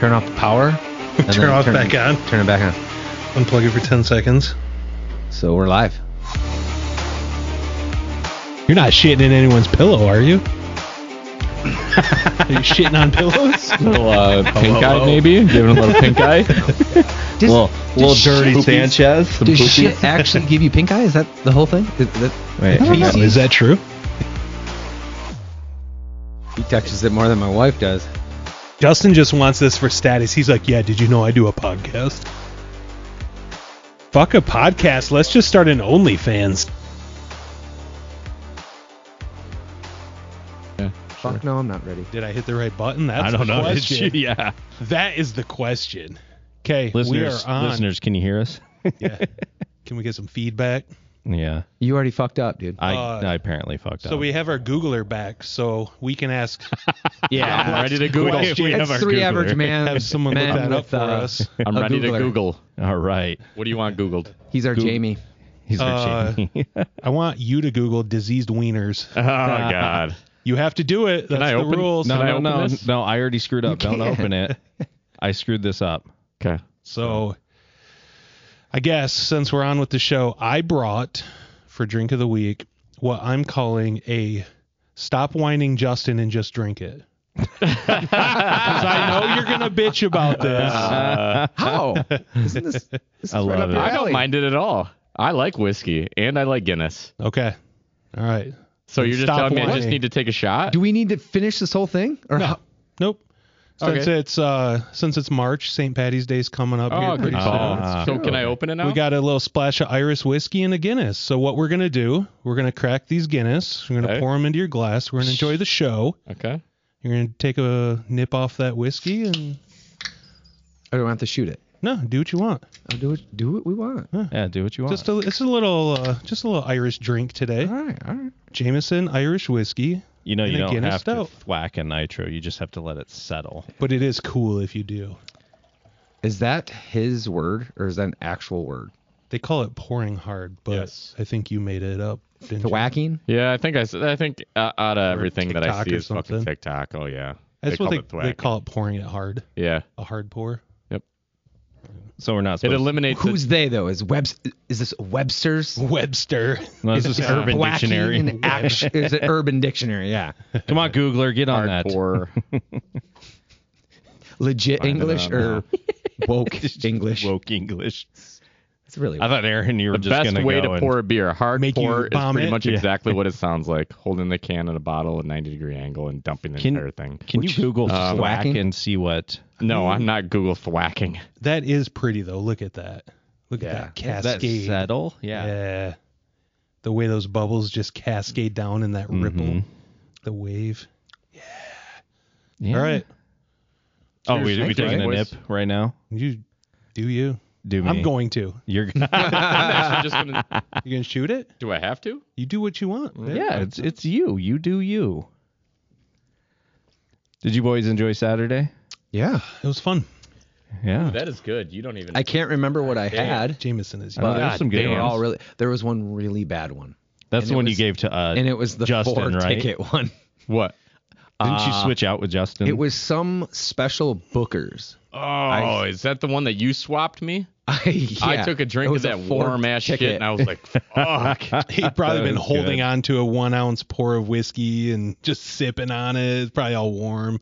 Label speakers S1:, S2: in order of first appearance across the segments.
S1: turn off the power. and
S2: Turn
S1: then
S2: off back on.
S1: Turn it back on.
S2: Unplug it for 10 seconds.
S1: So we're live.
S2: You're not shitting in anyone's pillow, are you? are you shitting on pillows?
S3: little uh, pink
S2: hello.
S3: eye, maybe giving a little pink eye.
S1: Does,
S3: little little
S1: does
S3: dirty
S1: shit-
S3: Sanchez. Some
S1: Does
S3: poopies.
S1: shit actually give you pink eye? Is that the whole thing? Is that,
S3: Wait,
S1: I don't know.
S2: Is that true?
S1: He touches it more than my wife does.
S2: Justin just wants this for status. He's like, yeah, did you know I do a podcast? Fuck a podcast. Let's just start an OnlyFans.
S1: Fuck no, I'm not ready.
S2: Did I hit the right button? That's
S4: I don't
S2: the
S4: know. It's-
S2: Question.
S4: yeah.
S2: That is the question. Okay, we are
S4: Listeners,
S2: on.
S4: listeners, can you hear us?
S2: Yeah. Can we get some feedback?
S4: Yeah.
S1: You already fucked up, dude.
S4: I,
S2: Uh,
S4: I apparently fucked up.
S2: So we have our Googler back, so we can ask,
S4: yeah, I'm ready to Google.
S2: Question.
S4: We have
S1: That's
S4: our
S1: three
S4: Googler.
S1: average man.
S2: have someone look
S1: man
S2: that up
S1: with,
S2: for
S1: uh,
S2: us.
S5: I'm
S1: A
S5: ready
S1: Googler.
S5: to Google.
S4: All right.
S5: What do you want Googled?
S1: He's our
S4: Goog-
S1: Jamie.
S4: He's
S2: Uh,
S4: our Jamie. oh
S2: I want you to Google diseased wieners.
S5: God.
S2: You have to do it. That's
S5: I
S2: the
S5: open-
S2: rules.
S5: Can I
S4: no,
S5: open
S4: no,
S5: this?
S4: no! I already screwed up. Don't
S1: can't.
S4: open it. I screwed this up.
S5: Okay.
S2: So I guess since we're on with the show, I brought for drink of the week what I'm calling a stop whining Justin and just drink it. 'Cause I know you're gonna bitch about this.
S1: How? Isn't this? this is
S4: I
S1: right
S4: love
S1: up
S4: it.
S1: your
S5: I don't
S1: alley.
S5: mind it at all. I like whiskey and I like Guinness.
S2: Okay. All right.
S5: So you're just
S2: Stop
S5: telling me I just
S2: whining.
S5: need to take a shot?
S1: Do we need to finish this whole thing? Or how?
S2: Nope. Since
S5: Okay.
S2: it's uh since it's March, St. Patty's Day's coming up
S5: oh,
S2: here
S5: good
S2: pretty soon.
S5: call.
S4: soon.
S5: so can I open it now?
S2: We got a little splash of Irish whiskey and a Guinness. So what we're gonna do? We're gonna crack these Guinness. We're gonna pour
S5: Okay.
S2: 'em pour them into your glass. We're gonna enjoy the show.
S5: okay.
S2: You're gonna take a nip off that whiskey and
S1: I Oh, don't have to shoot it.
S2: no, do what you want.
S1: I'll do it. Do what we want.
S4: Yeah, do what you want.
S2: Just a it's a little uh, just a little Irish drink today.
S1: All right. All right.
S2: Jameson Irish whiskey,
S4: you know,
S2: and
S4: you
S2: a
S4: don't
S2: Guinness
S4: have
S2: stout.
S4: to thwack a nitro. You just have to let it settle.
S2: but it is cool if you do.
S1: Is that his word or is that an actual word?
S2: They call it pouring hard, but
S5: Yes.
S2: I think you made it up. didn't you?
S1: Thwacking?
S5: Yeah, I think I, s- I think uh, out of everything that I
S2: TikTok
S5: see
S2: or
S5: is fucking
S2: something.
S5: TikTok. Oh yeah.
S2: That's what they,
S5: call it
S2: they
S5: thwack.
S2: call it pouring it hard,
S5: Yeah.
S2: a hard pour.
S4: So we're not
S5: It
S4: supposed.
S5: eliminates the-
S1: Who's they though? Is Webs? Is this Webster's?
S2: Webster.
S4: to, no, this is Urban
S1: Thwacking
S4: Dictionary.
S1: and action- is it Urban Dictionary? Yeah.
S4: Come on, Googler, get on
S5: hardcore.
S1: Legit
S5: Find it
S1: English
S5: out
S1: or woke
S4: that.
S1: English?
S4: Woke English.
S1: It's really.
S4: I thought Aaron, you were
S5: the
S4: just
S5: best
S4: gonna
S5: way
S4: go
S5: to
S4: and-
S5: pour a beer, a hard
S2: Make you
S5: pour, is pretty
S2: vomit?
S5: much
S4: Yeah.
S5: exactly what it sounds like. Holding the can in a bottle at 90 degree angle and dumping the
S4: Can-
S5: entire thing.
S4: Can you Google
S5: um,
S4: thwack
S1: thwacking?
S4: and see what?
S5: No, I'm not Google thwacking.
S2: That is pretty though. Look at that. Look
S1: Yeah.
S2: at that cascade.
S4: settle?
S2: yeah. The way those bubbles just cascade down in that ripple, the wave.
S4: Yeah.
S2: All right,
S4: Oh,
S5: Cheers,
S4: we, we
S5: thank you,
S4: taking a nip
S5: boys.
S4: right now?
S2: you do you?
S4: Do me.
S2: I'm going to.
S4: You're.
S5: I'm actually just gonna-
S2: You gonna shoot it?
S5: do I have to?
S2: You do what you want. man.
S4: yeah, it's it's you. You do you. Did you boys enjoy Saturday?
S1: yeah.
S2: It was fun.
S4: Yeah.
S5: That is good. You don't even.
S1: I can't remember what I had.
S2: Jameson is.
S4: Oh, there's
S1: but
S4: some good
S1: they
S4: ones.
S1: all really. There was one really bad one,
S4: That's
S1: and
S4: the
S1: it
S4: one you
S1: was-
S4: gave to uh
S1: and it was the
S4: Justin,
S1: four
S4: right?
S1: ticket one.
S5: What?
S4: Didn't you switch out with Justin?
S1: It was some special bookers.
S5: Oh, is that the one that you swapped me?
S1: I,
S5: I
S1: yeah,
S5: took a
S1: it
S5: drink of
S1: was a
S5: that
S1: four
S5: warm ass shit,
S1: ticket.
S5: and I was like, "Fuck."
S2: He'd probably
S4: That
S2: been
S4: is
S2: holding
S4: good.
S2: on to a one ounce pour of whiskey and just sipping on it. It's probably all warm.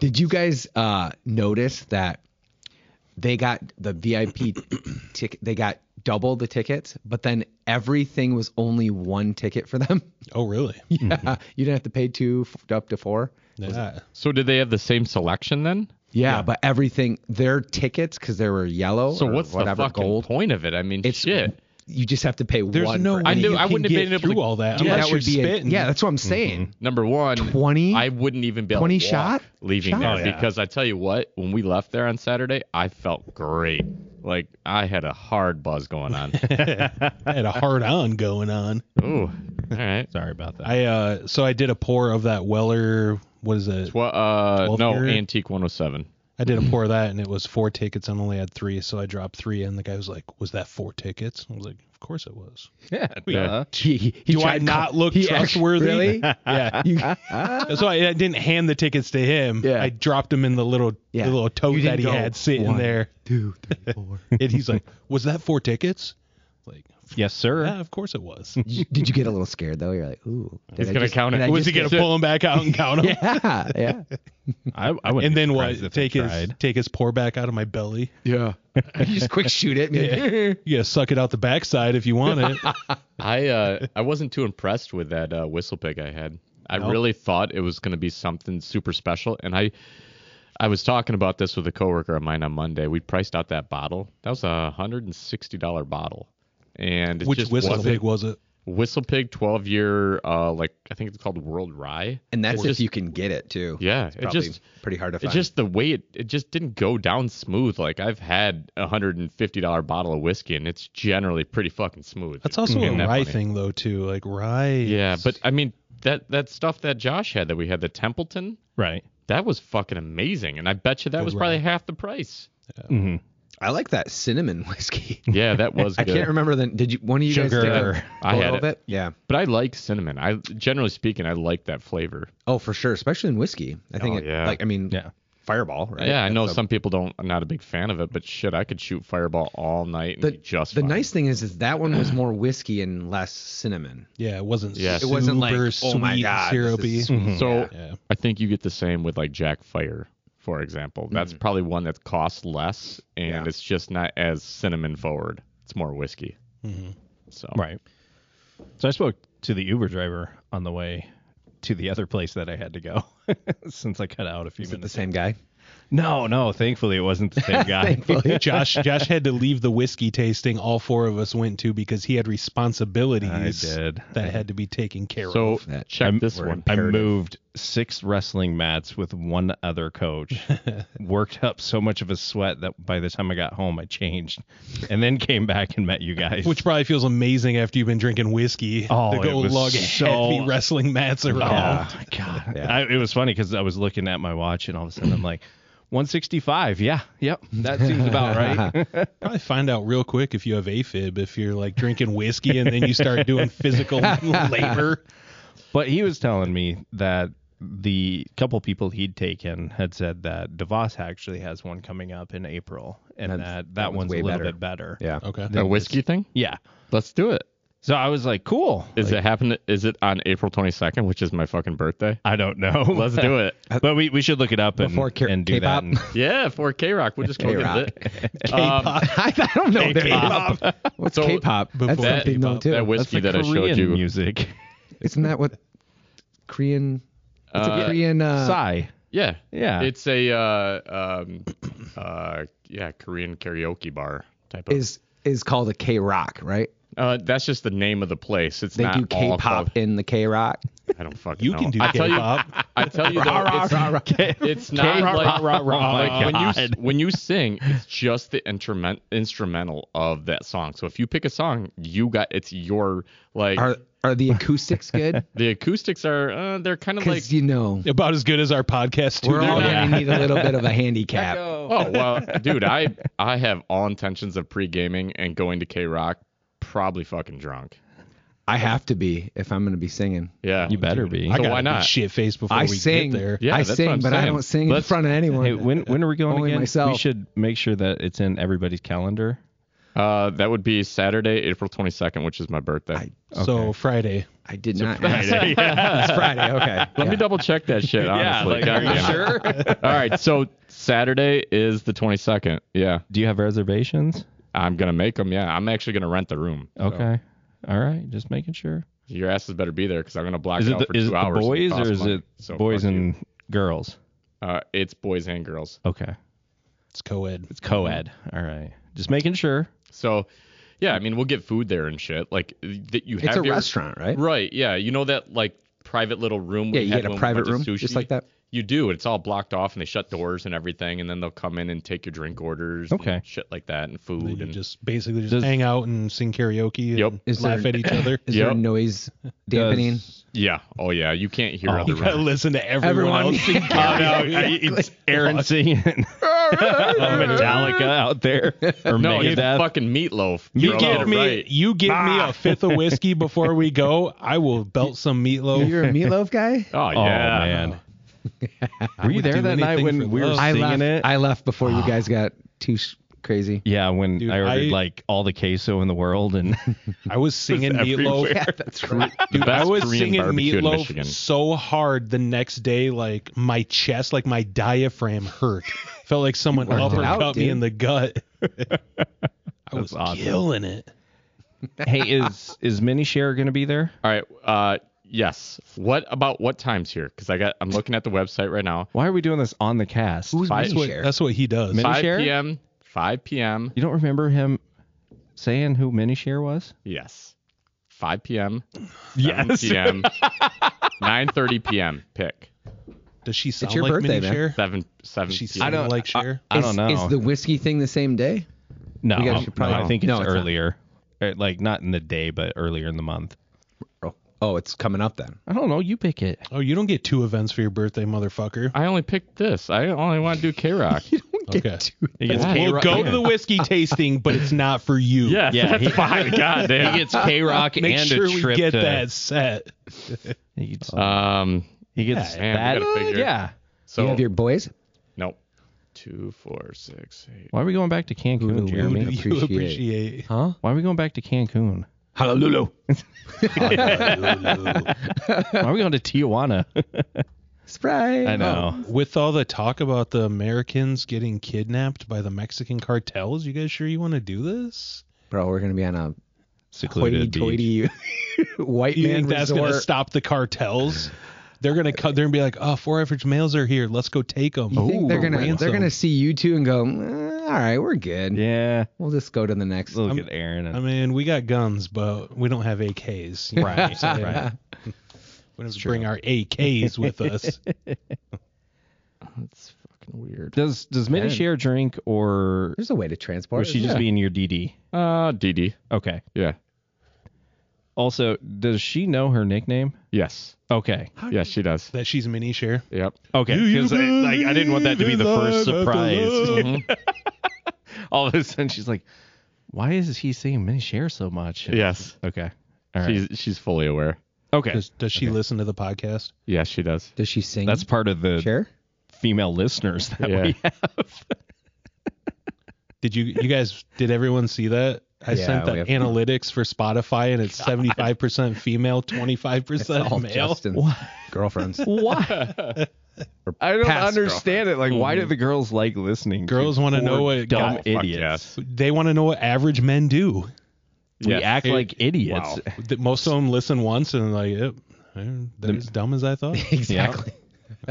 S1: Did you guys uh, notice that they got the VIP ticket? They got double the tickets, but then everything was only one ticket for them.
S2: Oh, really?
S1: yeah, you didn't have to pay two f- up to four.
S2: Yeah.
S5: so did they have the same selection then?
S1: Yeah, but everything their tickets because they were yellow.
S5: So
S1: or
S5: what's
S1: whatever,
S5: the fucking
S1: gold?
S5: point of it? I mean,
S1: It's
S5: shit.
S1: You just have to pay
S2: There's
S1: one.
S2: no
S1: for
S2: way
S1: any-
S5: knew-
S2: you
S5: I
S2: can
S5: wouldn't have
S2: get
S5: been able to-
S2: through all that
S1: Dude,
S2: unless
S1: that
S2: you're
S1: would be a,
S2: spitting.
S1: yeah. That's what I'm saying.
S5: Number one,
S1: 20?
S5: I wouldn't even be able
S1: 20
S5: to walk
S1: shot?
S5: leaving
S1: Shot?
S5: there
S2: Oh, yeah.
S5: because I tell you what, when we left there on Saturday, I felt great. Like I had a hard buzz going on.
S2: I had a hard on going on.
S5: Ooh, all right.
S4: Sorry about that.
S2: I uh, so I did a pour of that Weller. What is it?
S5: Well, uh,
S2: 12
S5: no,
S2: year?
S5: Antique 107.
S2: I did a pour of that and it was four tickets and only had three, so I dropped three and the guy was like, "Was that four tickets?" I was like, "Of course it was."
S4: Yeah. duh.
S1: Gee, he
S2: Do I
S1: tried call-
S2: not look
S1: he act-
S2: trustworthy?
S1: Really?
S2: yeah.
S1: You-
S2: That's why I didn't hand the tickets to him.
S1: Yeah.
S2: I dropped them in the little
S1: Yeah.
S2: the little tote
S1: You
S2: that
S1: didn't
S2: he
S1: go,
S2: had sitting
S1: "One,
S2: there.
S1: two, three, four.
S2: And he's like, "Was that four tickets?" Like,
S4: Yes, sir.
S2: yeah, of course it was.
S1: You- Did you get a little scared though? You're like, ooh. did
S5: He's
S1: I
S5: gonna
S1: just-
S5: count
S1: did
S5: it.
S1: I
S2: Was he
S1: just
S2: gonna
S1: get-
S2: pull them back out and count them?
S1: Yeah, yeah,
S4: I, I would.
S2: And then what? Take his take his pour back out of my belly.
S1: yeah. you just quick shoot it.
S2: Yeah. You gotta suck it out the backside if you want it.
S5: I uh, I wasn't too impressed with that uh, whistle pig I had. I really thought it was going to be something super special, and I I was talking about this with a coworker of mine on Monday. We priced out that bottle. That was a hundred and sixty dollar bottle, and it
S2: Which
S5: just
S2: whistle
S5: wasn't-
S2: pig was it?
S5: Whistle Pig 12 year, uh, like I think it's called World Rye.
S1: And that's
S5: It's
S1: if you can get it too.
S5: Yeah,
S1: it's
S5: it
S1: probably
S5: just-
S1: pretty hard to
S5: It
S1: find.
S5: just the way it, it just didn't go down smooth. Like I've had a hundred and fifty dollar bottle of whiskey, and it's generally pretty fucking smooth.
S2: That's
S5: dude.
S2: also a
S5: Getting that
S2: rye
S5: money.
S2: thing though too. Like rye.
S5: Yeah, but I mean that that stuff that Josh had that we had the Templeton
S4: Right.
S5: that was fucking amazing, and I bet you that was probably half the price.
S1: I like that cinnamon whiskey.
S5: Yeah, that was.
S1: I
S5: good.
S1: can't remember the did you one of you guys did
S2: Sugar.
S1: a
S5: I had
S1: photo of
S5: it.
S1: Yeah.
S5: but I like cinnamon. I generally speaking, I like that flavor.
S1: Oh, for sure, especially in whiskey. I think
S5: Oh,
S1: it,
S5: yeah.
S1: like I mean
S4: Yeah.
S1: Fireball, right?
S5: yeah, I know
S1: That's a-
S5: some people don't. I'm not a big fan of it, but shit, I could shoot Fireball all night and
S1: The-
S5: be just
S1: The
S5: fine.
S1: nice thing is is that one was more whiskey and less cinnamon.
S2: Yeah, it wasn't.
S5: Yes.
S1: It wasn't like
S2: super
S1: oh my
S2: sweet,
S1: god, this is
S2: syrupy.
S1: sweet.
S4: Mm-hmm.
S5: So
S2: Yeah.
S5: I think you get the same with like Jack Fire, for example. That's probably one that costs less and
S1: Yeah.
S5: it's just not as cinnamon forward. It's more whiskey. So
S4: Right. So I spoke to the Uber driver on the way to the other place that I had to go since I cut out a few
S1: Is it the
S4: minutes.
S1: same guy?
S4: No, no. Thankfully, it wasn't the same guy.
S2: Josh Josh had to leave the whiskey tasting all four of us went to because he had responsibilities
S4: I did.
S2: that had to be taken care
S5: so
S2: of.
S1: that.
S5: oh, check
S4: I'm-
S5: this one.
S4: I moved six wrestling mats with one other coach. worked up so much of a sweat that by the time I got home, I changed, and then came back and met you guys.
S2: Which probably feels amazing after you've been drinking whiskey.
S4: Oh,
S2: to go
S4: it was
S2: lug
S4: so-
S2: heavy wrestling mats around.
S4: Yeah. God, I, it was funny because I was looking at my watch, and all of a sudden I'm like, 165. Yeah, yep, that seems about right.
S2: Probably find out real quick if you have AFib if you're like drinking whiskey and then you start doing physical labor.
S4: but he was telling me that the couple people he'd taken had said that DeVos actually has one coming up in April, and
S1: That's-
S4: that that,
S1: that one's
S4: one's,
S1: way
S4: a little
S1: better.
S4: bit better.
S1: Yeah.
S2: Okay.
S5: A whiskey thing?
S4: Yeah.
S5: Let's do it.
S4: So I was like, cool.
S5: Is it happen is it on April twenty second, which is my fucking birthday?
S4: I don't know.
S5: Let's do it.
S4: But we, we should look it up and,
S1: Before K-
S4: and do
S1: K-pop?
S4: that. and-
S5: Yeah, for K Rock. We'll just go
S1: K-Rock.
S5: get it. Um,
S1: I don't know. There
S5: K-pop.
S1: is. What's
S5: So,
S1: K-pop? That's
S2: before
S1: something though
S2: K-pop,
S1: too.
S5: that whiskey
S4: That's
S5: that
S4: the
S5: I showed
S4: Korean
S5: you.
S4: music.
S1: Isn't that what Korean? It's a
S5: Uh,
S1: Korean. Uh,
S4: Psy.
S5: Yeah.
S1: Ah.
S4: Yeah.
S5: It's a uh um uh yeah, Korean karaoke bar type of
S1: is is called a K Rock, right?
S5: Uh, that's just the name of the place. It's
S1: They
S5: not
S1: do
S5: all
S1: K-pop
S5: called-
S1: in the K Rock.
S5: I don't fucking
S2: You
S5: know.
S2: can do
S5: I tell you,
S2: K-pop.
S5: I tell you though, it's, it's not like, like when you s- when you sing, it's just the instrument instrumental of that song. So if you pick a song, you got it's your like
S1: Are are the acoustics good?
S5: the acoustics are uh, they're kind of
S1: Because
S5: like
S1: you know
S2: About as good as our podcast too.
S1: we're all
S2: They're
S1: gonna need a little bit of a handicap.
S5: oh well, dude, I I have all intentions of pre gaming and going to K Rock, probably fucking drunk.
S1: I have to be if I'm gonna be singing.
S5: Yeah,
S4: You better be.
S2: I
S5: So
S2: gotta
S5: why
S2: be
S5: not?
S2: Shit faced before
S1: I
S2: we
S1: sing.
S2: get there.
S5: Yeah,
S1: I
S5: that's what
S1: sing,
S5: I'm
S1: but I
S5: saying.
S1: don't sing
S5: Let's-
S1: in front of anyone.
S4: Hey, when when are we going
S1: Only
S4: again? We
S1: myself.
S4: should make sure that it's in everybody's calendar.
S5: Uh, that would be Saturday, April twenty second, which is my birthday.
S2: So Friday.
S1: I did not. Friday. it's Friday. Okay.
S5: Let me
S1: Yeah.
S5: double check that shit. Honestly,
S4: like, are you
S5: Goddamn it.
S4: sure?
S5: All right, so Saturday is the 22nd. Yeah,
S4: Do you have reservations?
S5: I'm gonna make them. Yeah, I'm actually gonna rent the room.
S4: Okay. All right. Just making sure.
S5: Your asses better be there because I'm gonna block
S4: Is
S5: it
S4: it
S5: out
S4: the,
S5: for
S4: is
S5: two
S4: it the
S5: hours.
S4: boys
S5: costs
S4: or is
S5: money.
S4: it
S5: So
S4: boys
S5: fuck you.
S4: and girls?
S5: Uh, it's boys and girls.
S4: Okay.
S2: It's co ed.
S4: It's co-ed. All right. Just making sure.
S5: So, yeah, I mean we'll get food there and shit. Like that you have
S1: It's a
S5: your-
S1: restaurant, right?
S5: Right. Yeah. You know that like private little room. we
S1: Yeah, you
S5: had
S1: get a
S5: when we
S1: private
S5: went to
S1: room,
S5: sushi?
S1: just like that?
S5: You do. It's all blocked off and they shut doors and everything, and then they'll come in and take your drink orders. and
S4: Okay.
S5: shit like that and food
S2: You
S5: and
S2: just basically just
S4: Does-
S2: hang out and sing karaoke and
S5: Yep.
S1: Is
S2: laugh
S1: there-
S2: at each other.
S1: Is there
S5: Yep.
S1: noise dampening?
S4: Does,
S5: Yeah. Oh yeah. You can't hear other
S2: You gotta
S5: runners.
S2: listen to everyone,
S1: Everyone.
S2: else. in
S4: Oh,
S2: town.
S4: no, it's errancy and Metallica out there or
S5: No, he's
S4: Megadeth.
S5: fucking meatloaf.
S2: You
S5: Bro,
S2: give me
S5: right.
S2: you give me a fifth of whiskey before we go. I will belt some meatloaf.
S1: You're a meatloaf guy?
S5: Oh yeah.
S4: oh man, were you
S2: would
S4: there
S2: do
S4: that night
S2: anything for
S4: when we were
S2: love.
S1: I
S4: singing
S1: left,
S4: it?
S1: I left before you guys got too sh- crazy.
S4: yeah, when
S2: Dude,
S4: I ordered
S2: I-
S4: like all the queso in the world and
S2: I was singing meatloaf.
S1: that's right.
S2: Dude, I
S5: best
S2: was
S5: Korean
S2: singing
S5: barbecue in
S2: meatloaf
S5: Michigan.
S2: so hard the next day, like my chest, like my diaphragm hurt. Felt like someone
S1: worked it
S2: uppercut
S1: out,
S2: me
S1: dude.
S2: in the gut. I was
S4: awesome.
S2: killing it.
S4: hey, is is Minnie Share gonna be there?
S5: All right. Uh, yes. What about what times here? Because I got I'm looking at the website right now.
S4: Why are we doing this on the cast?
S2: That's what, that's what he does.
S4: Minnie
S5: Five
S4: Share?
S5: p.m. Five p.m.
S4: You don't remember him saying who Minnie Share was?
S5: Yes. 5 p.m. 7 p.m. 9:30 p.m. Pick
S2: Does she sound
S1: your
S2: like
S1: birthday,
S2: Minnie
S1: man.
S2: Cher?
S5: seven seven.
S2: She
S5: p.m.
S2: sounded like Cher.
S4: I
S1: is,
S4: don't know.
S1: Is the whiskey thing the same day?
S4: no, um,
S1: we guys should
S4: no,
S1: probably-
S4: I think
S1: No,
S4: it's,
S1: it's not.
S4: earlier. Uh, Like not in the day, but earlier in the month.
S1: Oh, oh, it's coming up then.
S4: I don't know. You pick it.
S2: oh, you don't get two events for your birthday, motherfucker.
S5: I only picked this. I only want to do K Rock.
S2: Okay.
S4: He
S2: We'll
S4: gets K-Rock-
S2: go to the whiskey tasting, but it's not for you.
S4: Yeah, he-
S5: fine. God
S4: He
S5: damn.
S4: gets K Rock
S2: Make
S4: and
S2: sure
S4: a
S2: we
S4: trip
S2: get
S4: to,
S2: that set.
S4: He gets,
S5: Um.
S4: he gets
S5: yeah, man,
S4: that.
S5: we gotta figure-
S4: yeah.
S5: So
S1: You have your boys?
S5: nope. Two, four, six, eight.
S4: Why are we going back to
S1: Who do
S4: Cancun,
S1: we
S2: You
S1: know?
S4: Jeremy?
S2: appreciate.
S1: Appreciate. Huh?
S4: Why are we going back to Cancun?
S1: Hallelujah.
S4: Why are we going to Tijuana?
S1: Sprite.
S4: I know.
S2: With all the talk about the Americans getting kidnapped by the Mexican cartels, you guys sure you want to do this?
S1: Bro, we're going to be on a
S4: Secluded beach.
S1: hoity-toity white
S2: You
S1: man
S2: think that's going to
S1: resort.
S2: stop the cartels? They're going to cut there and be like, oh, four average males are here. Let's go take them.
S1: You think they're gonna they're gonna see you two and go, "Mm, all right, we're good.
S4: Yeah.
S1: We'll just go to the next.
S4: Look at Aaron. And,
S2: I mean, we got guns, but we don't have AKs. you know what I'm saying? We're going to bring our AKs with us.
S5: That's fucking weird.
S4: does does Minnie share drink or
S1: There's a way to transport.
S4: was she
S1: it.
S4: just being your DD?
S5: Uh, DD.
S4: Okay.
S5: Yeah.
S4: Also, does she know her nickname?
S5: Yes.
S4: Okay.
S5: Yes, she does.
S2: that she's mini share.
S5: Yep.
S4: Okay.
S2: you
S4: 'cause I, like, I didn't want that to be the first
S2: believe in love after
S4: surprise. All of a sudden, she's like, why is he saying Minnie share so much?
S5: Yes.
S4: Okay. All right.
S5: She's she's fully aware.
S4: okay.
S2: Does, does she listen to the podcast?
S5: Yes, she does.
S1: Does she sing?
S4: That's part of the
S1: Cher.
S4: female listeners that
S5: Oh, Yeah.
S4: we have.
S2: Did you you guys did everyone see that? I
S1: Yeah,
S2: sent
S1: we
S2: the
S1: have-
S2: analytics for Spotify and it's seventy five percent female, twenty five
S1: All
S2: percent male.
S1: Justin's girlfriends.
S4: Why? I don't
S1: past
S4: understand it. Like, why do the girls like listening?
S2: Girls wanna know what
S4: dumb
S2: guy-
S4: idiots.
S2: They want to know what average men do.
S4: We act like idiots.
S2: That Most of them listen once and like, yep, they're- they're as dumb as I thought.
S1: exactly.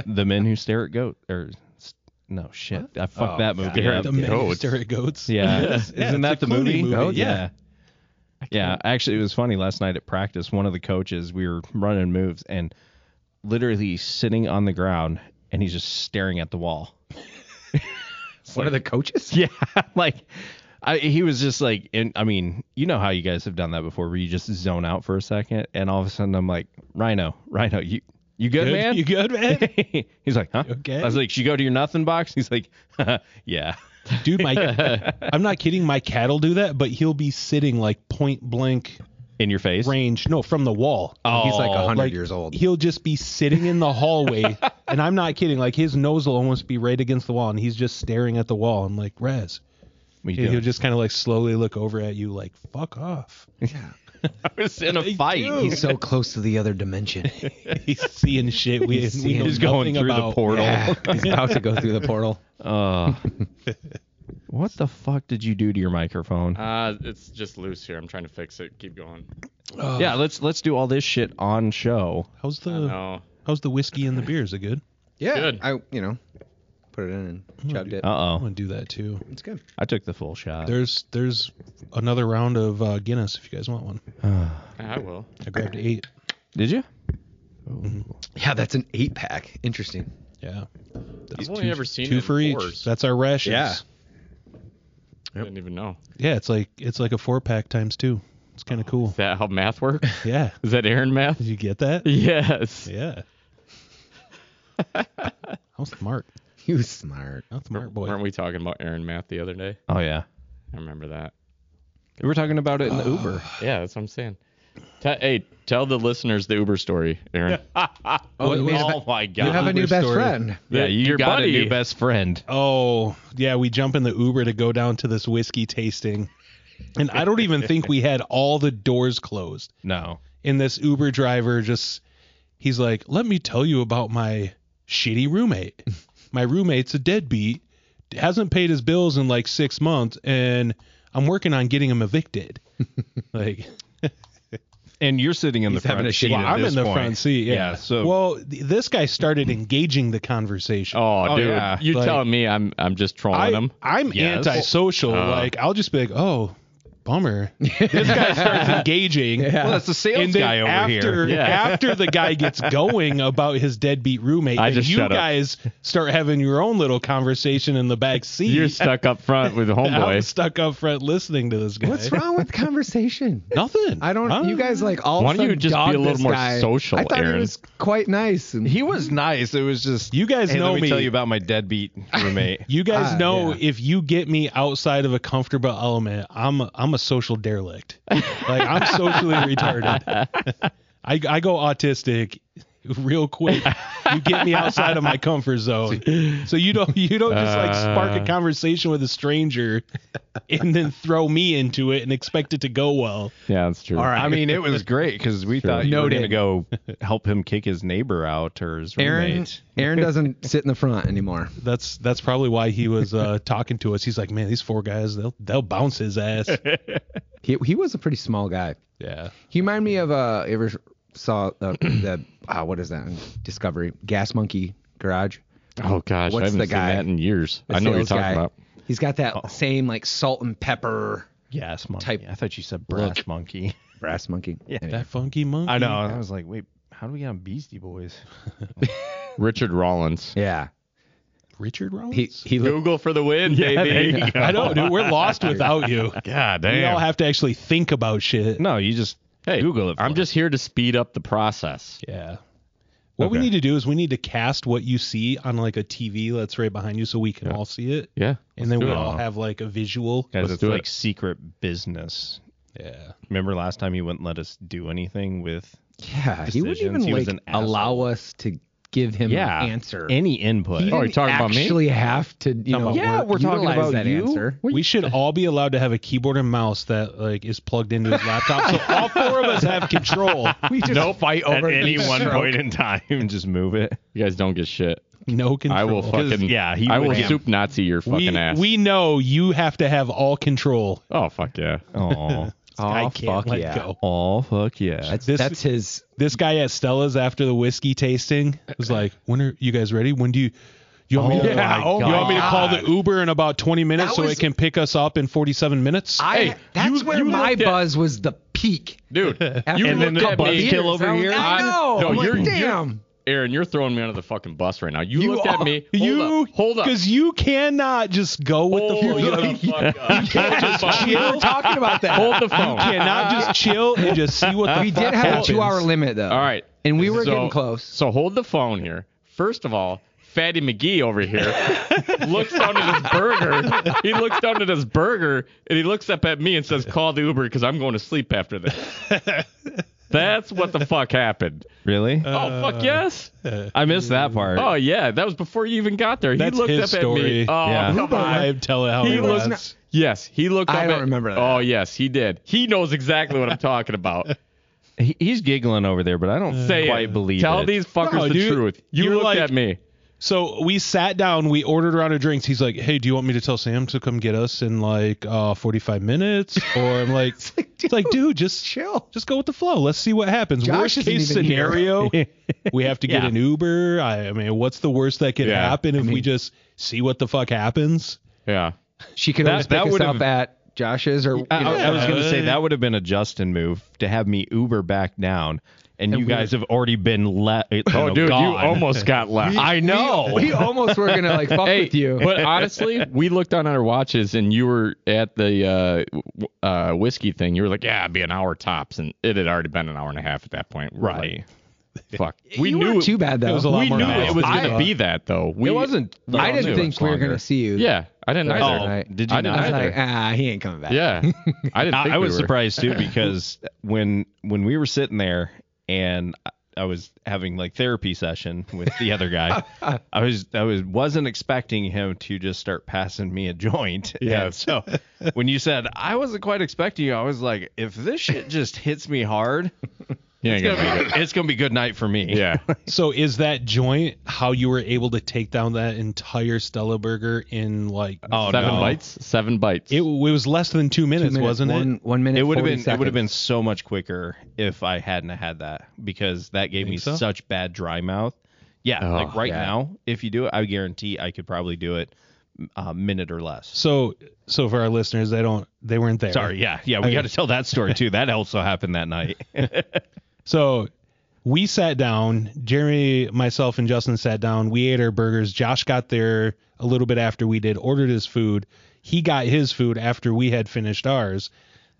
S4: the men who stare at goat or s- no shit. I fucked that movie up.
S2: Oh, the men who
S5: goats.
S2: stare at goats.
S4: Yeah, isn't
S2: Yeah,
S4: that
S2: it's a
S4: the movie?
S2: Clooney movie,
S4: Goat?
S2: yeah.
S4: yeah. Yeah, actually, it was funny last night at practice. One of the coaches, we were running moves and literally sitting on the ground, and he's just staring at the wall.
S1: One of the coaches.
S4: Yeah, like I, he was just like, and I mean, you know how you guys have done that before, where you just zone out for a second, and all of a sudden I'm like, Rhino, Rhino, you you good,
S2: Good?
S4: man?
S2: You good, man?
S4: He's like, huh?
S2: okay?
S4: I was like, should you go to your nothing box? He's like, yeah.
S2: Dude, my I'm not kidding. My cat'll do that, but he'll be sitting like point blank
S4: In your face.
S2: range. No, from the wall.
S4: Oh,
S1: He's like hundred
S2: like,
S1: years old.
S2: He'll just be sitting in the hallway, and I'm not kidding. Like his nose will almost be right against the wall, and he's just staring at the wall. I'm like, Rez.
S4: We
S2: He'll
S4: do.
S2: just kind of like slowly look over at you, like, fuck off.
S4: I was in a fight.
S1: He's so close to the other dimension.
S2: He's seeing shit we,
S1: He's
S2: we know
S1: seeing-
S4: He's going
S2: nothing
S4: through
S2: about.
S4: the portal.
S1: Yeah, he's about to go through the portal.
S4: Uh, what the fuck did you do to your microphone?
S5: Uh, it's just loose here. I'm trying to fix it. Keep going.
S4: yeah, let's let's do all this shit on show.
S2: Oh, How's the
S5: No.
S2: how's the whiskey and the beer? Is it good?
S1: Yeah,
S5: Good.
S1: I you know put it in and chugged it.
S4: Uh
S2: I'm
S4: oh,
S2: gonna do that too.
S1: It's good.
S4: I took the full shot.
S2: There's there's another round of uh, Guinness if you guys want one.
S5: I will.
S2: I grabbed eight.
S4: Did you?
S1: Yeah, that's an eight pack. Interesting.
S2: Yeah,
S5: I've only ever seen it
S2: two
S5: in
S2: for each.
S5: fours.
S2: That's our rations.
S1: Yeah.
S5: I didn't even know.
S2: yeah. It's like it's like a four pack times two. It's kind of cool.
S5: Is that how math works?
S2: Yeah.
S5: Is that Aaron math?
S2: Did you get that?
S5: Yes.
S2: Yeah. How smart.
S1: You smart.
S5: Oh,
S2: How smart boy.
S5: Weren't we talking about Aaron math the other day?
S4: Oh yeah.
S5: I remember that.
S4: We were talking about it in the Uber.
S5: Yeah, that's what I'm saying. Te- hey, tell the listeners the Uber story, Aaron.
S1: Oh, you, made a be-
S4: Oh my god.
S1: you have a new
S2: Uber
S1: best
S2: story.
S1: friend.
S4: yeah, you
S5: Your
S4: got
S5: buddy.
S4: a new best friend.
S2: Oh, yeah, we jump in the Uber to go down to this whiskey tasting. And I don't even think we had all the doors closed.
S4: No.
S2: And this Uber driver just he's like, "Let me tell you about my shitty roommate. My roommate's a deadbeat, hasn't paid his bills in like 6 months and I'm working on getting him evicted." like
S4: And you're sitting in
S1: He's
S4: the
S1: having
S4: front
S1: a shitty
S4: seat.
S1: day.
S4: at
S2: I'm
S4: this
S2: in the
S4: point.
S2: front seat. Yeah.
S4: so
S2: well, th- this guy started engaging the conversation.
S5: Oh,
S4: Oh,
S5: dude,
S4: yeah.
S5: you
S2: Like-
S5: telling me I'm I'm just trolling
S2: I,
S5: him?
S2: I'm
S4: Yes.
S2: antisocial.
S5: Uh.
S2: like I'll just be like, oh, bummer. this guy starts engaging.
S4: well, that's the sales
S2: And then
S4: guy over
S2: after
S4: here.
S5: Yeah.
S2: after the guy gets going about his deadbeat roommate,
S5: I
S2: and
S5: just
S2: you
S5: shut up.
S2: guys start having your own little conversation in the back seat.
S5: You're stuck up front with the
S2: I'm
S5: homeboy.
S2: stuck up front listening to this guy.
S1: What's wrong with conversation?
S2: Nothing.
S1: I don't. You guys like all. of a
S5: uh, Why don't you
S1: sudden
S5: just be
S1: dog
S5: a little
S1: this
S5: more
S1: guy.
S5: social,
S1: I thought he
S5: Aaron?
S1: was quite nice. And
S4: He was nice. It was just
S2: You guys
S4: hey,
S2: know
S4: let me,
S2: me.
S4: tell you about my deadbeat roommate.
S2: You guys
S1: Ah,
S2: know
S1: yeah.
S2: if you get me outside of a comfortable element, I'm a, I'm a social derelict. like I'm socially retarded. I I go autistic real quick. You get me outside of my comfort zone. So you don't you don't just like spark
S1: Ah.
S2: a conversation with a stranger and then throw me into it and expect it to go well.
S5: Yeah, that's true.
S1: all right.
S4: I mean, it was great because we thought you
S1: Noted.
S4: were going to go help him kick his neighbor out or his
S1: Aaron.
S4: roommate.
S1: Aaron doesn't sit in the front anymore.
S2: That's that's probably why he was uh, talking to us. He's like, "Man, these four guys, they'll they'll bounce his ass."
S1: He he was a pretty small guy.
S2: Yeah.
S1: He reminded me of uh ever saw uh, the ah what is that on Discovery Gas Monkey Garage.
S5: Oh gosh,
S1: What's
S5: I haven't
S1: the
S5: seen
S1: guy?
S5: that in years.
S1: The
S5: I know what you're
S1: sales
S5: talking
S1: guy.
S5: about. Oh.
S1: He's got that same like salt and pepper
S4: Yes, monkey.
S1: Type-
S4: I thought you said brass monkey.
S1: brass monkey. Yeah.
S2: That funky monkey.
S4: I know. I was like, wait, how do we get on Beastie Boys?
S5: Richard Rollins.
S1: Yeah.
S2: Richard Rollins.
S1: He he looked,
S5: Google for the win, baby.
S2: I know, dude. We're lost without you.
S4: God
S2: We all
S4: damn.
S2: have to actually think about shit.
S4: no, you just
S5: Hey,
S4: Google it. for
S5: I'm
S4: us.
S5: just here to speed up the process.
S2: Yeah. What we
S4: Okay.
S2: need to do is we need to cast what you see on like a TV that's right behind you so we can all see it.
S5: Yeah.
S2: And then
S5: do
S2: we
S5: it.
S2: all have like a visual.
S4: guys.
S5: let's
S4: It's
S5: do
S4: like
S5: it.
S4: secret business.
S2: Yeah.
S4: Remember last time you wouldn't let us do anything with
S1: yeah he wouldn't even
S4: Decisions. He was
S1: like
S4: an asshole.
S1: allow us to give him an answer.
S4: any input.
S1: He
S5: Oh,
S1: didn't
S5: you're talking about me?
S1: actually have to you know
S2: about
S1: yeah
S4: we're talking about
S1: that
S4: you?
S1: answer.
S2: We should all be allowed to have a keyboard and mouse that like is plugged into his laptop. So all four of us have control.
S1: We just fight over
S4: at any
S1: each
S4: one
S1: stroke.
S4: point in time, just move it.
S5: You guys don't get shit.
S2: No control.
S5: I will fucking
S4: yeah, he
S5: I
S4: would
S5: will
S4: ham-
S5: soup Nazi your fucking
S2: we,
S5: ass.
S2: we know you have to have all control.
S5: oh fuck yeah.
S4: Oh,
S2: I
S1: Oh,
S2: can't
S1: fuck
S2: let
S1: yeah.
S2: go.
S4: oh, fuck yeah.
S1: That's,
S2: This-
S1: that's his
S2: this guy at Stella's after the whiskey tasting was like, "When are you guys ready? When do you you want, me, to,
S1: yeah,
S2: you
S1: oh my
S2: want me to call
S1: God.
S2: the Uber in about 20 minutes
S1: That
S2: so
S1: was-
S2: it can pick us up in 47 minutes?"
S1: I
S5: Hey,
S1: that's
S5: you-
S1: where
S5: you
S1: my
S5: looked at-
S1: buzz was the peak.
S5: Dude,
S1: After
S5: And then
S1: a couple
S5: the
S1: years,
S4: buzzkill over
S1: I was-
S4: here?
S1: I
S5: I'm-
S1: know.
S5: No,
S1: I'm like,
S5: you're- you're-
S1: damn.
S5: Aaron, you're throwing me under the fucking bus right now. You,
S1: You
S5: looked
S1: are-
S5: at me. Hold
S2: you
S5: up. Hold up. Oh
S2: because you cannot just go with the flow.
S5: Hold
S2: You
S5: the
S2: have-
S5: fuck up.
S2: just
S1: We
S2: chill.
S1: were talking about that.
S5: Hold the phone.
S2: cannot just chill and just see what the
S1: we
S2: fuck
S1: did have
S2: happens.
S1: a two-hour limit though.
S5: All right.
S1: and we were
S5: So-
S1: getting close.
S5: So hold the phone here. First of all, Fatty McGee over here looks down at his burger. He looks down at his burger and he looks up at me and says, "Call the Uber because I'm going to sleep after this." That's what the fuck happened.
S4: Really?
S5: oh fuck yes.
S4: I missed that part.
S5: Oh yeah, that was before you even got there. He
S2: That's
S5: looked
S2: his
S5: up at
S2: story.
S5: me. Oh
S4: Yeah.
S5: come on.
S2: I tell it how
S5: He
S2: it
S5: was
S2: was.
S5: not- Yes, he looked.
S1: I
S5: up
S1: don't
S5: at-
S1: remember that.
S5: Oh yes, he did. He knows exactly what I'm talking about.
S4: He- he's giggling over there, but I don't
S5: Say
S4: quite
S5: it.
S4: believe
S5: Tell
S4: it.
S5: these fuckers
S2: No,
S5: the
S2: dude,
S5: truth. You,
S2: you were
S5: looked
S2: like-
S5: at me.
S2: So we sat down, we ordered a round of drinks. He's like, "Hey, do you want me to tell Sam to come get us in like uh, 45 minutes?" Or I'm like, "It's like, dude, just
S1: chill.
S2: just go with the flow. Let's see what happens.
S1: Josh
S2: worst
S1: isn't
S2: case
S1: even here.
S2: scenario, we have to get
S4: Yeah.
S2: an Uber. I, I mean, what's the worst that could
S5: Yeah,
S2: happen if we just see what the fuck happens?
S5: Yeah.
S1: She could always
S4: that
S1: pick us up
S4: would've-
S1: at Josh's or you
S4: I,
S1: know,
S4: I was gonna say that would have been a Justin move to have me Uber back down, and, you guys have already been let.
S5: Oh, dude, you almost got left.
S4: I know.
S1: We, we almost were gonna like fuck
S5: Hey,
S1: with you.
S5: but honestly, we looked on our watches, and you were at the uh, w- uh, whiskey thing. You were like, "Yeah, it'd be an hour tops," and it had already been an hour and a half at that point. We were
S4: Right.
S5: like, Fuck.
S1: we you knew too bad though.
S2: was a lot
S5: We
S2: more
S5: knew
S2: miles.
S5: it was
S2: I-
S5: going to be that though. We,
S4: it wasn't.
S1: I didn't
S5: knew.
S1: think we were gonna see you.
S5: Yeah, I didn't
S1: that
S5: either.
S4: Oh,
S1: night.
S4: did you
S5: I
S4: not?
S5: didn't
S1: I was
S5: either.
S1: like, ah, he ain't coming back.
S5: Yeah, I didn't.
S4: I,
S5: think
S4: I
S5: we
S4: was
S5: were.
S4: surprised too because when when we were sitting there and I- I was having like therapy session with the other guy, I was I was wasn't expecting him to just start passing me a joint. Yeah. so when you said I wasn't quite expecting you, I was like, if this shit just hits me hard,
S5: You ain't gonna make it.
S4: it's gonna be good night for me.
S5: Yeah,
S2: So is that joint how you were able to take down that entire Stella burger in like
S4: Oh
S5: seven
S4: no.
S5: bites. Seven bites.
S2: it, it was less than two minutes,
S1: Two minutes,
S2: wasn't
S1: one,
S2: it?
S1: One minute.
S4: It would have
S1: 40
S4: been it would
S1: seconds.
S4: have been so much quicker if I hadn't had that because that gave me
S2: so?
S4: such bad dry mouth. Yeah,
S5: Oh,
S4: like right
S5: yeah.
S4: now, if you do it, I guarantee I could probably do it a minute or less.
S2: So so for our listeners, they don't they weren't there.
S4: Sorry, yeah, yeah, we got to tell that story too. That also happened that night.
S2: So we sat down. Jeremy, myself, and Justin sat down. We ate our burgers. Josh got there a little bit after we did, ordered his food. He got his food after we had finished ours.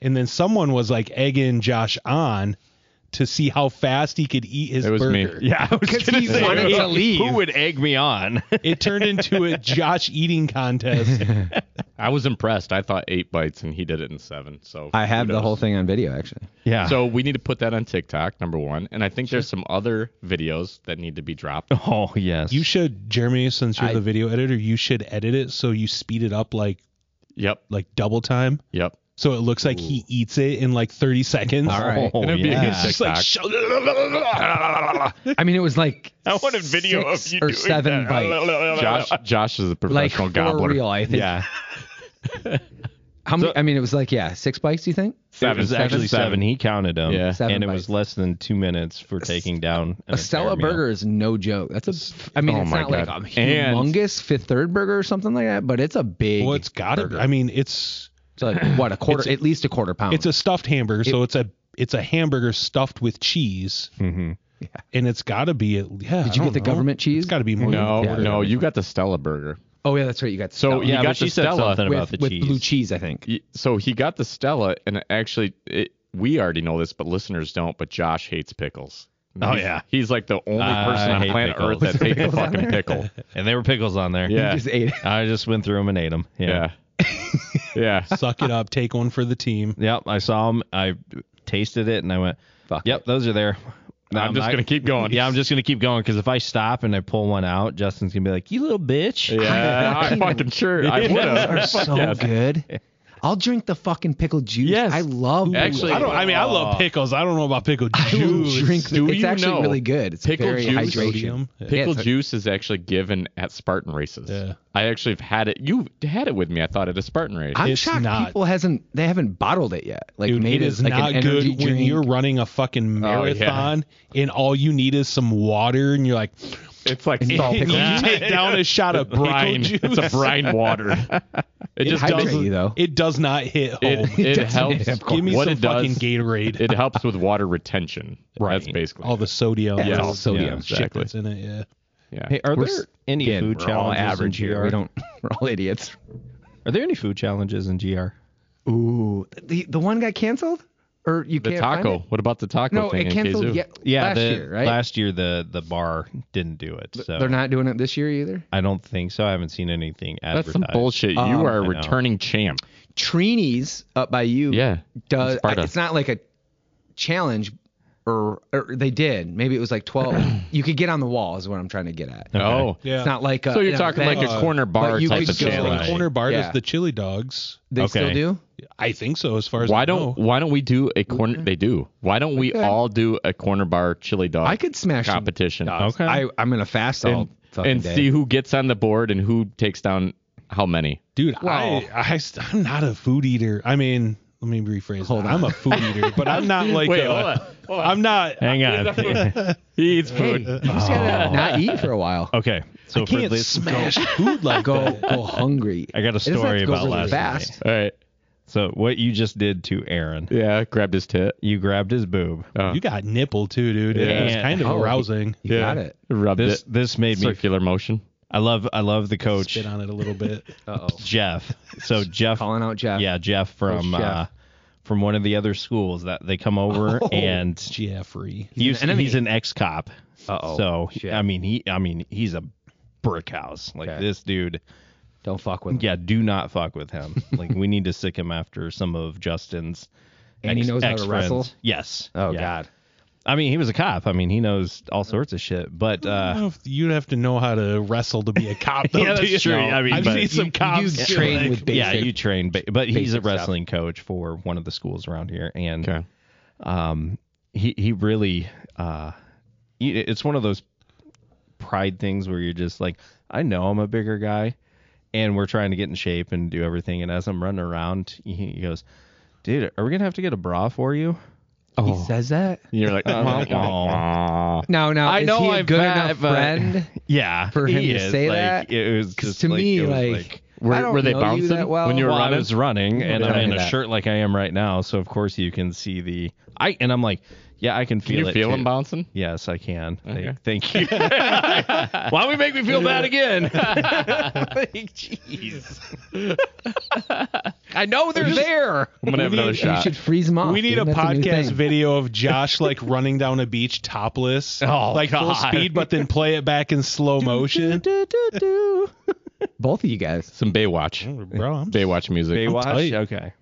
S2: And then someone was like egging Josh on to see how fast he could eat his
S5: It was me.
S2: burger.
S4: yeah, I was gonna
S1: he
S4: say,
S1: wanted to
S4: who-
S1: leave.
S4: Who would egg me on?
S2: It turned into a Josh eating contest.
S5: I was impressed. I thought eight bites, and he did it in seven. So
S1: I have the
S5: kudos.
S1: whole thing on video actually.
S4: yeah.
S5: So we need to put that on TikTok, number one. And I think there's some other videos that need to be dropped.
S4: oh yes,
S2: You should, Jeremy, since you're
S1: I-
S2: the video editor, you should edit it so you speed it up like
S5: Yep.
S2: like double time.
S5: Yep.
S2: So it looks like he eats it in like 30 seconds.
S1: All right.
S4: Oh,
S5: it'd be a
S4: yeah.
S5: good
S2: Just like
S5: TikTok.
S1: I mean, it was like
S5: I want a video of
S1: six
S5: you
S1: or
S5: doing
S1: seven
S5: that.
S1: bites.
S5: Josh Josh is a
S1: Like
S5: professional
S1: for
S5: gobbler.
S1: real, I think.
S4: yeah.
S1: How many? I mean, it was like yeah, six bites. You think?
S4: it was actually seven. He counted them,
S5: Yeah.
S1: Seven
S4: and it
S1: bites.
S4: was less than two minutes for taking down an
S1: A Stella
S4: entire meal.
S1: burger is no joke. That's a. I mean,
S5: oh
S1: it's
S5: my
S1: not
S5: God.
S1: like a
S5: And-
S1: humongous fifth third burger or something like that, but it's a big.
S2: Well, it's got to. I mean, it's
S1: it's like, what a quarter, at least a quarter pound.
S2: it's a stuffed hamburger, so it's a it's a hamburger stuffed with cheese,
S4: Mm-hmm.
S2: and it's got to be. at- Yeah.
S1: Did you
S2: I
S1: get
S2: don't
S1: the
S2: know.
S1: government cheese?
S2: It's got to be more.
S5: No,
S2: than-
S1: Yeah.
S5: no, you got the Stella burger.
S1: oh yeah, that's right. You got
S5: So
S1: Stella.
S5: you
S4: Yeah,
S5: got
S4: but she
S5: the
S4: said
S5: Stella
S4: something
S1: with,
S4: about the
S1: with
S4: cheese.
S1: blue cheese, I think.
S5: Y- So he got the Stella, and actually, it, we already know this, but listeners don't. But Josh hates pickles.
S4: Oh,
S5: He's-
S4: yeah.
S5: he's like the only
S4: I
S5: person on
S4: hate
S5: planet
S4: pickles.
S5: Earth that hates a fucking pickle.
S4: And there were pickles on there.
S5: Yeah.
S1: You just ate it.
S4: I just went through them and ate them.
S5: Yeah,
S4: Yeah.
S5: yeah.
S2: Suck it up. Take one for the team.
S4: Yep. I saw them. I tasted it and I went,
S1: Fuck
S4: yep, those are there. No,
S5: I'm just
S4: not-
S5: gonna keep going.
S4: Yeah, I'm just going to keep going because if I stop and I pull one out, Justin's going to be like, you little bitch.
S5: Yeah, I'm fucking sure. I would
S1: Are
S5: have.
S1: so good. I'll drink the fucking pickle juice.
S5: Yes.
S1: I love
S5: Actually,
S2: I don't. I mean, I love pickles. I don't know about pickle juice.
S1: drink.
S5: Do
S1: it's
S5: you
S1: actually
S5: know
S1: really good. It's
S5: pickle
S1: very
S5: juice?
S1: hydration.
S2: Sodium.
S1: Yeah,
S5: Pickle
S1: it's like-
S5: juice is actually given at Spartan races.
S2: Yeah.
S5: I actually have had it. You had it with me. I thought at a Spartan race.
S1: I'm
S2: It's
S1: shocked
S2: not-
S1: people hasn't they haven't bottled it yet. Like
S2: Dude,
S1: made
S2: it is
S1: like
S2: not
S1: an
S2: good
S1: energy
S2: when
S1: drink.
S2: you're running a fucking
S5: yeah.
S2: marathon and all you need is some water and you're like,
S5: it's like
S1: It's all
S2: you
S1: pickle juice.
S2: take down a shot of pickle
S5: brine.
S2: juice.
S5: It's a brine water. It just
S1: hydrates
S5: doesn't.
S1: you, though.
S2: It does not hit home.
S5: It, it helps.
S2: Give me
S5: what
S2: some
S5: it does,
S2: fucking Gatorade.
S5: It helps with water retention. Right. That's basically
S2: all the sodium.
S1: Yeah,
S2: and
S1: all sodium,
S2: yeah, shit
S5: exactly.
S2: that's in it. Yeah.
S5: Yeah.
S4: Hey, are
S1: We're
S4: there
S1: s-
S4: any
S1: Again,
S4: food
S1: we're all
S4: challenges?
S1: average
S4: in
S1: here.
S4: GR?
S1: We don't. We're all idiots.
S4: Are there any food challenges in GR?
S1: Ooh, the the one got canceled, or you
S5: the
S1: can't find
S5: taco.
S1: it?
S5: What about the taco
S1: No,
S5: thing
S1: it
S5: in
S1: canceled
S5: Kazoo?
S1: yet,
S4: Yeah,
S1: last uh,
S4: the,
S1: year, right?
S4: Last year the the bar didn't do it. So
S1: They're not doing it this year either.
S4: I don't think so. I haven't seen anything advertised.
S5: That's some bullshit.
S1: Um,
S5: you are a
S4: I know.
S5: returning champ.
S1: Trini's up by you.
S5: Yeah,
S1: Does I,
S5: Sparta.
S1: it's not like a challenge, or, or they did. Maybe it was like twelve. you could get on the wall is what I'm trying to get at.
S5: Oh.
S2: Yeah.
S1: It's not like a,
S5: So
S1: an
S5: you're talking
S1: event,
S5: like a corner bar
S1: but you
S5: type
S1: could
S5: of
S1: go-
S5: challenge.
S2: Corner bar
S1: Yeah.
S2: does the chili dogs.
S1: They still
S4: Okay.
S1: do.
S2: I think so. As far as I
S5: Why
S2: know.
S5: don't Why don't we do a corner? They do. Why don't we all do a corner bar chili dog?
S1: I could smash some
S5: competition.
S1: dogs.
S4: Okay.
S1: I, I'm gonna fast all
S5: and,
S1: fucking
S5: and
S1: day.
S5: see who gets on the board and who takes down how many.
S2: dude?
S5: Wow.
S2: I, I am not a food eater. I mean, let me rephrase. that. I'm a food eater, but I'm not like.
S5: Wait,
S2: a-
S5: hold on, hold on.
S2: I'm not.
S4: Hang on.
S5: He eats
S1: Hey,
S5: food.
S1: you just gotta not eat for a while.
S4: Oh. okay. So
S2: I
S4: for
S2: can't
S4: this,
S2: smash food like
S1: Go
S2: that.
S1: go hungry.
S4: I got a
S1: It doesn't have
S4: story
S1: to go
S4: about
S1: really
S4: last night.
S1: fast.
S5: All right.
S4: So what you just did to Aaron,
S5: Yeah, grabbed his tit.
S4: you grabbed his boob.
S5: Oh,
S2: You got nipple too, dude. It
S4: Yeah.
S2: was kind of
S1: Oh,
S2: arousing.
S1: You
S5: Yeah.
S1: got it.
S5: rubbed
S4: This
S5: it.
S4: this made me.
S5: Circular motion.
S4: I love I love the coach
S2: Spit on it a little bit.
S1: Uh oh.
S4: Jeff. So Jeff,
S1: Calling out Jeff.
S4: yeah, Jeff from
S1: Coach Jeff.
S4: Uh, from one of the other schools that they come over
S1: Oh.
S4: and
S2: Jeffrey.
S4: he's, used,
S1: an enemy.
S4: he's an ex cop.
S1: Uh-oh.
S4: So
S1: Shit.
S4: I mean he I mean he's a brick house like
S1: Okay.
S4: this dude.
S1: Don't fuck with him.
S4: Yeah, do not fuck with him. like we need to sick him after some of Justin's.
S1: And he
S4: ex-
S1: knows how to
S4: ex-friends.
S1: wrestle?
S4: Yes.
S1: Oh
S4: Yeah.
S1: God.
S4: I mean, he was a cop. I mean, he knows all sorts of shit. But
S2: I
S4: uh,
S2: don't know if you'd have to know how to wrestle to be a cop, though.
S4: Yeah,
S2: do
S4: that's
S2: you?
S4: true. I mean,
S2: I've
S4: but-
S2: seen some
S1: You-
S2: cops.
S1: you
S2: get,
S1: train
S2: like-
S1: with basic.
S4: yeah, you train, ba- but he's a
S1: basic stuff.
S4: wrestling coach for one of the schools around here, and
S5: Okay.
S4: um, he he really uh, he- it's one of those pride things where you're just like, I know I'm a bigger guy, and we're trying to get in shape and do everything, and as I'm running around, he, he goes, "Dude, are we gonna have to get a bra for you?"
S5: Oh.
S1: He says that.
S5: You're like,
S4: I'm like, "Aw."
S1: No, no.
S4: I
S1: is
S4: know
S1: he a
S4: I've
S1: good
S4: met,
S1: enough
S4: but-
S1: friend?
S4: Yeah,
S1: For
S4: he
S1: him to
S4: is,
S1: say
S4: like,
S1: that?
S4: it was
S1: Because
S4: just
S1: to
S4: like,
S1: me,
S4: it was
S1: like,
S5: Were-
S1: I don't
S5: were they
S1: know you
S5: bouncing
S1: that well.
S5: when you were
S4: well, I
S5: running?
S4: was running and
S1: tell
S4: I'm
S1: me
S4: in a
S1: that.
S4: shirt like I am right now, so of course you can see the I and I'm like, yeah, I can
S5: Can
S4: feel
S5: you
S4: it.
S5: feel
S4: too.
S5: him bouncing?
S4: Yes, I can.
S5: Okay.
S4: Thank, thank you. Why would make me feel bad again? Like, Jeez. I know they're there.
S5: I'm gonna have another
S2: need-
S1: You
S5: shot.
S1: should freeze him off.
S2: We need
S1: dude.
S2: a
S1: That's new
S2: podcast
S1: thing.
S2: video of Josh like running down a beach topless,
S4: Oh,
S2: like full
S4: God.
S2: speed, but then play it back in slow motion.
S1: Both of you guys.
S5: Some Baywatch.
S2: Bro, I'm,
S5: Baywatch music.
S4: Baywatch. Okay.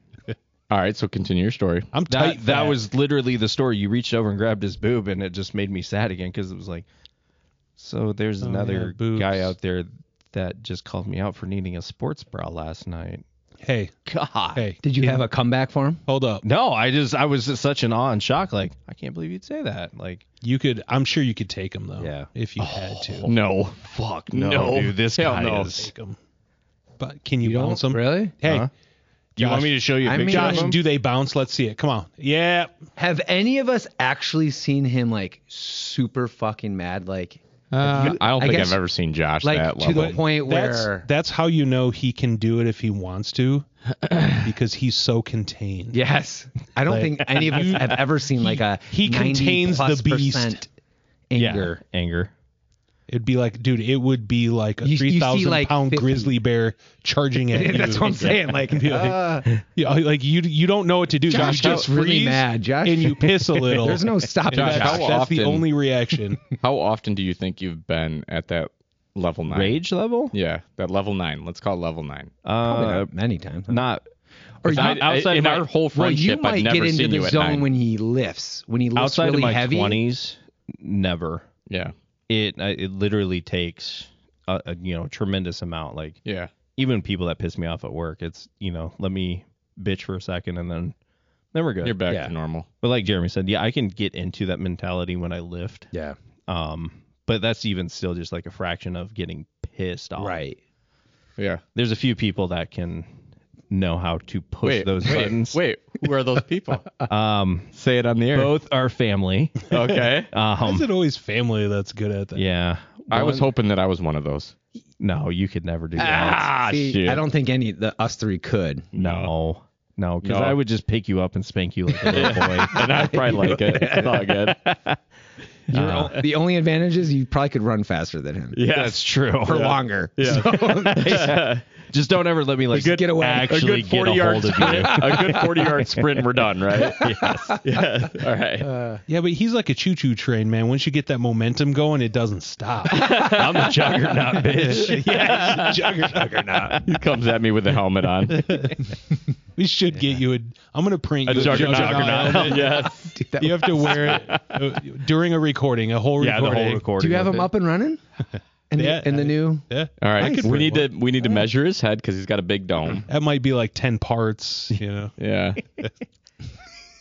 S5: All right, so continue your story.
S2: I'm
S4: That
S2: tight.
S4: that
S2: fat.
S4: was literally the story. You reached over and grabbed his boob, and it just made me sad again because it was like, so there's
S2: Oh, yeah,
S4: another
S2: boobs.
S4: guy out there that just called me out for needing a sports bra last night.
S2: Hey,
S4: God.
S2: hey,
S1: Did you have a comeback for him?
S2: hold up.
S4: No, I just I was just such in awe and shock. Like I can't believe you'd say that. Like
S2: You could. I'm sure you could take him though.
S4: Yeah.
S2: If you had to
S5: No.
S4: fuck
S5: no, dude,
S4: this
S5: Hell
S4: guy
S5: no.
S4: is.
S2: take him, but can you, bounce him?
S1: really?
S2: Hey,
S4: Huh?
S2: Do you want me
S4: to show you
S1: a I picture
S2: Josh,
S1: of him?
S2: do they bounce? Let's see it. Come on. Yeah.
S1: Have any of us actually seen him like super fucking mad? Like,
S5: Uh, I don't
S1: I
S5: think
S1: guess-
S5: I've ever seen Josh
S1: like
S5: that
S1: to
S5: level.
S1: the point where
S2: That's that's how you know he can do it if he wants to, because he's so contained.
S1: Yes. I don't think any of us have ever seen like a
S2: he contains the
S1: 90+
S2: beast.
S1: percent
S4: Anger.
S1: anger.
S4: Anger.
S2: It'd be like, dude, it would be like a
S1: You- you see,
S2: three thousand
S1: like,
S2: pound
S1: 50.
S2: grizzly bear charging at you.
S1: That's what I'm saying. Like, uh,
S2: Yeah, like you you don't know what to do.
S1: Josh
S2: you just
S1: gets really
S2: freeze
S1: mad. Josh-
S2: and you piss a little.
S1: there's no stopping.
S5: Josh,
S1: that.
S5: how
S2: That's, that's the
S5: often-
S2: only reaction.
S5: How often do you think you've been at that level nine?
S4: Rage level?
S5: Yeah, that level nine. Let's call it level nine.
S4: Uh,
S1: many times.
S4: not.
S1: Or
S5: I-
S1: you-
S5: I-
S4: outside
S5: in
S4: of my-
S5: our whole
S1: well, you
S5: friendship,
S1: might
S5: I've never
S1: get into
S5: seen
S1: the
S5: you at
S1: zone
S5: nine.
S1: when he lifts. When he lifts
S4: outside
S1: really
S4: of my
S1: heavy.
S4: 20s, never.
S5: yeah,
S4: It I- it literally takes a, a you know tremendous amount. Like
S5: yeah.
S4: even people that piss me off at work, it's you know let me bitch for a second and then then we're good.
S5: You're back
S4: Yeah.
S5: to normal.
S4: But like Jeremy said, yeah, I can get into that mentality when I lift.
S1: Yeah.
S4: Um, but that's even still just like a fraction of getting pissed off.
S1: Right.
S5: Yeah.
S4: There's a few people that can know how to push
S5: Wait,
S4: those
S5: wait,
S4: buttons.
S5: Wait, who are those people?
S4: Um,
S5: Say it on the air.
S4: both are family.
S5: Okay.
S2: Why is
S4: Um,
S2: it always family that's good at that?
S4: yeah.
S5: I was
S4: One-
S5: hoping that I was one of those.
S4: No, you could never do
S1: Ah.
S4: that.
S1: See, I don't think any the us three could.
S4: No. No, because
S5: No.
S4: I would just pick you up and spank you like a little boy.
S5: And I probably like it. It's all good.
S1: Your o- Uh, the only advantage is you probably could run faster than him
S5: Yes.
S4: That's true.
S1: for longer. Yeah.
S4: Just don't ever let me like
S1: good- Get away. a
S5: A good
S4: actually get
S5: forty
S4: a
S5: yard
S4: hold of you.
S5: sprint. a good forty yard sprint. We're done, right? yes. Uh, Yeah. All right.
S2: Yeah, but he's like a choo choo train, man. Once you get that momentum going, it doesn't stop.
S4: I'm the juggernaut, bitch.
S2: yeah, jugger juggernaut.
S5: he comes at me with a helmet on.
S2: We should get you a. I'm gonna print
S5: A
S2: you
S5: juggernaut.
S2: helmet.
S5: yes.
S2: You have to wear it uh, during a recording, a whole
S5: Yeah, the whole
S2: recording.
S1: Do
S4: recording.
S1: you have him up and running? In,
S2: Yeah,
S1: the, in the
S2: I-
S1: new
S2: Yeah.
S5: All
S2: I
S5: right.
S2: could
S5: We
S2: print
S5: need
S2: one.
S5: to we need to measure his head because he's got a big dome.
S2: That might be like ten parts. You know,
S5: Yeah.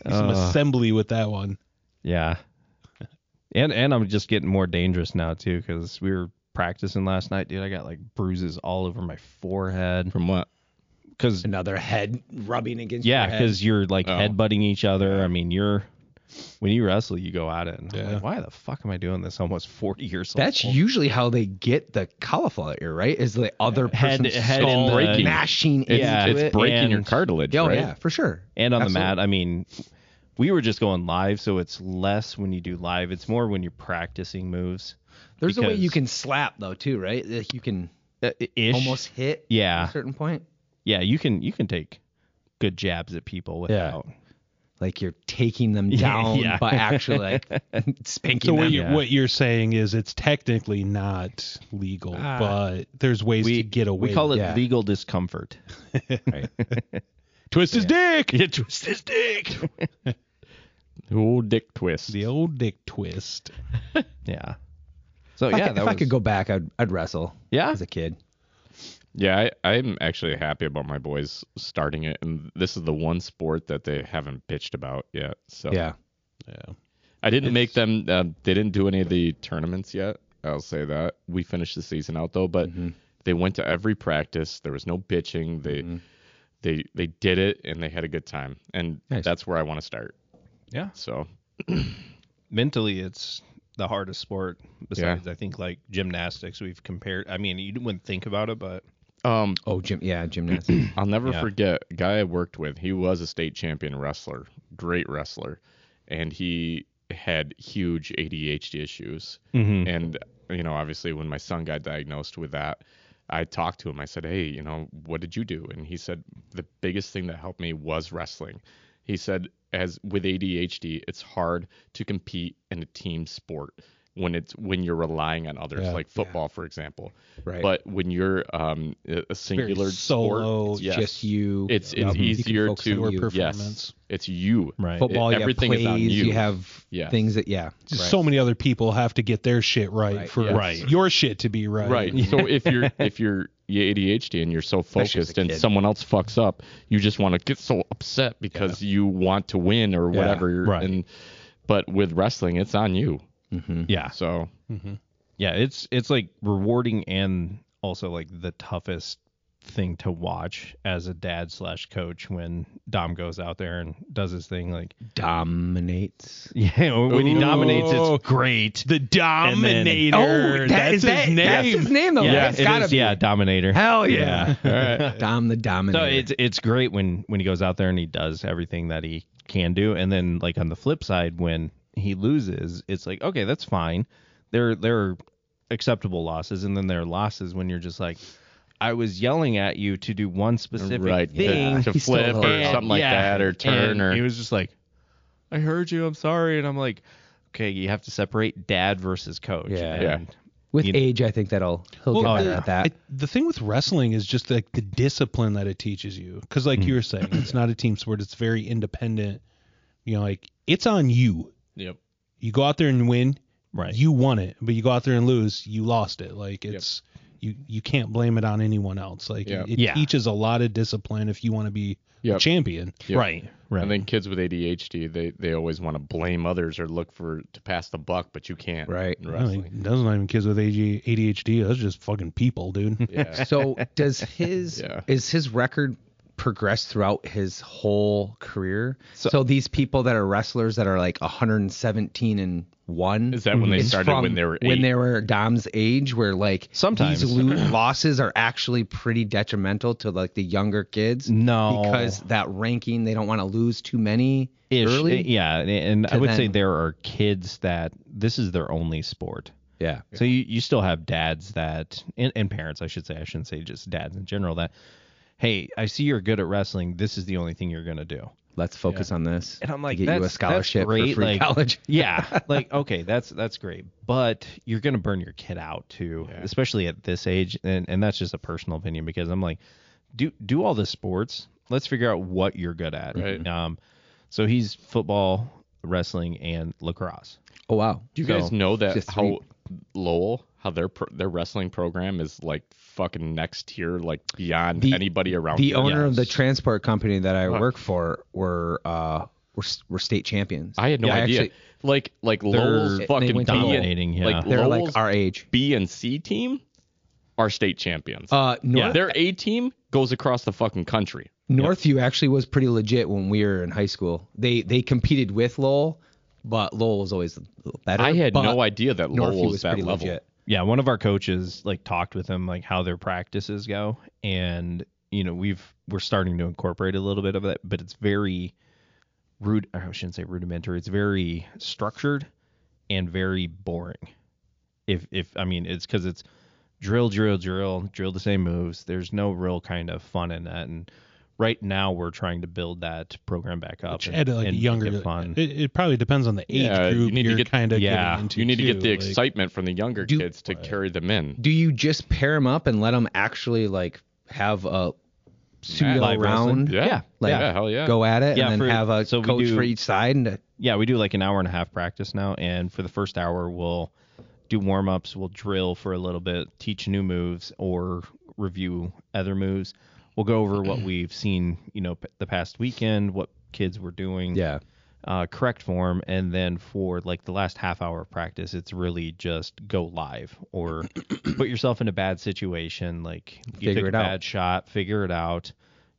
S2: some
S1: Uh.
S2: assembly with that one.
S4: Uh, Yeah. And and I'm just getting more dangerous now too because we were practicing last night, dude. I got like bruises all over my forehead
S5: From what?
S4: because
S1: another head rubbing against
S4: yeah,
S1: your head.
S4: because you're like
S5: Oh.
S4: headbutting each other. I mean, you're when you wrestle, you go at it. And I'm
S2: Yeah.
S4: like, why the fuck am I doing this? Almost 40 years old.
S1: That's usually how they get the cauliflower ear, right? Is the other
S4: Head-
S1: person's
S4: head
S1: skull
S4: in the-
S1: breaking, mashing
S4: It's-
S1: into
S4: it's
S1: it.
S4: break-
S5: breaking your
S4: And-
S5: cartilage,
S1: oh
S5: right?
S1: yeah, for sure.
S4: And on
S1: Absolutely.
S4: the mat, I mean, we were just going live, so it's less when you do live. It's more when you're practicing moves.
S1: There's a way you
S4: because-
S1: can slap though too, right? Like you can
S4: Uh, ish.
S1: almost hit at
S4: Yeah.
S1: a certain point.
S4: Yeah. You can you can take good jabs at people without.
S1: Like you're taking them
S4: Yeah,
S1: down
S4: yeah.
S1: by actually like spanking
S2: So what
S1: them.
S2: you what you're saying is it's technically not legal, but there's ways to get away.
S4: We call it
S2: with
S1: yeah.
S4: legal discomfort.
S2: twist his dick.
S4: Yeah, twist his dick.
S5: Oh, dick twist.
S2: The old dick twist.
S4: yeah. So
S1: If, I
S4: yeah,
S1: could,
S4: that
S1: if I
S4: was,
S1: could go back, I'd I'd wrestle.
S4: Yeah?
S1: As a kid.
S5: Yeah, I, I'm actually happy about my boys starting it, and this is the one sport that they haven't bitched about yet. So
S1: Yeah.
S2: Yeah.
S5: I didn't make them. Um, they didn't do any of the tournaments yet. I'll say that we finished the season out though, but they went to every practice. There was no bitching. They they they did it and they had a good time, and that's where I want to start.
S4: Yeah.
S5: So
S4: mentally it's the hardest sport besides i think like gymnastics we've compared i mean you wouldn't think about it but
S5: um,
S1: Oh, gym. Yeah, gymnastics.
S5: I'll never
S4: Yeah.
S5: forget a guy I worked with. He was a state champion wrestler, great wrestler, and he had huge ADHD issues. And you know, obviously, when my son got diagnosed with that, I talked to him. I said, "Hey, you know, what did you do?" And he said, "The biggest thing that helped me was wrestling." He said, "As with ADHD, it's hard to compete in a team sport." When it's when you're relying on others, like football, for example.
S1: Right.
S5: But when you're um, a- a
S2: Very
S5: singular sport,
S2: solo.
S5: yes.
S1: Just you.
S5: It's-
S1: Yeah.
S5: it's
S1: You can
S5: easier
S1: focus
S5: to-
S1: on
S2: Your
S1: you.
S2: performance.
S5: It's you.
S4: Right.
S1: football.
S5: It-
S1: you have
S5: everything
S1: plays.
S5: is on you.
S1: have
S5: Yes.
S1: things that yeah.
S2: Just So many other people have to get their shit right,
S1: Right,
S2: for
S5: yes.
S4: Right.
S2: your shit to be right.
S5: Right. So if you're if you're you ADHD and you're so
S1: Especially as a
S5: focused and
S1: kid.
S5: someone else fucks up, you just want to get so upset because you want to win or whatever.
S4: right.
S5: And but with wrestling, it's on you.
S1: Mm-hmm.
S4: yeah
S5: So
S4: yeah it's it's like rewarding and also like the toughest thing to watch as a dad slash coach when dom goes out there and does his thing like
S1: Dominates.
S4: yeah when he dominates
S2: Ooh.
S4: it's great
S2: The Dominator.
S1: Oh,
S2: that's his name.
S1: That's his name though.
S4: yeah
S1: It's
S4: it
S1: gotta
S4: is,
S1: be.
S4: yeah dominator
S1: Hell yeah. Dom the
S4: So
S1: Dominator.
S4: it's it's great when when he goes out there and he does everything that he can do, and then like on the flip side, when he loses, it's like okay, that's fine. There there are acceptable losses, and then there are losses when you're just like, I was yelling at you to do one specific
S5: right
S4: thing,
S5: to, to
S1: He still
S5: flip or
S1: hurt.
S5: something like
S4: Yeah.
S5: that or turn
S4: And
S5: or
S4: he was just like, I heard you, I'm sorry, and I'm like, okay, you have to separate dad versus coach.
S1: Yeah.
S4: and
S5: Yeah.
S1: With
S4: you-
S1: age, I think that'll he'll
S2: Well,
S1: get better
S2: the-
S1: at that.
S2: I- the thing with wrestling is just like the discipline that it teaches you. Because like you were saying, it's not a team sport. It's very independent. You know, like it's on you.
S5: yep.
S2: You go out there and win.
S4: Right.
S2: You won it, but you go out there and lose. You lost it. Like it's you. You can't blame it on anyone else. Like
S5: Yeah.
S2: it
S4: Yeah.
S2: teaches a lot of discipline if you want to be a
S5: Yep.
S2: champion.
S5: Yep.
S4: right, right.
S5: And then kids with ADHD, they they always want to blame others or look for to pass the buck, but you can't.
S1: Right.
S5: in
S2: I mean,
S5: Wrestling.
S2: those are not even kids with AG ADHD. That's just fucking people, dude.
S5: Yeah.
S1: So does his
S5: Yeah.
S1: is his record progress throughout his whole career? So, these people that are wrestlers that are like 117 and one
S5: Is that when they
S1: is
S5: started
S1: Mm-hmm. from
S5: when they were
S1: when
S5: eight?
S1: they were Dom's age, where like
S4: Sometimes.
S1: these lo- losses are actually pretty detrimental to like the younger kids.
S4: No.
S1: because that ranking they don't want to lose too many
S4: ish. Eh,
S1: early.
S4: Yeah, and- and I
S1: to
S4: would say
S1: then-
S4: there are kids that this is their only sport.
S1: yeah.
S4: So you, you still have dads that and, and parents, I should say, I shouldn't say just dads in general that hey, I see you're good at wrestling. This is the only thing you're gonna do.
S1: Let's focus on this.
S4: And I'm like,
S1: get
S4: that's,
S1: you a
S4: that's
S1: scholarship
S4: great.
S1: for free
S4: like,
S1: college.
S4: yeah, like okay, that's that's great, but you're gonna burn your kid out too, especially at this age, and and that's just a personal opinion because I'm like, do do all the sports. Let's figure out what you're good at.
S5: Right.
S4: Um, so he's football, wrestling, and lacrosse.
S1: Oh wow.
S5: Do you guys know that
S1: just
S5: how
S1: three-
S5: Lowell, how their pro, their wrestling program is like fucking next tier, like beyond
S1: The-
S5: anybody around
S1: the
S5: here?
S1: owner of the transport company that I work for were uh were, s- were state champions.
S5: I had no
S1: Yeah,
S5: idea.
S1: actually-
S5: like like
S1: they
S5: Lowell's fucking
S1: went to
S5: dominating.
S4: dominating, yeah.
S5: Like
S1: they're
S5: Lowell's
S1: like our age.
S5: B and C team are state champions.
S1: Uh, North
S5: Their A team goes across the fucking country.
S1: Northview actually was pretty legit when we were in high school. They they competed with Lowell, But Lowell was always better.
S5: I had
S1: but
S5: no idea that
S1: Northview
S5: Lowell was
S1: was
S5: that
S1: pretty
S5: level.
S1: legit.
S4: yeah one of our coaches like talked with him like how their practices go and you know we've we're starting to incorporate a little bit of that but it's very rude i shouldn't say rudimentary it's very structured and very boring if if i mean it's because it's drill drill drill drill the same moves there's no real kind of fun in that and right now we're trying to build that program back up and,
S2: at like a
S4: and make
S2: younger.
S4: it fun
S2: It, it probably depends on the age
S5: Yeah, you
S2: group
S5: need to
S2: are
S5: get-
S2: kind of
S4: yeah,
S2: getting into.
S5: You need to get
S2: too,
S5: the
S2: like-
S5: excitement from the younger
S1: Do-
S5: kids to carry them in.
S1: Do you just pair them up and let them actually like have a
S4: Live
S1: pseudo
S4: wrestling?
S1: round?
S5: Yeah.
S4: Yeah,
S1: like,
S5: yeah, hell yeah.
S1: Go at it
S4: Yeah,
S1: and then
S4: for-
S1: have a
S4: so we
S1: coach
S4: do-
S1: for each side and
S4: yeah, we do like an hour and a half practice now, and for the first hour, we'll do warm ups, we'll drill for a little bit, teach new moves, or review other moves. We'll go over what we've seen, you know, p- the past weekend, what kids were doing, uh, correct form, and then for like the last half hour of practice, it's really just go live or put yourself in a bad situation, like you
S1: Figure
S4: take
S1: it
S4: a
S1: out.
S4: bad shot, figure it out.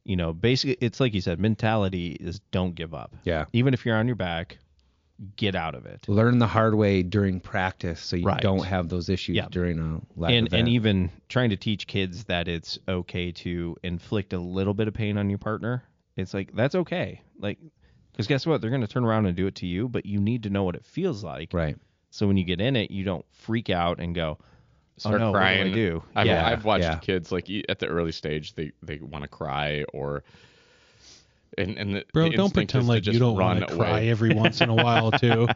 S4: You know, basically, it's like you said, mentality is don't give up
S1: yeah.
S4: even if you're on your back, get out of it.
S1: Learn the hard way during practice so you
S4: Right.
S1: don't have those issues
S4: Yeah.
S1: during a live
S4: And
S1: event.
S4: and even trying to teach kids that it's okay to inflict a little bit of pain on your partner. It's like that's okay. Like cuz guess what? They're going to turn around and do it to you, but you need to know what it feels like.
S1: right.
S4: So when you get in it, you don't freak out and go
S5: Start
S4: oh, no,
S5: crying.
S4: What do I do?
S5: I've,
S4: yeah.
S5: I've watched
S1: yeah.
S5: kids like e- at the early stage they they want to cry or and and the,
S2: Bro,
S5: the
S2: don't
S5: instinct
S2: pretend
S5: is to
S2: like you
S5: just
S2: don't
S5: run
S2: want to
S5: away.
S2: cry every once in a while too.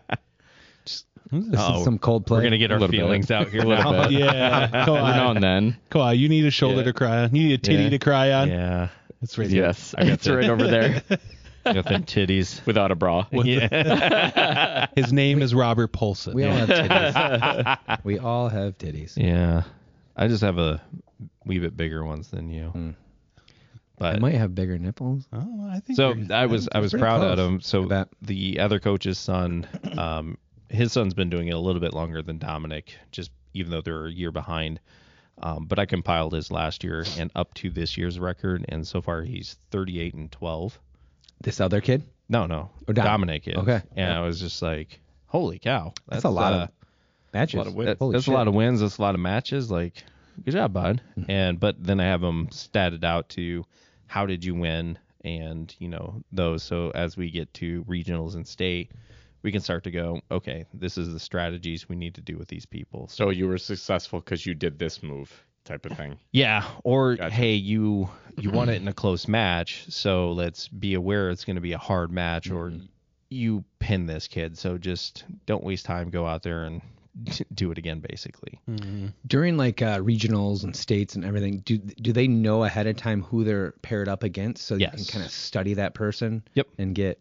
S1: This
S4: Uh-oh.
S1: is some cold play.
S4: We're going to get
S5: A
S4: our
S5: little bit.
S4: feelings out here now.
S2: yeah,
S5: every now
S2: Kawhi,
S5: and then.
S2: Kawhi, you need a shoulder
S5: Yeah.
S2: to cry on. You need a titty
S4: Yeah.
S2: to cry on.
S4: yeah.
S2: It's right here.
S5: Yes, it's right over there
S4: Got them titties.
S5: without a bra.
S4: Yeah.
S2: His name is Robert Polson.
S1: We all have titties. we all have titties.
S4: yeah. I just have a wee bit bigger ones than you.
S1: I
S4: But
S1: might have bigger nipples.
S2: Oh, I think
S4: So
S2: you're-
S4: I was I was
S1: pretty
S4: proud of
S1: close.
S4: him.
S1: I
S4: So
S1: bet.
S4: the other coach's son, um, his son's been doing it a little bit longer than Dominic, just even though they're a year behind. Um, but I compiled his last year and up to this year's record, and so far he's 38 and 12.
S1: This other kid?
S4: No, no,
S1: Oh, Dom.
S4: Dominic is.
S1: Okay.
S4: And I was just like, holy cow,
S1: That's, a lot
S4: uh,
S1: of matches.
S4: that's, that's
S1: Holy
S4: a
S1: shit. Mm-hmm.
S4: lot of wins. That's a lot of matches. Like, good job, bud. And but then I have them statted out to how did you win and you know those. So as we get to regionals and state, we can start to go. Okay, this is the strategies we need to do with these people. So
S5: So you were successful because you did this move type of thing.
S4: yeah, or
S5: Gotcha.
S4: hey, you you won it in a close match, so let's be aware it's going to be a hard match or.
S1: Mm-hmm.
S4: You pin this kid, so just don't waste time. Go out there and do it again, basically.
S1: Mm. during like uh, regionals and states and everything, do do they know ahead of time who they're paired up against so you
S4: Yes.
S1: can kind of study that person?
S4: Yep.
S1: And get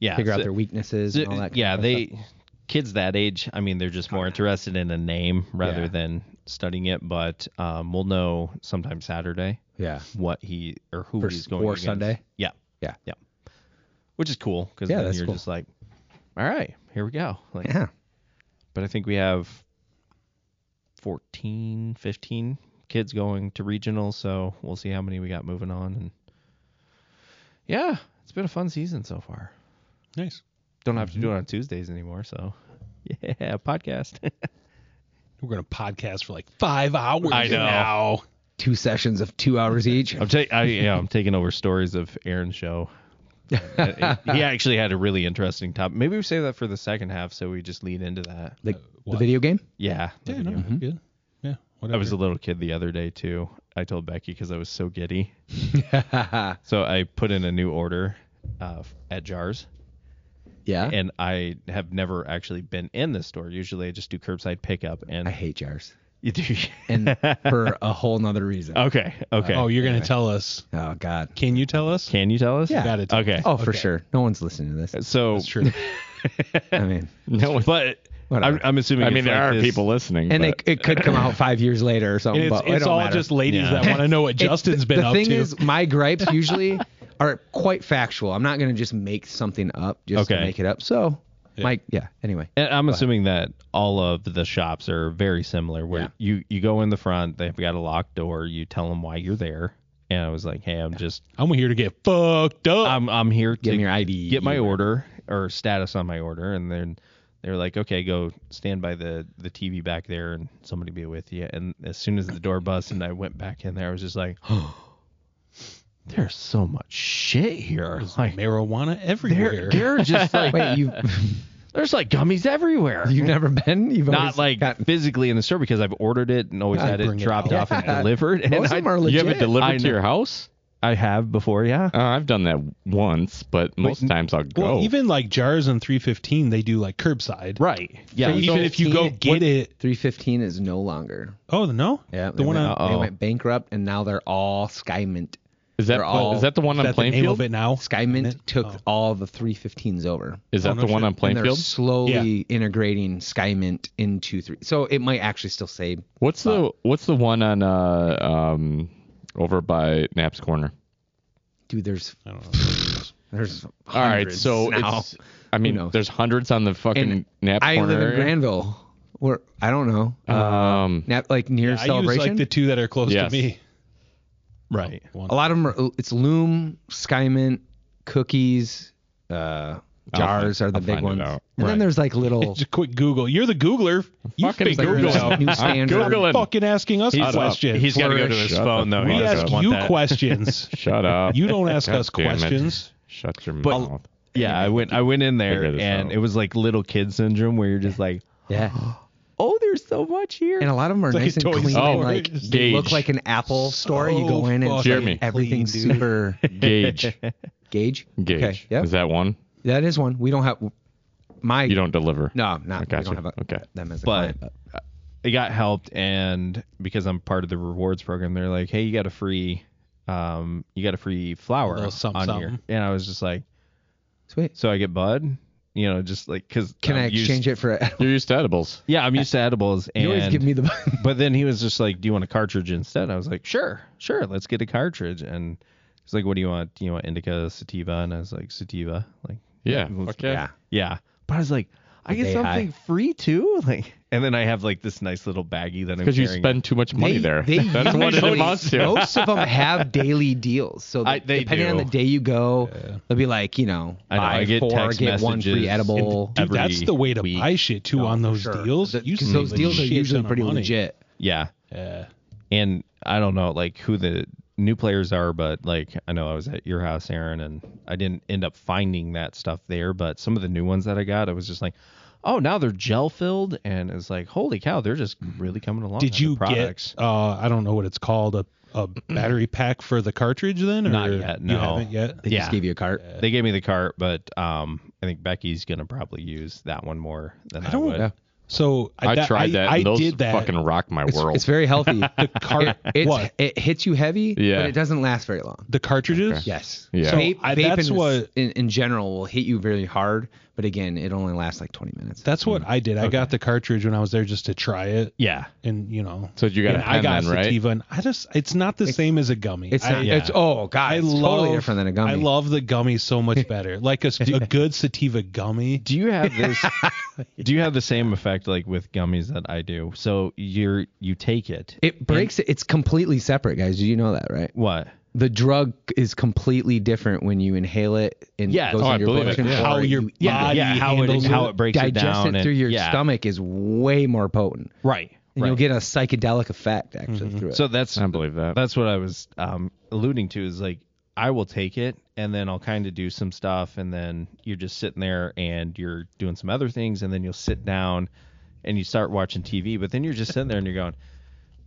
S4: Yeah,
S1: figure out
S4: so-
S1: their weaknesses
S4: So,
S1: and all that.
S4: yeah,
S1: kind of
S4: they
S1: stuff.
S4: kids that age. I mean, they're just more interested in a name rather
S1: Yeah.
S4: than studying it. But um, we'll know sometime Saturday
S1: Yeah.
S4: what he or who
S1: For-
S4: he's going
S1: or
S4: against.
S1: Sunday?
S4: Yeah,
S1: Yeah.
S4: yeah, which is cool because
S1: Yeah,
S4: then
S1: that's
S4: you're
S1: cool.
S4: just like, all right, here we go. Like,
S1: Yeah.
S4: but I think we have 14, 15 kids going to regional, so we'll see how many we got moving on. And yeah, it's been a fun season so far
S2: nice.
S4: don't have to do it on Tuesdays anymore. So, Mm-hmm. yeah, podcast.
S2: We're gonna podcast for like five hours.
S4: I know.
S2: Now.
S1: Two sessions of two hours each.
S4: I'm ta- I, yeah, I'm taking over stories of Aaron's show. Uh, he actually had a really interesting topic. Maybe we save that for the second half, so we just lead into that.
S1: the, the
S2: what?
S1: video game?
S4: Yeah, the
S2: Yeah. No,
S4: video.
S2: good. Yeah. Whatever.
S4: I was a little kid the other day too. I told Becky because I was so giddy. so I put in a new order uh, at Jars,
S1: Yeah.
S4: and I have never actually been in this store. Usually, I just do curbside pickup. And
S1: I hate jars.
S4: you do.
S1: And for a whole nother reason. Oh,
S4: okay, okay.
S2: Oh, you're gonna tell us?
S1: God.
S2: Can you tell us?
S4: Can you tell us?
S1: Yeah.
S2: Got it.
S4: Okay.
S1: Oh, for sure. No one's listening to this.
S4: So
S2: That's true.
S1: I mean,
S5: No,
S4: But I'm,
S1: Whatever.
S4: I'm assuming.
S5: I
S4: it's
S5: mean there
S4: like
S5: are
S4: this-
S5: people listening.
S1: and
S5: but
S1: it, it could come out five years later or something.
S2: it's
S1: but it
S2: it's
S1: don't
S2: all
S1: matter.
S2: just ladies
S4: Yeah.
S2: that want to know what Justin's been
S1: the
S2: up
S1: thing
S2: to.
S1: is my gripes usually are quite factual i'm not going to just make something up just
S4: Okay.
S1: to make it up so mike yeah anyway
S4: And I'm assuming that all of the shops are very similar. Where
S1: Yeah.
S4: you you go in the front, they've got a locked door. You tell them why you're there, and I was like, "Hey, I'm just
S2: I'm here to get fucked up.
S4: I'm I'm here
S1: Give
S4: to
S1: me your ID.
S4: get my order or status on my order, and then they were like, "Okay, go stand by the the TV back there, and somebody be with you." And as soon as the door buzzed and I went back in there, I was just like, "There's so much shit here. Like,
S2: Marijuana
S4: there,
S2: everywhere.
S4: there are just like
S1: Wait, you
S4: there's like gummies everywhere."
S1: you've never been? You've always
S4: not like
S1: gotten,
S4: physically in the store because I've ordered it and always
S2: Yeah,
S4: had it
S2: bring it
S4: dropped
S2: out.
S4: off and
S1: Yeah.
S4: delivered. And
S1: most of
S4: I,
S1: them are
S5: You
S1: legit.
S5: have it delivered
S4: I
S5: to your
S4: know.
S5: house?
S4: I have before, yeah.
S5: Uh, I've done that once, but most times I'll go.
S2: well, even like jars and 315, they do like curbside.
S4: Right. Yeah.
S2: So even if you go
S1: 15
S2: get it,
S1: 315 is no longer.
S2: oh no,
S1: Yeah,
S2: the
S1: they
S2: one
S1: went,
S2: on
S1: they
S4: uh-oh.
S1: went bankrupt and now they're all Skymint.
S5: oh. is that
S1: they're all-
S5: is that the one
S2: is
S5: on
S2: that the name of
S5: Plainfield?
S2: it now?
S1: Skymint took
S2: Oh.
S1: all the 315s over.
S5: Is that
S2: no
S5: the one
S2: shit.
S5: on
S1: And they're
S5: Plainfield?
S1: slowly integrating Skymint into three. So it might actually still say
S5: What's the what's the one on uh um over by Knapp's Corner?
S1: dude, there's
S2: I don't know. what it is.
S1: there's
S5: All right, so it's I mean
S1: knows?
S5: there's hundreds on the fucking
S1: And
S5: Knapp's
S1: I
S5: Corner.
S1: live in
S5: area.
S1: Granville. Where I don't know.
S5: Um,
S1: Nap- like near
S2: I use
S1: celebration.
S2: like the two that are close
S5: Yes.
S2: to me. Oh,
S4: Right.
S2: One.
S1: a lot of them are it's Loom, Skymint, cookies, uh jars are the
S5: I'll
S1: big
S5: find it
S1: ones.
S5: out.
S1: And then
S2: Right.
S1: there's like little
S2: Just quick Google. You're the Googler. You
S5: Fucking
S2: figured
S1: like
S5: Google
S2: it
S1: there's
S5: out.
S1: a new
S5: I'm
S1: standard.
S5: Googling.
S2: fucking asking us
S5: up.
S2: questions.
S4: He's got to go to his
S5: Shut
S4: phone though.
S5: the
S4: He
S2: we
S5: fuck
S4: doesn't
S2: ask
S4: want
S2: you
S4: that.
S2: questions.
S5: Shut up.
S2: You don't ask us
S5: God damn it.
S2: questions.
S5: Shut your
S4: But-
S5: mouth.
S4: Yeah, I went. I went in there,
S5: Figure this
S4: and
S5: out.
S4: it was like little kid syndrome, where you're just like,
S1: Yeah.
S4: "Oh, there's so much here."
S1: And a lot of them are
S2: like
S1: nice
S2: a
S1: and
S2: toy
S1: clean.
S2: store.
S1: and like
S2: It's
S1: they look
S5: Oh, Gage.
S1: like an Apple store. you go
S4: Oh,
S2: So
S1: in and it's
S2: fucking
S1: like
S5: Jeremy.
S1: everything's
S2: clean, dude.
S1: super
S5: Gauge.
S1: gauge.
S5: Gauge.
S1: Okay. Yep.
S5: Is that one?
S1: that is one. We don't have my
S5: You don't deliver.
S1: No, not we
S5: gotcha.
S1: don't have a,
S5: Okay.
S1: them as a
S4: But-
S1: client, but
S4: it got helped, and because I'm part of the rewards program, they're like, "Hey, you got a free, um, you got a free flower
S2: Little something,
S4: on here."
S2: something.
S4: And I was just like,
S1: sweet.
S4: "So I get bud." You know, just like because
S1: Can
S4: I'm
S1: I exchange it for a,
S5: You're used to edibles.
S4: Yeah, I'm used to edibles. And,
S1: you always give me the
S4: but then he was just like, "Do you want a cartridge instead?" I was like, "Sure, sure, let's get a cartridge." And he's like, "What do you want? Do you want indica, sativa?" And I was like, "Sativa." Like,
S5: Yeah. Okay.
S1: Yeah.
S4: yeah. But I was like, "I get
S1: Day
S4: something free too." Like, and then I have like this nice little baggie that I'm
S5: Because you
S4: carrying.
S5: spend too much
S1: They-
S5: money there.
S1: they
S5: That's what it
S1: usually-
S5: amounts to.
S1: Most of them have daily deals, so
S4: I-
S1: that-
S4: they
S1: depending on
S4: do.
S1: the day you go, they'll be like, you know,
S4: I know, I
S1: buy
S4: get
S1: four,
S4: text
S1: get one free
S4: messages.
S1: edible.
S2: Dude, that's
S4: every
S2: the way to
S4: week.
S2: buy shit too on those
S1: Sure.
S2: deals.
S1: The-
S2: You
S1: 'cause
S2: save
S1: those
S2: a
S1: deals are
S2: shit ton
S1: usually
S2: of
S1: pretty
S2: money.
S1: legit.
S4: Yeah,
S2: Yeah.
S4: and I don't know like who the new players are, but like I know I was at your house, Aaron, and I didn't end up finding that stuff there. But some of the new ones that I got, I was just like, oh, now they're gel filled, and it's like, holy cow, they're just really coming along.
S2: Did
S4: on the
S2: you
S4: products.
S2: get? Uh, I don't know what it's called. A, a battery pack for the cartridge then? Or
S4: Not yet,
S2: You
S4: no.
S2: haven't yet.
S1: They
S4: Yeah.
S1: just give you a cart.
S4: They gave me the cart, but um, I think Becky's gonna probably use that one more than I,
S2: don't-
S4: would.
S2: yeah. So I,
S5: I
S2: that-
S5: tried that.
S2: I,
S5: and those
S2: did that.
S5: fucking rock my world.
S1: It's very healthy.
S2: Cart-
S1: It- it's,
S2: what?
S1: It hits you heavy,
S5: Yeah.
S1: but it doesn't last very long.
S2: The cartridges?
S1: Yes.
S5: Yeah. So
S1: Vape,
S2: I-
S1: vape
S2: that's
S1: in,
S2: what-
S1: in, in general will hit you very hard, but again, it only lasts like 20 minutes.
S2: That's what
S5: Hmm.
S2: I did. I got the cartridge when I was there just to try it.
S4: Yeah.
S2: And you know,
S5: So you got
S2: and
S5: a
S2: I
S5: pen
S2: got
S5: then, right?
S2: sativa, and I just it's not the same as a gummy.
S1: it's
S2: I,
S1: not, it's oh god,
S2: I
S1: it's
S2: love,
S1: totally different than a gummy.
S2: I love the gummy so much better. Like a, s- a good sativa gummy.
S4: Do you have this? do you have the same effect like with gummies that I do? So you're you take it.
S1: it breaks it. It's completely separate, guys. You know that, right?
S4: What?
S1: the drug is completely different when you inhale it and
S4: Yeah.
S1: goes
S4: Oh,
S1: in
S4: I
S1: your
S5: believe it.
S1: bloodstream.
S2: How
S1: or
S2: your
S1: you
S2: body
S4: yeah, how it
S2: handles
S4: how
S2: it.
S4: it breaks it
S1: digest
S4: down
S1: it
S4: and-
S1: through your
S4: yeah.
S1: stomach is way more potent.
S4: Right.
S1: And
S4: right.
S1: you'll get a psychedelic effect actually
S2: Mm-hmm.
S1: through it.
S4: So that's
S5: I don't believe that.
S4: that's what I was um, alluding to is like I will take it and then I'll kind of do some stuff and then you're just sitting there and you're doing some other things and then you'll sit down and you start watching TV but then you're just sitting there and you're going,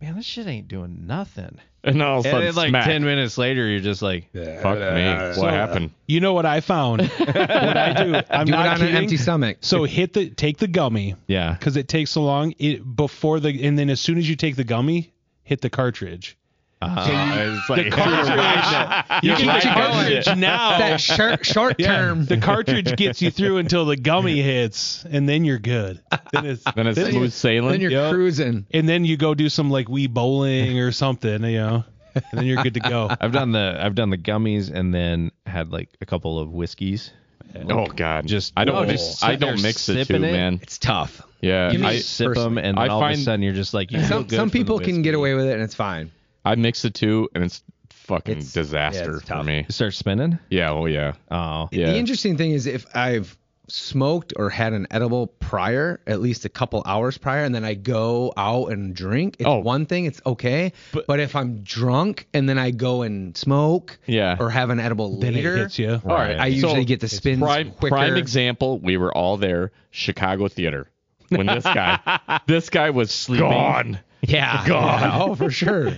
S4: man, this shit ain't doing nothing.
S5: and all of a
S4: And
S5: sudden,
S4: then like
S5: smack.
S4: ten minutes later, you're just like,
S5: Fuck me.
S2: So,
S5: What happened?
S2: You know what I found? what I do? I'm
S1: do it
S2: not
S1: on
S2: kidding.
S1: an empty stomach.
S2: So hit the take the gummy
S4: yeah,
S2: because it takes so long. It before the and then as soon as you take the gummy, hit the cartridge.
S5: it's like,
S2: You can
S1: keep
S2: the cartridge now.
S1: that short, short term.
S2: The cartridge gets you through until the gummy hits, and then you're good. Then it's,
S5: then it's smooth
S1: Then
S5: sailing.
S1: you're
S2: Yep.
S1: cruising.
S2: and then you go do some like wee bowling or something, you know, and then you're good to go.
S4: I've done the I've done the gummies and then had like a couple of whiskeys.
S5: oh God.
S4: Just
S5: I don't
S4: Whoa.
S5: mix. I don't
S4: They're
S5: mix the two,
S4: sipping it.
S5: man.
S1: It's tough.
S5: Yeah.
S1: Give me
S5: I,
S4: Sip them and
S5: I
S4: then all
S5: find-
S4: of a sudden you're just like, you feel
S1: Some
S4: good
S1: some
S4: from the
S1: people can
S4: whiskey.
S1: get away with it and it's fine.
S5: I mix the two, and it's fucking
S1: It's- yeah,
S5: disaster
S1: it's
S5: for
S1: tough.
S5: me.
S4: Start spinning.
S5: Yeah, oh yeah.
S4: Oh,
S5: Yeah.
S1: The interesting thing is if I've smoked or had an edible prior, at least a couple hours prior, and then I go out and drink, it's
S5: Oh.
S1: one thing, it's okay. But, if I'm drunk and then I go and smoke
S5: Yeah.
S1: or have an edible
S2: Then
S1: later,
S2: it hits you.
S5: All right.
S1: I
S5: so
S1: usually get the spins
S5: prime,
S1: quicker.
S5: prime example, we were all there, Chicago theater. When this guy this guy was gone.
S1: Yeah. God. Oh, for sure.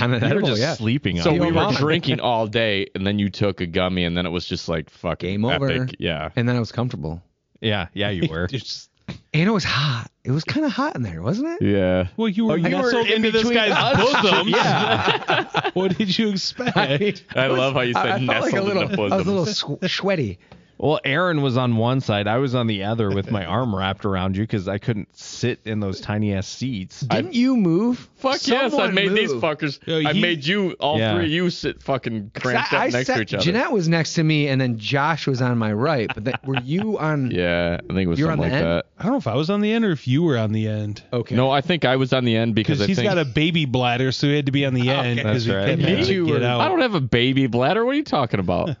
S1: On an
S4: you were
S1: edible,
S4: just
S1: yeah.
S4: sleeping.
S5: So
S4: on
S5: we
S4: it.
S5: were
S1: Gone.
S5: drinking all day and then you took a gummy and then it was just like fucking
S1: Game
S5: epic.
S1: over.
S5: Yeah.
S1: And then I was comfortable.
S4: Yeah, yeah, you were.
S2: It's-
S1: And it was hot. It was kind of hot in there, wasn't it?
S5: Yeah.
S2: well, you were nestled into this
S4: between
S2: guy's bosom. what did you expect?
S5: I love how you said
S1: I, I felt
S5: nestled
S1: like a little,
S5: in the
S1: I was a
S5: bosom.
S1: little sw- sweaty.
S4: Well, Aaron was on one side. I was on the other with my arm wrapped around you because I couldn't sit in those tiny ass seats.
S1: Didn't you move?
S5: Fuck yes, I
S1: Someone
S5: made these
S1: move.
S5: fuckers.
S2: Yeah,
S5: I
S2: he-
S5: made you all
S4: Yeah.
S5: three of you sit fucking cranked
S1: I-
S5: up
S1: I
S5: next
S1: sat-
S5: to each other.
S1: Jeanette was next to me, and then Josh was on my right. But then, were you on?
S5: yeah, I think it was
S1: You're on
S5: something
S1: the
S5: like
S1: end?
S5: that.
S2: I don't know if I was on the end or if you were on the end.
S1: Okay.
S5: No, I think I was on the end because
S2: Because
S5: I
S2: he's
S5: think
S2: got a baby bladder, so he had to be on the end because
S4: That's right.
S2: he couldn't
S4: Me
S2: let it
S1: too,
S2: get
S1: or-
S2: out.
S5: I don't have a baby bladder. What are you talking about?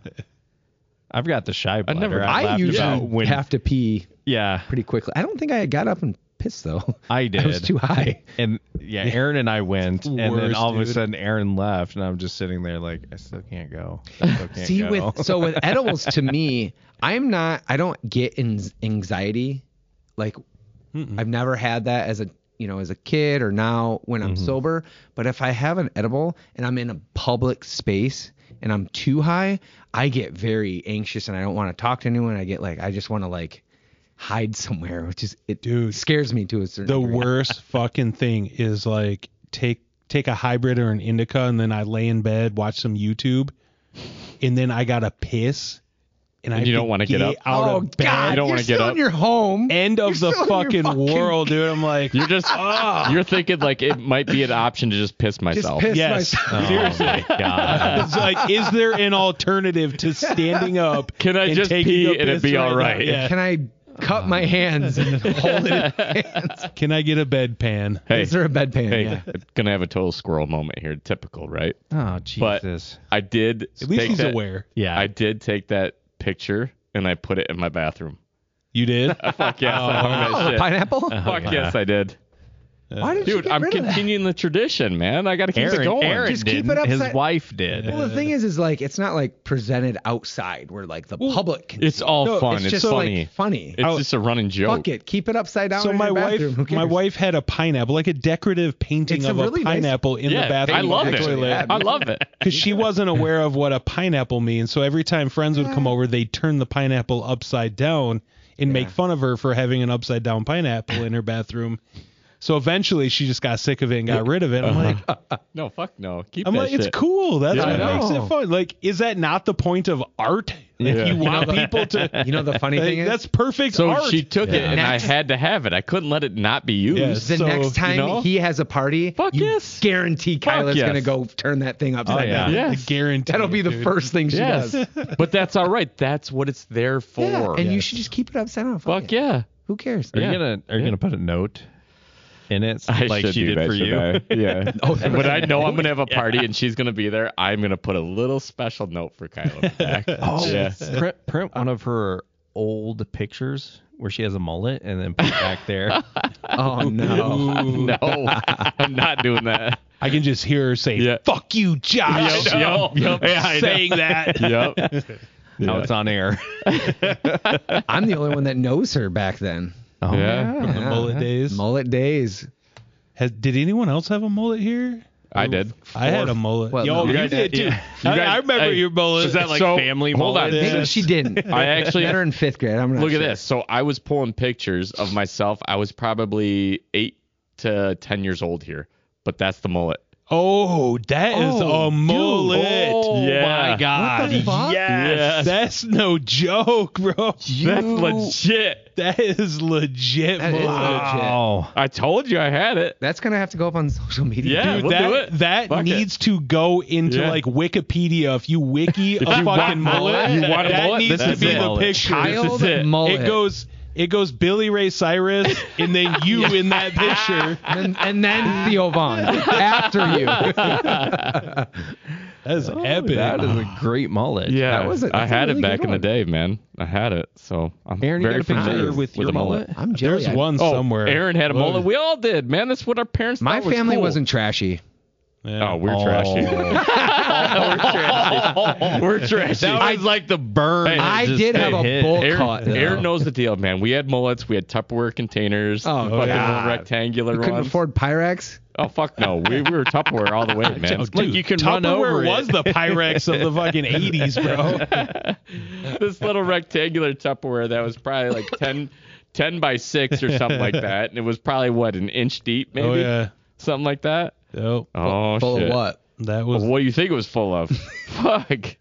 S4: I've got the shy bladder.
S5: never-
S4: laughed
S1: I
S4: about
S1: usually
S4: when,
S1: have to pee
S4: Yeah,
S1: pretty quickly. I don't think I got up and pissed though.
S4: I
S1: I was
S4: did.
S1: too high.
S4: and yeah, Aaron and I went, and then
S2: Worst,
S4: all of a
S2: dude.
S4: sudden Aaron left, and I'm just sitting there like I still can't go. I still can't
S1: See
S4: go.
S1: with so with edibles to me, I'm not. I don't get in anxiety. Like I've never had that as a you know as a kid or now when I'm sober. But if I have an edible and I'm in a public space and I'm too high, I get very anxious and I don't want to talk to anyone. I get like I just want to like hide somewhere, which is it
S2: Dude.
S1: scares me to a certain.
S2: the
S1: degree.
S2: worst fucking thing is like take take a hybrid or an indica and then I lay in bed, watch some YouTube, and then I gotta piss and, I
S5: you
S2: have
S5: don't wanna get up?
S2: out
S1: Oh
S2: of bed.
S1: God!
S5: You don't
S1: you're
S5: wanna get
S1: still
S5: up.
S1: in your home.
S2: End of
S1: You're still
S2: the
S1: in your
S2: fucking,
S1: fucking-
S2: world, dude. I'm like
S5: You're just you're thinking like it might be an option to just piss
S1: Just
S5: myself.
S1: piss
S2: Yes.
S1: myself.
S4: oh my god.
S2: it's like, is there an alternative to standing up?
S5: Can I
S2: and
S5: just
S2: taking
S5: pee
S2: a
S5: and it'd
S2: piss
S5: be all
S2: now?
S5: right?
S2: Yeah.
S1: Can I cut my hands and hold it? in my hands?
S2: Can I get a bedpan?
S5: Hey,
S1: Is there a bedpan?
S5: hey, gonna have a total squirrel moment here. Typical, right?
S4: Oh
S5: But
S4: Jesus.
S5: I did
S2: At least
S5: take
S2: he's
S5: that-
S2: aware.
S4: yeah.
S5: I did take that picture and I put it in my bathroom.
S2: You did?
S5: Fuck yes, I hung that
S1: Oh,
S5: shit.
S1: pineapple?
S5: Fuck yes, I did.
S1: Why did you
S5: Uh-huh. Dude,
S1: get
S5: I'm
S1: rid of that?
S5: continuing the tradition, man. I gotta keep
S4: Aaron,
S5: it going.
S4: Aaron
S1: Just keep
S4: did.
S1: it
S4: His
S1: upside-
S4: wife did.
S1: Well, the thing is, is like it's not like presented outside where like the public. Can,
S5: it's all
S1: No,
S5: fun.
S1: It's,
S5: It's,
S1: just
S5: funny.
S1: like funny.
S5: it's just a running joke.
S1: Fuck it, keep it upside down.
S2: So
S1: in
S2: my
S1: your
S2: wife,
S1: bathroom. Who cares?
S2: my wife had a pineapple, like a decorative painting
S1: It's a
S2: of a,
S1: really nice-
S2: pineapple in
S5: Yeah,
S2: the bathroom.
S5: I
S2: of
S5: love
S2: the
S5: it.
S1: actually, yeah.
S2: toilet.
S5: I love it.
S2: Because she wasn't aware of what a pineapple means, so every time friends would come over, they'd turn the pineapple upside down and make fun of her for having an upside down pineapple in her bathroom. So eventually, she just got sick of it and got rid of it. I'm like,
S5: No, fuck no. Keep
S2: I'm
S5: that
S2: like,
S5: shit.
S2: it's cool. That's
S5: Uh-huh. Yeah. I
S2: what makes
S1: know.
S2: it fun. Like, is that not the point of art? If
S5: Yeah.
S2: you want people to,
S1: You know the funny thing is,
S2: that's perfect
S5: So
S2: art.
S5: she took it and
S1: Next.
S5: I had to have it. I couldn't let it not be used.
S2: Yes.
S1: the
S2: so,
S1: next
S2: you
S1: time
S5: know?
S1: he has a party,
S5: Fuck
S1: you
S5: yes.
S1: guarantee Kyla's
S5: yes. Oh,
S1: gonna go turn that thing upside
S4: yeah.
S1: down.
S5: Yeah.
S2: I
S5: Yes.
S2: guarantee
S1: That'll be
S2: it,
S1: the
S2: dude.
S1: first thing she
S5: Yes.
S1: does.
S5: but that's all right. That's what it's there for.
S1: Yeah, and you should just keep it upside down. Fuck, it.
S5: fuck yeah.
S1: Who cares?
S4: Are you gonna Are you gonna put a note in it
S5: I
S4: like
S5: should
S4: she
S5: do
S4: did
S5: that,
S4: for
S5: should
S4: you?
S5: I? Yeah.
S1: Oh, that
S5: when I know I'm gonna have a party and she's gonna be there, I'm gonna put a little special note for Kyla back.
S4: Oh,
S5: yeah.
S4: print, print one of her old pictures where she has a mullet and then put it back there.
S1: Oh no.
S5: No, I'm not doing that.
S2: I can just hear her say,
S5: Yeah.
S2: "Fuck you, Josh."
S5: Yep, yep, yep. Yeah, I know.
S2: saying that.
S5: Yep.
S4: Now it's on air.
S1: I'm the only one that knows her back then.
S4: Oh,
S5: Yeah.
S2: From the
S1: Yeah.
S2: mullet days.
S1: Mullet days.
S2: Has, did anyone else have a mullet here?
S5: I did.
S2: I had a mullet.
S1: Well,
S2: Yo,
S1: no.
S2: you,
S1: You
S5: guys
S2: did
S5: had-
S2: too.
S5: yeah.
S2: I,
S5: You guys-
S2: I remember
S5: hey,
S2: your mullet.
S5: Is that like
S4: So,
S5: family?
S4: hold on.
S5: mullet?
S1: Maybe
S2: Yes.
S1: she didn't.
S5: I actually
S1: Met her in fifth grade. I'm not
S5: look at
S1: sure.
S5: this. So I was pulling pictures of myself. I was probably eight to ten years old here, but that's the mullet.
S2: oh, that is
S1: Oh,
S2: a mullet.
S5: Oh, Yeah.
S2: my god.
S1: What the fuck?
S2: Yes. That's no joke, bro.
S5: That's legit.
S2: That is legit.
S1: That is
S2: mullet.
S1: legit.
S4: Wow.
S5: I told you I had it.
S1: That's gonna have to go up on social media.
S5: Yeah,
S2: Dude,
S5: we'll
S2: that
S5: do it.
S2: that
S5: Fuck it.
S2: needs to go into
S5: Yeah.
S2: like Wikipedia. If you wiki a fucking mullet,
S5: you want a
S2: that
S5: mullet,
S2: needs to
S5: that's
S2: be
S5: it.
S2: the
S5: Mullet.
S2: picture.
S1: Child
S5: This is it.
S1: mullet.
S2: It goes it goes Billy Ray Cyrus and then you in that picture.
S1: and, and then Theo Vaughn after you.
S2: That is epic.
S4: Oh, That is a great mullet.
S5: Yeah,
S1: That was a-
S5: I
S1: that's a
S5: had
S1: really
S5: it back
S1: good
S5: in the
S1: one.
S5: day, man. I had it, so I'm
S4: Aaron, you
S5: very
S4: got a picture
S5: familiar
S4: with,
S5: with
S4: your
S5: a mullet.
S4: mullet?
S1: I'm jelly.
S2: There's one
S5: Oh,
S2: somewhere.
S5: Aaron had a
S2: Look.
S5: mullet. We all did, man. That's what our parents.
S1: My
S5: thought was
S1: family
S5: cool.
S1: wasn't trashy.
S2: Yeah.
S5: Oh, we're trashy. We're trashy.
S4: That was like the burn. that
S1: I
S4: just
S1: did have a
S4: hit.
S1: bull
S5: Aaron,
S1: caught. though.
S5: Aaron knows the deal, man. We had mullets. We had Tupperware containers.
S1: Oh,
S5: fucking
S1: God.
S5: rectangular
S1: You couldn't
S5: ones.
S1: afford Pyrex.
S5: oh fuck no, we, we were Tupperware all the way, man.
S2: Dude,
S4: you can
S2: Tupperware
S4: run over it.
S2: was the Pyrex of the fucking 80s, bro.
S5: this little rectangular Tupperware that was probably like 10, 10 by six or something like that, and it was probably what an inch deep, maybe
S2: Oh yeah.
S5: something like that.
S2: Nope.
S5: Oh
S1: Full
S5: shit.
S1: of what?
S2: That was
S5: What do you think it was full of? Fuck.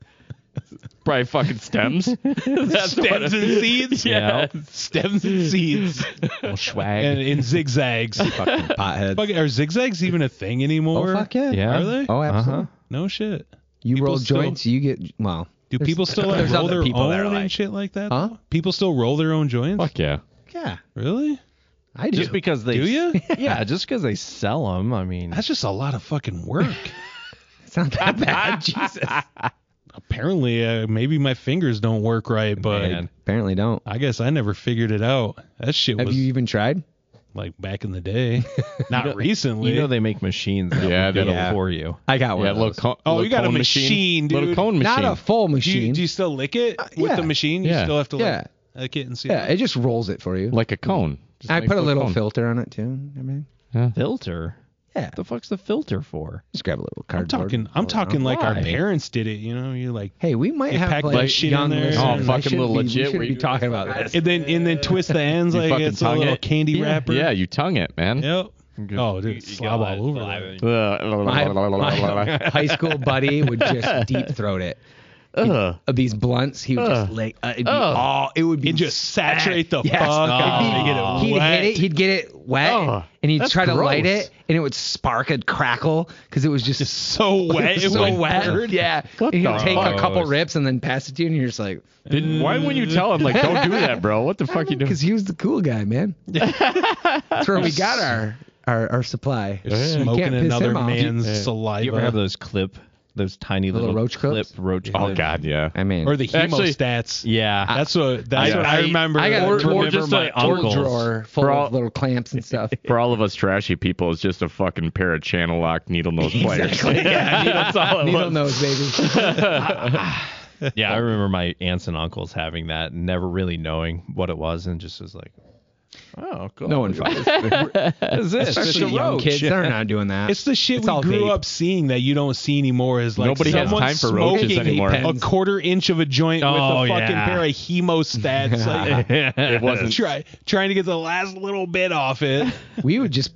S5: Probably fucking stems. That's what
S2: stems and
S5: it-
S2: seeds.
S5: Yeah.
S2: Stems and seeds.
S4: Little swag.
S2: And in zigzags.
S1: Fucking potheads.
S2: Fuck, are zigzags even a thing anymore?
S1: oh fuck yeah.
S4: yeah.
S2: Are they?
S1: Oh absolutely.
S2: No shit.
S1: You
S2: People
S1: roll
S2: still-
S1: joints, you get well.
S2: Do people still like
S1: there's
S2: roll
S1: other
S2: their
S1: people
S2: own
S1: that are like-
S2: and shit like that?
S1: Huh?
S2: though? People still roll their own joints?
S5: Fuck yeah.
S1: Yeah,
S2: Really?
S1: I do.
S4: Just because they
S2: Do you?
S4: Yeah, just because they sell them. I mean,
S2: That's just a lot of fucking work.
S1: it's not that bad. Jesus.
S2: Apparently, uh, maybe my fingers don't work right, but
S4: Man.
S1: Apparently don't.
S2: I guess I never figured it out. That shit
S1: Have
S2: was
S1: you even tried?
S2: like back in the day, not recently.
S4: you know they make machines that
S5: Yeah,
S4: will do
S5: they-
S1: yeah.
S4: it for you.
S1: I got one.
S5: Yeah,
S1: of
S5: little
S1: those.
S5: cone.
S2: Oh,
S5: little
S2: you got a
S5: cone
S2: machine, dude.
S5: Little cone machine.
S1: Not a full
S2: do,
S1: machine.
S2: you, do you still lick it with
S1: yeah.
S2: the machine? You
S5: Yeah.
S2: still have to like,
S1: Yeah.
S2: lick it and see.
S1: yeah, it just rolls it for you.
S5: like a cone. Just
S1: I
S5: make
S1: put a little
S5: cone.
S1: filter on it too. and Everything.
S4: Filter.
S1: Yeah.
S4: What the fuck's the filter for?
S1: Just grab a little
S2: I'm
S1: cardboard.
S2: talking. I'm
S1: roll it
S2: talking
S1: around.
S2: like our
S4: Why?
S2: parents did it. You know, you like.
S1: Hey, we might
S2: They
S1: have
S2: pack
S1: like
S2: that shit in
S1: young
S2: there.
S1: listeners.
S2: Oh,
S1: I
S5: fucking
S1: shouldn't
S5: little
S1: be, we
S5: legit
S1: shouldn't
S5: where
S1: be
S5: you-
S1: talking about this.
S2: And then and then twist the ends like
S5: fucking
S2: it's a
S5: tongue
S2: little
S5: it.
S2: candy wrapper.
S5: Yeah, you tongue it, man.
S2: Yep. Oh, dude, slob all over. that.
S1: My,
S5: Ugh.
S1: my high school buddy would just deep throat it.
S2: Uh.
S1: Of these blunts, he would just lick. Uh, it'd be all. It would be
S2: It just saturate the
S1: Yes.
S2: fuck out
S1: He'd,
S2: of it. and
S1: he'd
S2: get it
S1: hit it.
S2: wet. Uh.
S1: He'd get it wet,
S5: Ugh,
S1: and he'd
S5: that's
S1: try to light
S5: gross.
S1: it, and it would spark and crackle because it was just,
S2: So wet. It
S1: so
S2: went
S1: wet.
S2: hard.
S1: Yeah, and he'd
S5: the
S1: take a
S5: fuck?
S1: couple rips and then pass it to you, and you're just like,
S5: Didn't- why wouldn't you tell him like don't do that, bro? What the fuck you doing?
S1: because he was the cool guy, man. That's where we got our our, our supply.
S2: Smoking
S1: Can't piss
S2: another
S1: him off.
S2: man's
S5: Yeah.
S2: saliva.
S4: You ever have those clip, those tiny
S1: Little
S4: little,
S1: roach
S4: clip
S1: clips?
S4: roach
S5: Oh
S4: clips?
S5: god, yeah.
S1: I mean,
S2: or the
S5: Actually-
S2: hemostats?
S4: Yeah.
S2: That's what. That's
S5: I-
S2: what I,
S5: I-
S2: remember.
S1: I got
S5: Or-
S1: a drawer,
S5: or just
S1: my
S5: a
S1: uncle
S5: uncle's.
S1: drawer full
S5: Bro.
S1: of little clamps and stuff.
S5: For all of us trashy people, it's just a fucking pair of channel lock needle nose pliers. yeah, that's all it
S1: Needle
S5: was.
S1: nose, baby.
S4: yeah, I remember my aunts and uncles having that, and never really knowing what it was, and just was like, oh, cool.
S1: No one fucks.
S4: is this?
S1: Especially
S4: Just a
S1: young
S4: roach.
S1: kids, they're not doing that.
S2: It's the shit
S1: It's
S2: we
S1: all
S2: grew
S1: vape.
S2: up seeing that you don't see anymore. Is like
S5: Nobody has
S2: someone
S5: time for roaches
S2: smoking
S5: anymore.
S2: A quarter inch of a joint
S4: Oh,
S2: with a fucking
S4: yeah.
S2: pair of hemostats. like,
S5: It wasn't.
S2: try, trying to get the last little bit off it.
S1: we would just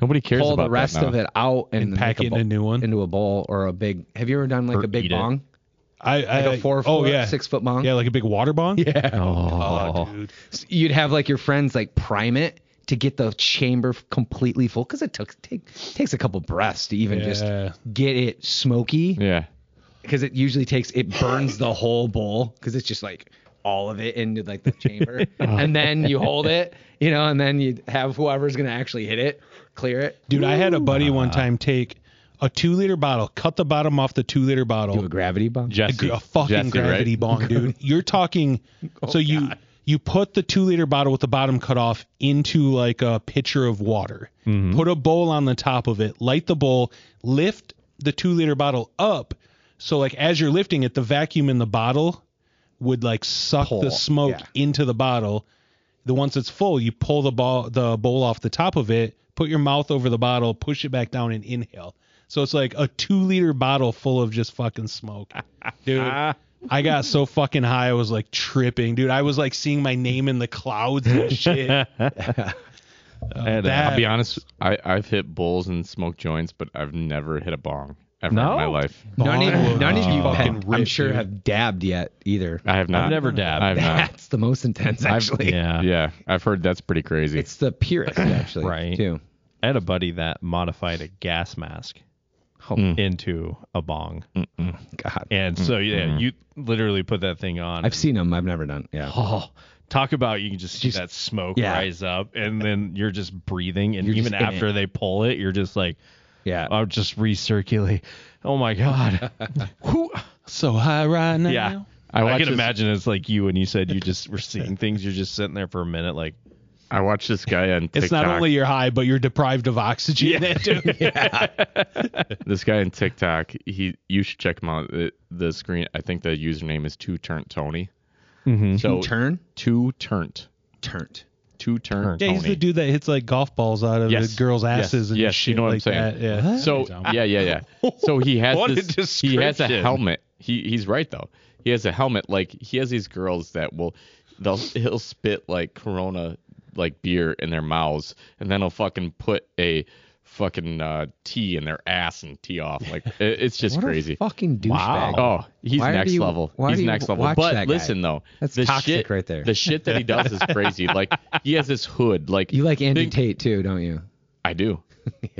S5: Nobody cares
S1: pull
S5: about
S1: the rest
S5: that now.
S1: of it out and, then
S2: pack
S1: make
S2: it
S1: a
S2: in
S1: bowl-
S2: a new one.
S1: into a bowl or a big. Have you ever done like
S4: Or
S1: a big
S4: eat it.
S1: bong,
S2: I, I
S1: like a four
S2: oh
S1: foot,
S2: yeah,
S1: six foot bong?
S2: yeah, like a big water bong. Yeah,
S4: Oh,
S2: dude.
S1: So You'd have like your friends like prime it to get the chamber f- completely full because it took take, takes a couple breaths to even just
S2: Yeah.
S1: get it smoky
S5: Yeah.
S1: because it usually takes it burns the whole bowl because it's just like all of it into like the chamber and then you hold it you know and then you have whoever's gonna actually hit it clear it
S2: Dude, I had a buddy one time take a two liter bottle, cut the bottom off the two liter bottle,
S1: do a gravity bomb
S2: a,
S5: Jesse.
S2: gr- a fucking
S5: Jesse,
S2: gravity
S5: right? Oh,
S2: bong, dude. You're talking. so you you put the two liter bottle with the bottom cut off into like a pitcher of water.
S5: Mm-hmm.
S2: Put a bowl on the top of it. Light the bowl. Lift the two liter bottle up. So like as you're lifting it, the vacuum in the bottle would like suck the smoke into the bottle. The once it's full, you pull the ball the bowl off the top of it, put your mouth over the bottle, push it back down, and inhale. So it's like a two liter bottle full of just fucking smoke, dude. I got so fucking high, I was like tripping, dude. I was like seeing my name in the clouds and shit.
S4: And, uh,
S2: That-
S5: I'll be honest. I, I've hit bowls and smoked joints, but I've never hit a bong ever
S4: No?
S5: in my life.
S1: none
S2: Bong
S1: of, none of
S2: was
S1: you
S2: fucking
S1: have, i'm
S2: ripped,
S1: sure
S2: dude.
S1: have dabbed yet either
S5: I have not.
S4: I've never dabbed.
S5: I've not.
S1: that's the most intense actually
S4: yeah.
S5: Yeah, I've heard that's pretty crazy.
S1: it's the purest actually
S4: Right.
S1: too
S4: I had a buddy that modified a gas mask
S1: Oh.
S5: Hmm.
S4: into a bong.
S1: god
S4: And so, yeah,
S5: Hmm.
S4: you literally put that thing on.
S1: i've seen them i've never done yeah
S4: Oh, talk about you can just see
S1: Just-
S4: that smoke
S1: yeah.
S4: rise up, and then you're just breathing. And
S1: You're
S4: even
S1: just in
S4: after
S1: it.
S4: they pull it, you're just like,
S1: Yeah.
S5: Uh,
S4: I'll just recirculate. Oh my god. Whew.
S2: So high right now.
S4: yeah.
S5: I
S4: I,
S5: watched
S4: can
S5: this-
S4: imagine it's like you when you said you just were seeing things. You're just sitting there for a minute, like
S5: I watched this guy on TikTok.
S2: It's not only you're high, but you're deprived of oxygen.
S5: this guy on TikTok. He, you should check him out. The, the screen. I think the username is Two Turnt Tony. So
S1: Turn.
S5: Two Turnt.
S1: Turnt.
S5: Two Turnt
S2: Yeah,
S5: Tony.
S2: he's the dude that hits like golf balls out of
S5: Yes.
S2: the girls'
S5: Yes.
S2: asses and
S5: Yes,
S2: shit
S5: you know what I'm
S2: like
S5: saying.
S2: that. Yeah.
S5: So yeah, yeah, yeah. So he has
S4: What a
S5: this. He has a
S4: description.
S5: helmet. He he's right though. He has a helmet. Like he has these girls that will, they'll he'll spit like Corona like beer in their mouths, and then he'll fucking put a fucking uh, tea in their ass and tee off. Like it, it's just
S1: What
S5: crazy.
S1: a fucking douchebag.
S5: Oh, he's
S1: Why do
S5: next
S1: you-
S5: level.
S1: why
S5: he's
S1: do you
S5: next level.
S1: watch
S5: But
S1: that guy?
S5: listen though,
S1: That's
S5: the
S1: toxic
S5: shit,
S1: right there.
S5: The shit that he does is crazy. Like he has this hood. Like
S1: You like Andy
S5: Big-
S1: Tate too, don't you?
S5: I do.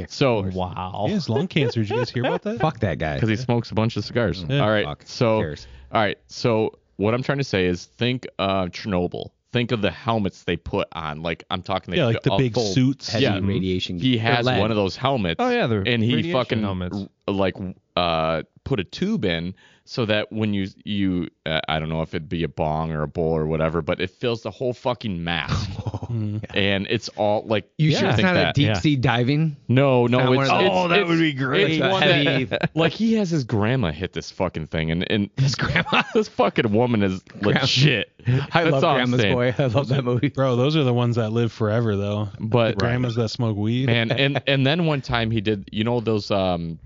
S5: So
S2: wow. He has lung cancer. Did you guys hear about that?
S1: Fuck that guy.
S5: because he smokes a bunch of cigars.
S2: Yeah.
S5: all right.
S1: Fuck.
S5: So,
S1: Who cares?
S5: all right. So, what I'm trying to say is, think uh, Chernobyl. Think of the helmets they put on. Like I'm talking. They
S2: Yeah,
S5: put
S2: like the
S5: a
S2: big
S5: full-
S2: suits.
S1: Heavy
S5: Yeah. mm-hmm.
S1: radiation.
S5: He
S1: or
S5: has
S1: lead.
S5: one of those helmets.
S4: Oh, yeah, the
S5: and he
S4: radiation
S5: fucking
S4: helmets.
S5: r- like uh put a tube in so that when you you uh, I don't know if it'd be a bong or a bowl or whatever, but it fills the whole fucking mask. And it's all like
S1: You
S5: yeah. Oh,
S1: sure it's
S5: think
S1: not
S5: that.
S1: a deep
S2: yeah.
S1: sea diving?
S5: No, no,
S1: Not
S5: it's,
S1: one of those-
S5: it's-
S4: Oh, that
S5: it's-
S4: would be great.
S5: It's
S1: It's
S5: one
S1: heavy-
S5: that, like he has his grandma hit this fucking thing, and and his grandma, this fucking woman is legit.
S1: I
S5: That's
S1: love
S5: all I'm
S1: Grandma's
S5: saying.
S1: Boy. I love that movie.
S2: Bro, those are the ones that live forever, though.
S5: But
S2: Grandmas that smoke weed.
S5: man, and and then one time he did, you know those um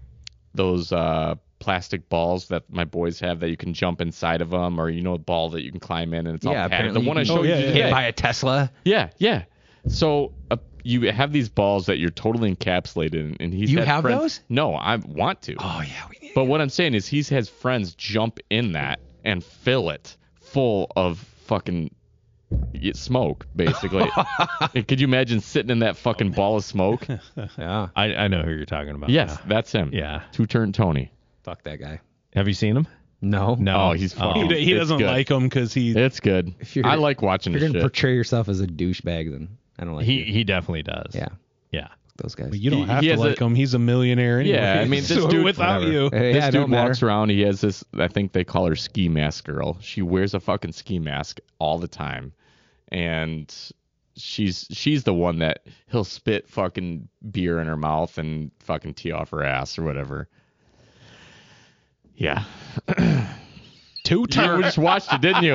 S5: those uh plastic balls that my boys have that you can jump inside of them, or you know a ball that you can climb in, and it's
S1: Yeah,
S5: all padded. The
S1: apparently
S5: one
S1: you can-
S5: I showed
S2: Oh,
S5: you
S2: yeah,
S5: today.
S1: Hit by a Tesla.
S5: Yeah, yeah. So uh, you have these balls that you're totally encapsulated in, and he's
S1: You
S5: had
S1: have
S5: friends-
S1: those?
S5: No, I want to.
S1: Oh yeah, we need.
S5: But what I'm saying is he's has friends jump in that and fill it full of fucking y- smoke, basically. And Could you imagine sitting in that fucking ball of smoke?
S1: Yeah,
S4: I, I know who you're talking about.
S5: Yes, that's him.
S4: Yeah.
S5: Two turn Tony.
S1: fuck that guy.
S4: Have you seen him? Oh,
S1: No,
S5: No, he's fucking.
S2: he, he
S5: it's
S2: doesn't
S5: good.
S2: like them because he.
S5: It's good.
S1: you're-
S5: I like watching
S1: If
S5: this
S1: you're
S5: shit.
S1: gonna portray yourself as a douchebag, then I don't like
S4: He
S1: you.
S4: he definitely does.
S1: Yeah,
S4: Yeah.
S1: those guys.
S2: You don't
S5: he-
S2: have
S5: he
S2: to
S5: has
S2: like
S5: a-
S2: him. He's a millionaire anyway.
S5: Yeah, I mean, this
S2: So
S5: dude-
S2: without
S5: whatever.
S2: you.
S1: Hey,
S5: this
S1: yeah, it
S5: dude
S1: don't matter.
S5: walks around. He has this. I think they call her ski mask girl. She wears a fucking ski mask all the time, and she's she's the one that he'll spit fucking beer in her mouth and fucking tee off her ass or whatever. Yeah,
S2: Two
S5: you
S2: turns.
S5: just watched it, didn't you?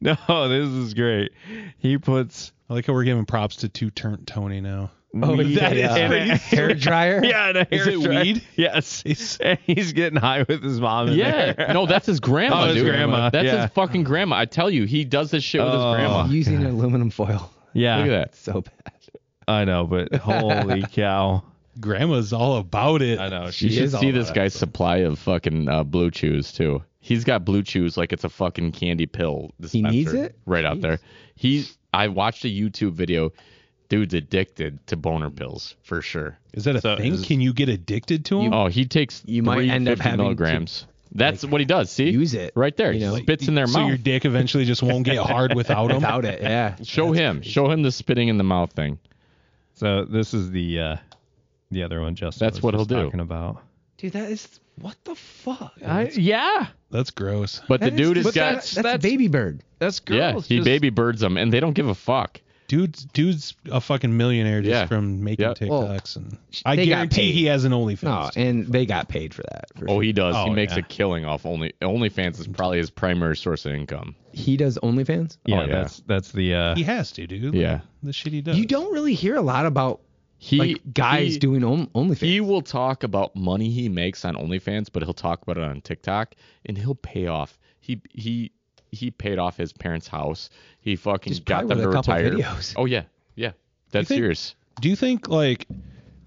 S4: No, this is great. He puts
S2: I like how we're giving props to two turn Tony now.
S1: Oh,
S4: weed
S1: that is
S4: in
S1: pretty
S4: it.
S1: hair dryer.
S4: Yeah, and a
S2: Is
S4: hair
S2: it
S4: dryer.
S2: weed?
S4: Yes. He's, he's getting high with his mom. In
S5: Yeah,
S4: There.
S5: no, that's his grandma,
S4: Oh, his
S5: dude.
S4: grandma,
S5: That's
S4: yeah.
S5: his fucking grandma. I tell you, he does this shit with
S4: Oh.
S5: his grandma.
S1: Using aluminum foil.
S4: Yeah.
S5: Look at that.
S1: So bad.
S4: I know, but holy cow.
S2: Grandma's all about it.
S4: I know. She,
S5: You
S1: He
S5: should
S1: is all
S5: see
S1: about
S5: this guy's supply of fucking uh, blue chews too. He's got blue chews like it's a fucking candy pill. Dispenser
S1: needs it?
S5: right out there. He, I watched a YouTube video. Dude's addicted to boner pills for sure.
S2: Is that a
S4: So
S2: thing?
S4: is-
S2: Can you get addicted to him?
S5: oh, he takes
S1: You might end up
S5: 350
S1: having to
S5: milligrams. That's what he does. See,
S1: use it,
S5: right there.
S1: you know?
S5: he spits in their
S2: so
S5: mouth.
S2: your dick eventually just won't get hard without him.
S1: Without it, yeah.
S5: show him, show him the spitting in the mouth thing.
S4: so this is the uh the other one Justin
S5: That's
S4: was
S5: what
S4: just
S5: he'll do.
S4: talking about.
S1: Dude, that is what the fuck.
S4: yeah.
S2: That's gross.
S5: But the
S1: That is
S5: dude has
S1: just-
S5: got,
S1: that's, that's baby bird.
S4: That's
S5: yeah,
S4: girls.
S5: he
S4: just-
S5: baby birds them, and they don't give a fuck.
S2: Dude's dude's a fucking millionaire just
S5: Yeah.
S2: from making
S5: Yeah.
S2: TikToks,
S1: Well,
S2: and I
S1: they got
S2: guarantee
S1: paid.
S2: he has an OnlyFans.
S1: No, and they got paid for that. For
S5: Oh,
S1: sure.
S5: he does. he
S2: Oh,
S5: makes
S2: yeah.
S5: a killing off only OnlyFans is probably his primary source of income.
S1: he does OnlyFans.
S5: Oh,
S4: Yeah,
S5: yeah.
S4: that's that's the uh
S2: he has to, dude. Look
S5: Yeah.
S2: at the shit he does.
S1: You don't really hear a lot about
S5: He
S1: like guys
S5: he-
S1: doing on, OnlyFans.
S5: He will talk about money he makes on OnlyFans, but he'll talk about it on TikTok, and he'll pay off. He he he paid off his parents' house. He fucking
S1: Just
S5: got
S1: probably
S5: them to
S1: with a couple
S5: retire.
S1: videos.
S5: Oh yeah, yeah, that's
S2: think-
S5: serious.
S2: Do you think like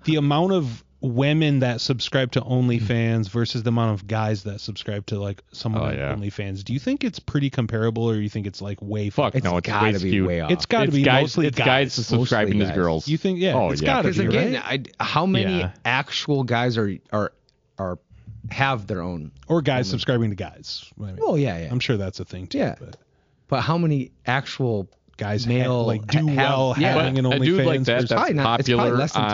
S2: the amount of women that subscribe to OnlyFans versus the amount of guys that subscribe to like someone
S5: Oh,
S2: on
S5: yeah.
S2: OnlyFans? Do you think it's pretty comparable, or you think it's like way
S5: Fuck
S1: it's
S5: no, it's
S1: gotta
S5: way
S1: be
S5: skewed.
S1: way off.
S2: It's got to
S5: It's
S2: be
S5: guys,
S2: mostly
S5: it's
S2: guys.
S5: guys, subscribing
S1: Mostly
S5: to
S1: guys.
S5: girls.
S2: You think? Yeah.
S5: Oh,
S2: it's
S5: yeah,
S2: got to
S1: because
S2: be
S1: again,
S2: right?
S1: I, how many
S4: Yeah.
S1: actual guys are are are have their own?
S2: Or guys
S5: Mm-hmm.
S2: subscribing to guys. I mean,
S1: Oh yeah, yeah,
S2: I'm sure that's a thing too.
S1: Yeah.
S2: But
S1: but how many actual
S2: guys ha-
S1: Male
S2: like do
S1: have-
S2: well
S1: yeah.
S2: having
S5: But
S2: an
S5: a dude
S2: OnlyFans.
S5: like that,
S2: versus-
S5: that's
S1: Probably not- it's probably
S5: popular
S1: less than
S5: on-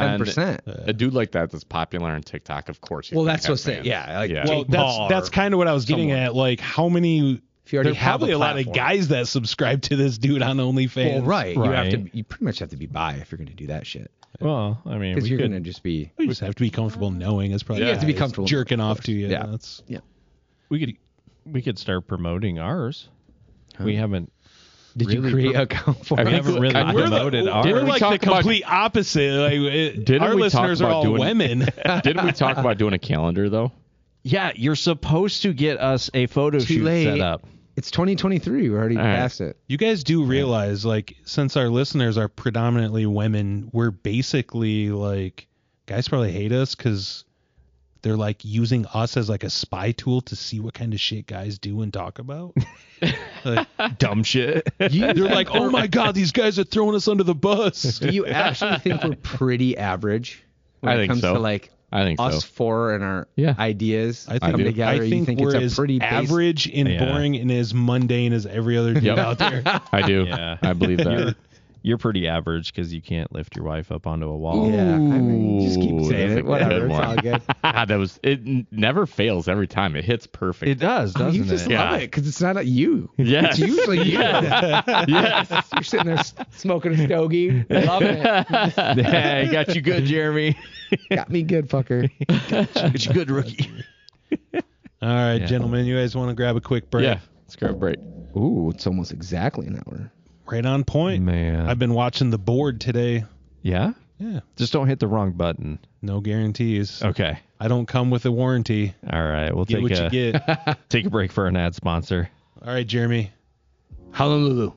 S1: 10%.
S5: a dude like that that's popular on TikTok, of course. he's
S1: Well,
S5: gonna
S1: that's
S5: have
S1: what's it.
S5: fans.
S1: Yeah, like
S5: Yeah.
S1: Jake
S2: well, that's
S1: Paul
S2: that's
S1: or
S2: kind of what I was getting
S1: someone.
S2: at. Like how many?
S1: if you already
S2: There's
S1: have
S2: probably a, lot of
S1: platform.
S2: guys that subscribe to this dude on OnlyFans.
S1: Well, right. You have
S4: Right.
S1: to. You pretty much have to be bi if you're going to do that shit.
S4: Well, I mean,
S1: Because
S4: we
S1: you're
S4: could,
S1: going to just be.
S2: You just have to be comfortable knowing. It's probably
S5: You have to
S1: be
S2: guys
S1: comfortable,
S2: jerking
S1: of
S2: off
S1: course.
S2: to you.
S1: Yeah.
S2: That's
S1: Yeah.
S4: we could we could start promoting ours. We haven't
S1: Did you
S4: Really
S1: create
S4: pro-
S1: an account for
S4: we
S1: it?
S4: haven't really
S5: I- we're the-
S4: promoted
S5: Didn't
S2: We're
S4: ours.
S5: we
S2: like
S5: talk
S2: the
S5: about-
S2: complete opposite. Like it,
S5: Didn't
S2: our
S5: we talk
S2: listeners are
S5: about
S2: all
S5: doing-
S2: women.
S5: Didn't we talk about doing a calendar though?
S4: Yeah, you're supposed to get us a photo
S1: Too
S4: shoot set
S1: late.
S4: up.
S1: It's 2023. We already
S5: right.
S1: passed it.
S2: you guys do realize, like, since our listeners are predominantly women, we're basically like guys probably hate us because they're like using us as like a spy tool to see what kind of shit guys do and talk about. like,
S4: Dumb shit.
S2: they're like, oh my god, these guys are throwing us under the bus.
S1: Do you actually think we're pretty average when
S5: I
S1: it
S5: think
S1: comes
S5: so.
S1: to like
S5: I think
S1: us
S5: so.
S1: four and our
S5: Yeah.
S1: ideas
S2: I
S1: come
S2: think,
S1: together?
S2: I
S1: you
S2: think,
S1: think
S2: we're
S1: it's
S2: as
S1: a pretty base-
S2: average and
S4: Yeah.
S2: boring and as mundane as every other dude
S5: Yep.
S2: out there.
S5: I do.
S4: Yeah.
S5: I believe that.
S4: You're pretty average because you can't lift your wife up onto a wall.
S1: Yeah, I mean, you just keep
S5: Ooh,
S1: saying
S5: that's a
S1: it. Whatever,
S5: good
S1: it's all
S5: one.
S1: good.
S5: Ah, that was it. n- Never fails every time. It hits perfect.
S4: It does,
S1: I mean,
S4: doesn't
S1: you just
S4: it?
S1: love
S5: Yeah.
S1: it because it's not a you.
S5: Yes.
S1: It's usually you.
S5: yes.
S1: You're sitting there s- smoking a stogie, loving it.
S4: yeah, I got you good, Jeremy.
S1: Got me good, fucker.
S4: Got you good, rookie.
S2: All right, gentlemen, you guys want to grab a quick break?
S5: Yeah. Let's grab a break.
S1: Ooh, it's almost exactly an hour.
S2: Right on point.
S4: Man.
S2: I've been watching the board today.
S4: Yeah?
S2: Yeah.
S4: Just don't hit the wrong button.
S2: No guarantees.
S4: Okay.
S2: I don't come with a warranty.
S4: All right. We'll
S2: Get
S4: take
S2: what
S4: a,
S2: you get. All
S4: take a break for an ad sponsor.
S2: right, Jeremy.
S1: Honolulu.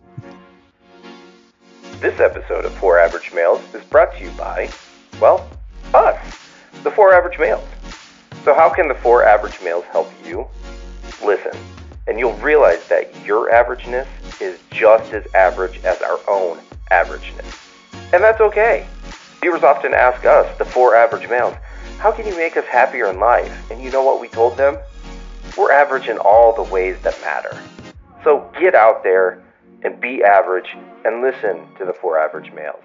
S6: This episode of Four Average Males is brought to you by, well, us, the Four Average Males. So, how can the Four Average Males help you? Listen, and you'll realize that your averageness is just as average as our own averageness. And that's okay. Viewers often ask us, the Four Average Males, how can you make us happier in life? And you know what we told them? We're average in all the ways that matter. So get out there and be average and listen to the four average males.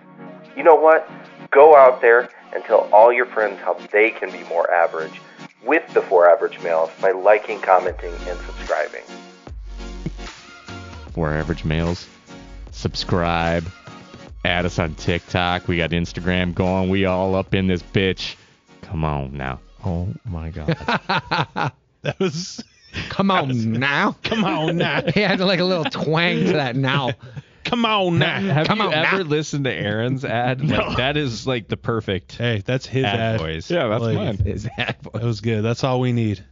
S6: You know what? Go out there and tell all your friends how they can be more average with the four average males by liking, commenting, and subscribing.
S5: We're average males. Subscribe. Add us on TikTok. We got Instagram going. We all up in this bitch. Come on now.
S4: Oh, my God.
S2: That was
S1: Come on now.
S2: come on now.
S1: He had like a little twang to that now.
S2: Come on now.
S4: Have
S1: Come
S4: you
S1: on
S4: ever
S1: now.
S4: listened to Aaron's ad? Like, that is like the perfect
S2: Hey, that's his
S4: ad,
S2: ad.
S4: voice.
S5: Yeah, that's
S2: Like-
S5: mine.
S1: Is that
S2: That was good. That's all we need.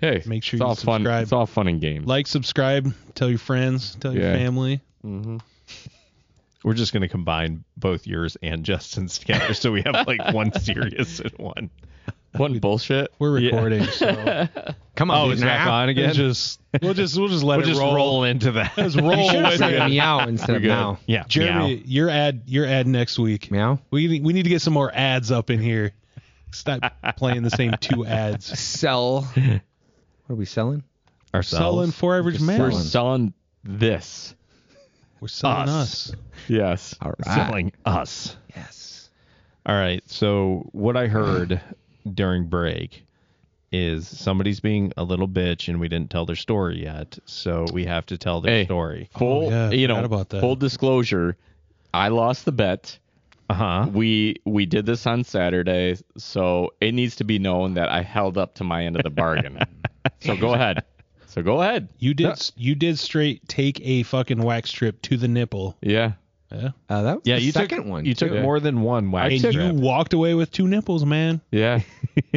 S5: Hey,
S2: Make sure
S5: it's
S2: you
S5: all fun.
S2: subscribe.
S5: It's all fun and games.
S2: Like, subscribe, tell your friends, tell your
S5: Yeah.
S2: family.
S4: We're just gonna combine both yours and Justin's together, so we have like one serious and one.
S5: Wasn't bullshit.
S2: We're recording, so
S1: Come on
S4: Oh, it's
S1: now.
S4: back on again.
S2: it's just we'll just we'll just let
S4: we'll
S2: it
S4: just roll.
S2: roll.
S4: into that.
S2: Just roll with
S1: Say
S2: it.
S1: meow instead of now.
S4: Yeah,
S2: Jeremy, your ad, your ad next week.
S1: Meow.
S2: We need- we need to get some more ads up in here. Stop playing the same two ads.
S1: Sell. What are we selling?
S4: Meow.
S2: Selling
S4: ourselves.
S2: four average men.
S5: We're
S1: Selling.
S5: selling this.
S2: We're selling
S4: us.
S2: us.
S5: Yes.
S1: All right.
S4: selling us.
S1: Yes.
S4: All right. So what I heard during break is somebody's being a little bitch, and we didn't tell their story yet, so we have to tell their
S5: Hey.
S4: story.
S5: Full,
S2: yeah, I
S5: you know,
S2: forgot about that.
S5: full disclosure. I lost the bet.
S4: Uh huh.
S5: We we did this on Saturday, so it needs to be known that I held up to my end of the bargain. so go ahead. So go ahead.
S2: You did you did straight take a fucking wax strip to the nipple.
S5: Yeah.
S2: Yeah.
S1: Uh, that was
S4: Yeah,
S1: the
S4: you
S1: second
S4: took
S1: one.
S4: You took
S1: too.
S4: more than one wax.
S2: And
S4: strip.
S2: you walked away with two nipples, man.
S5: Yeah.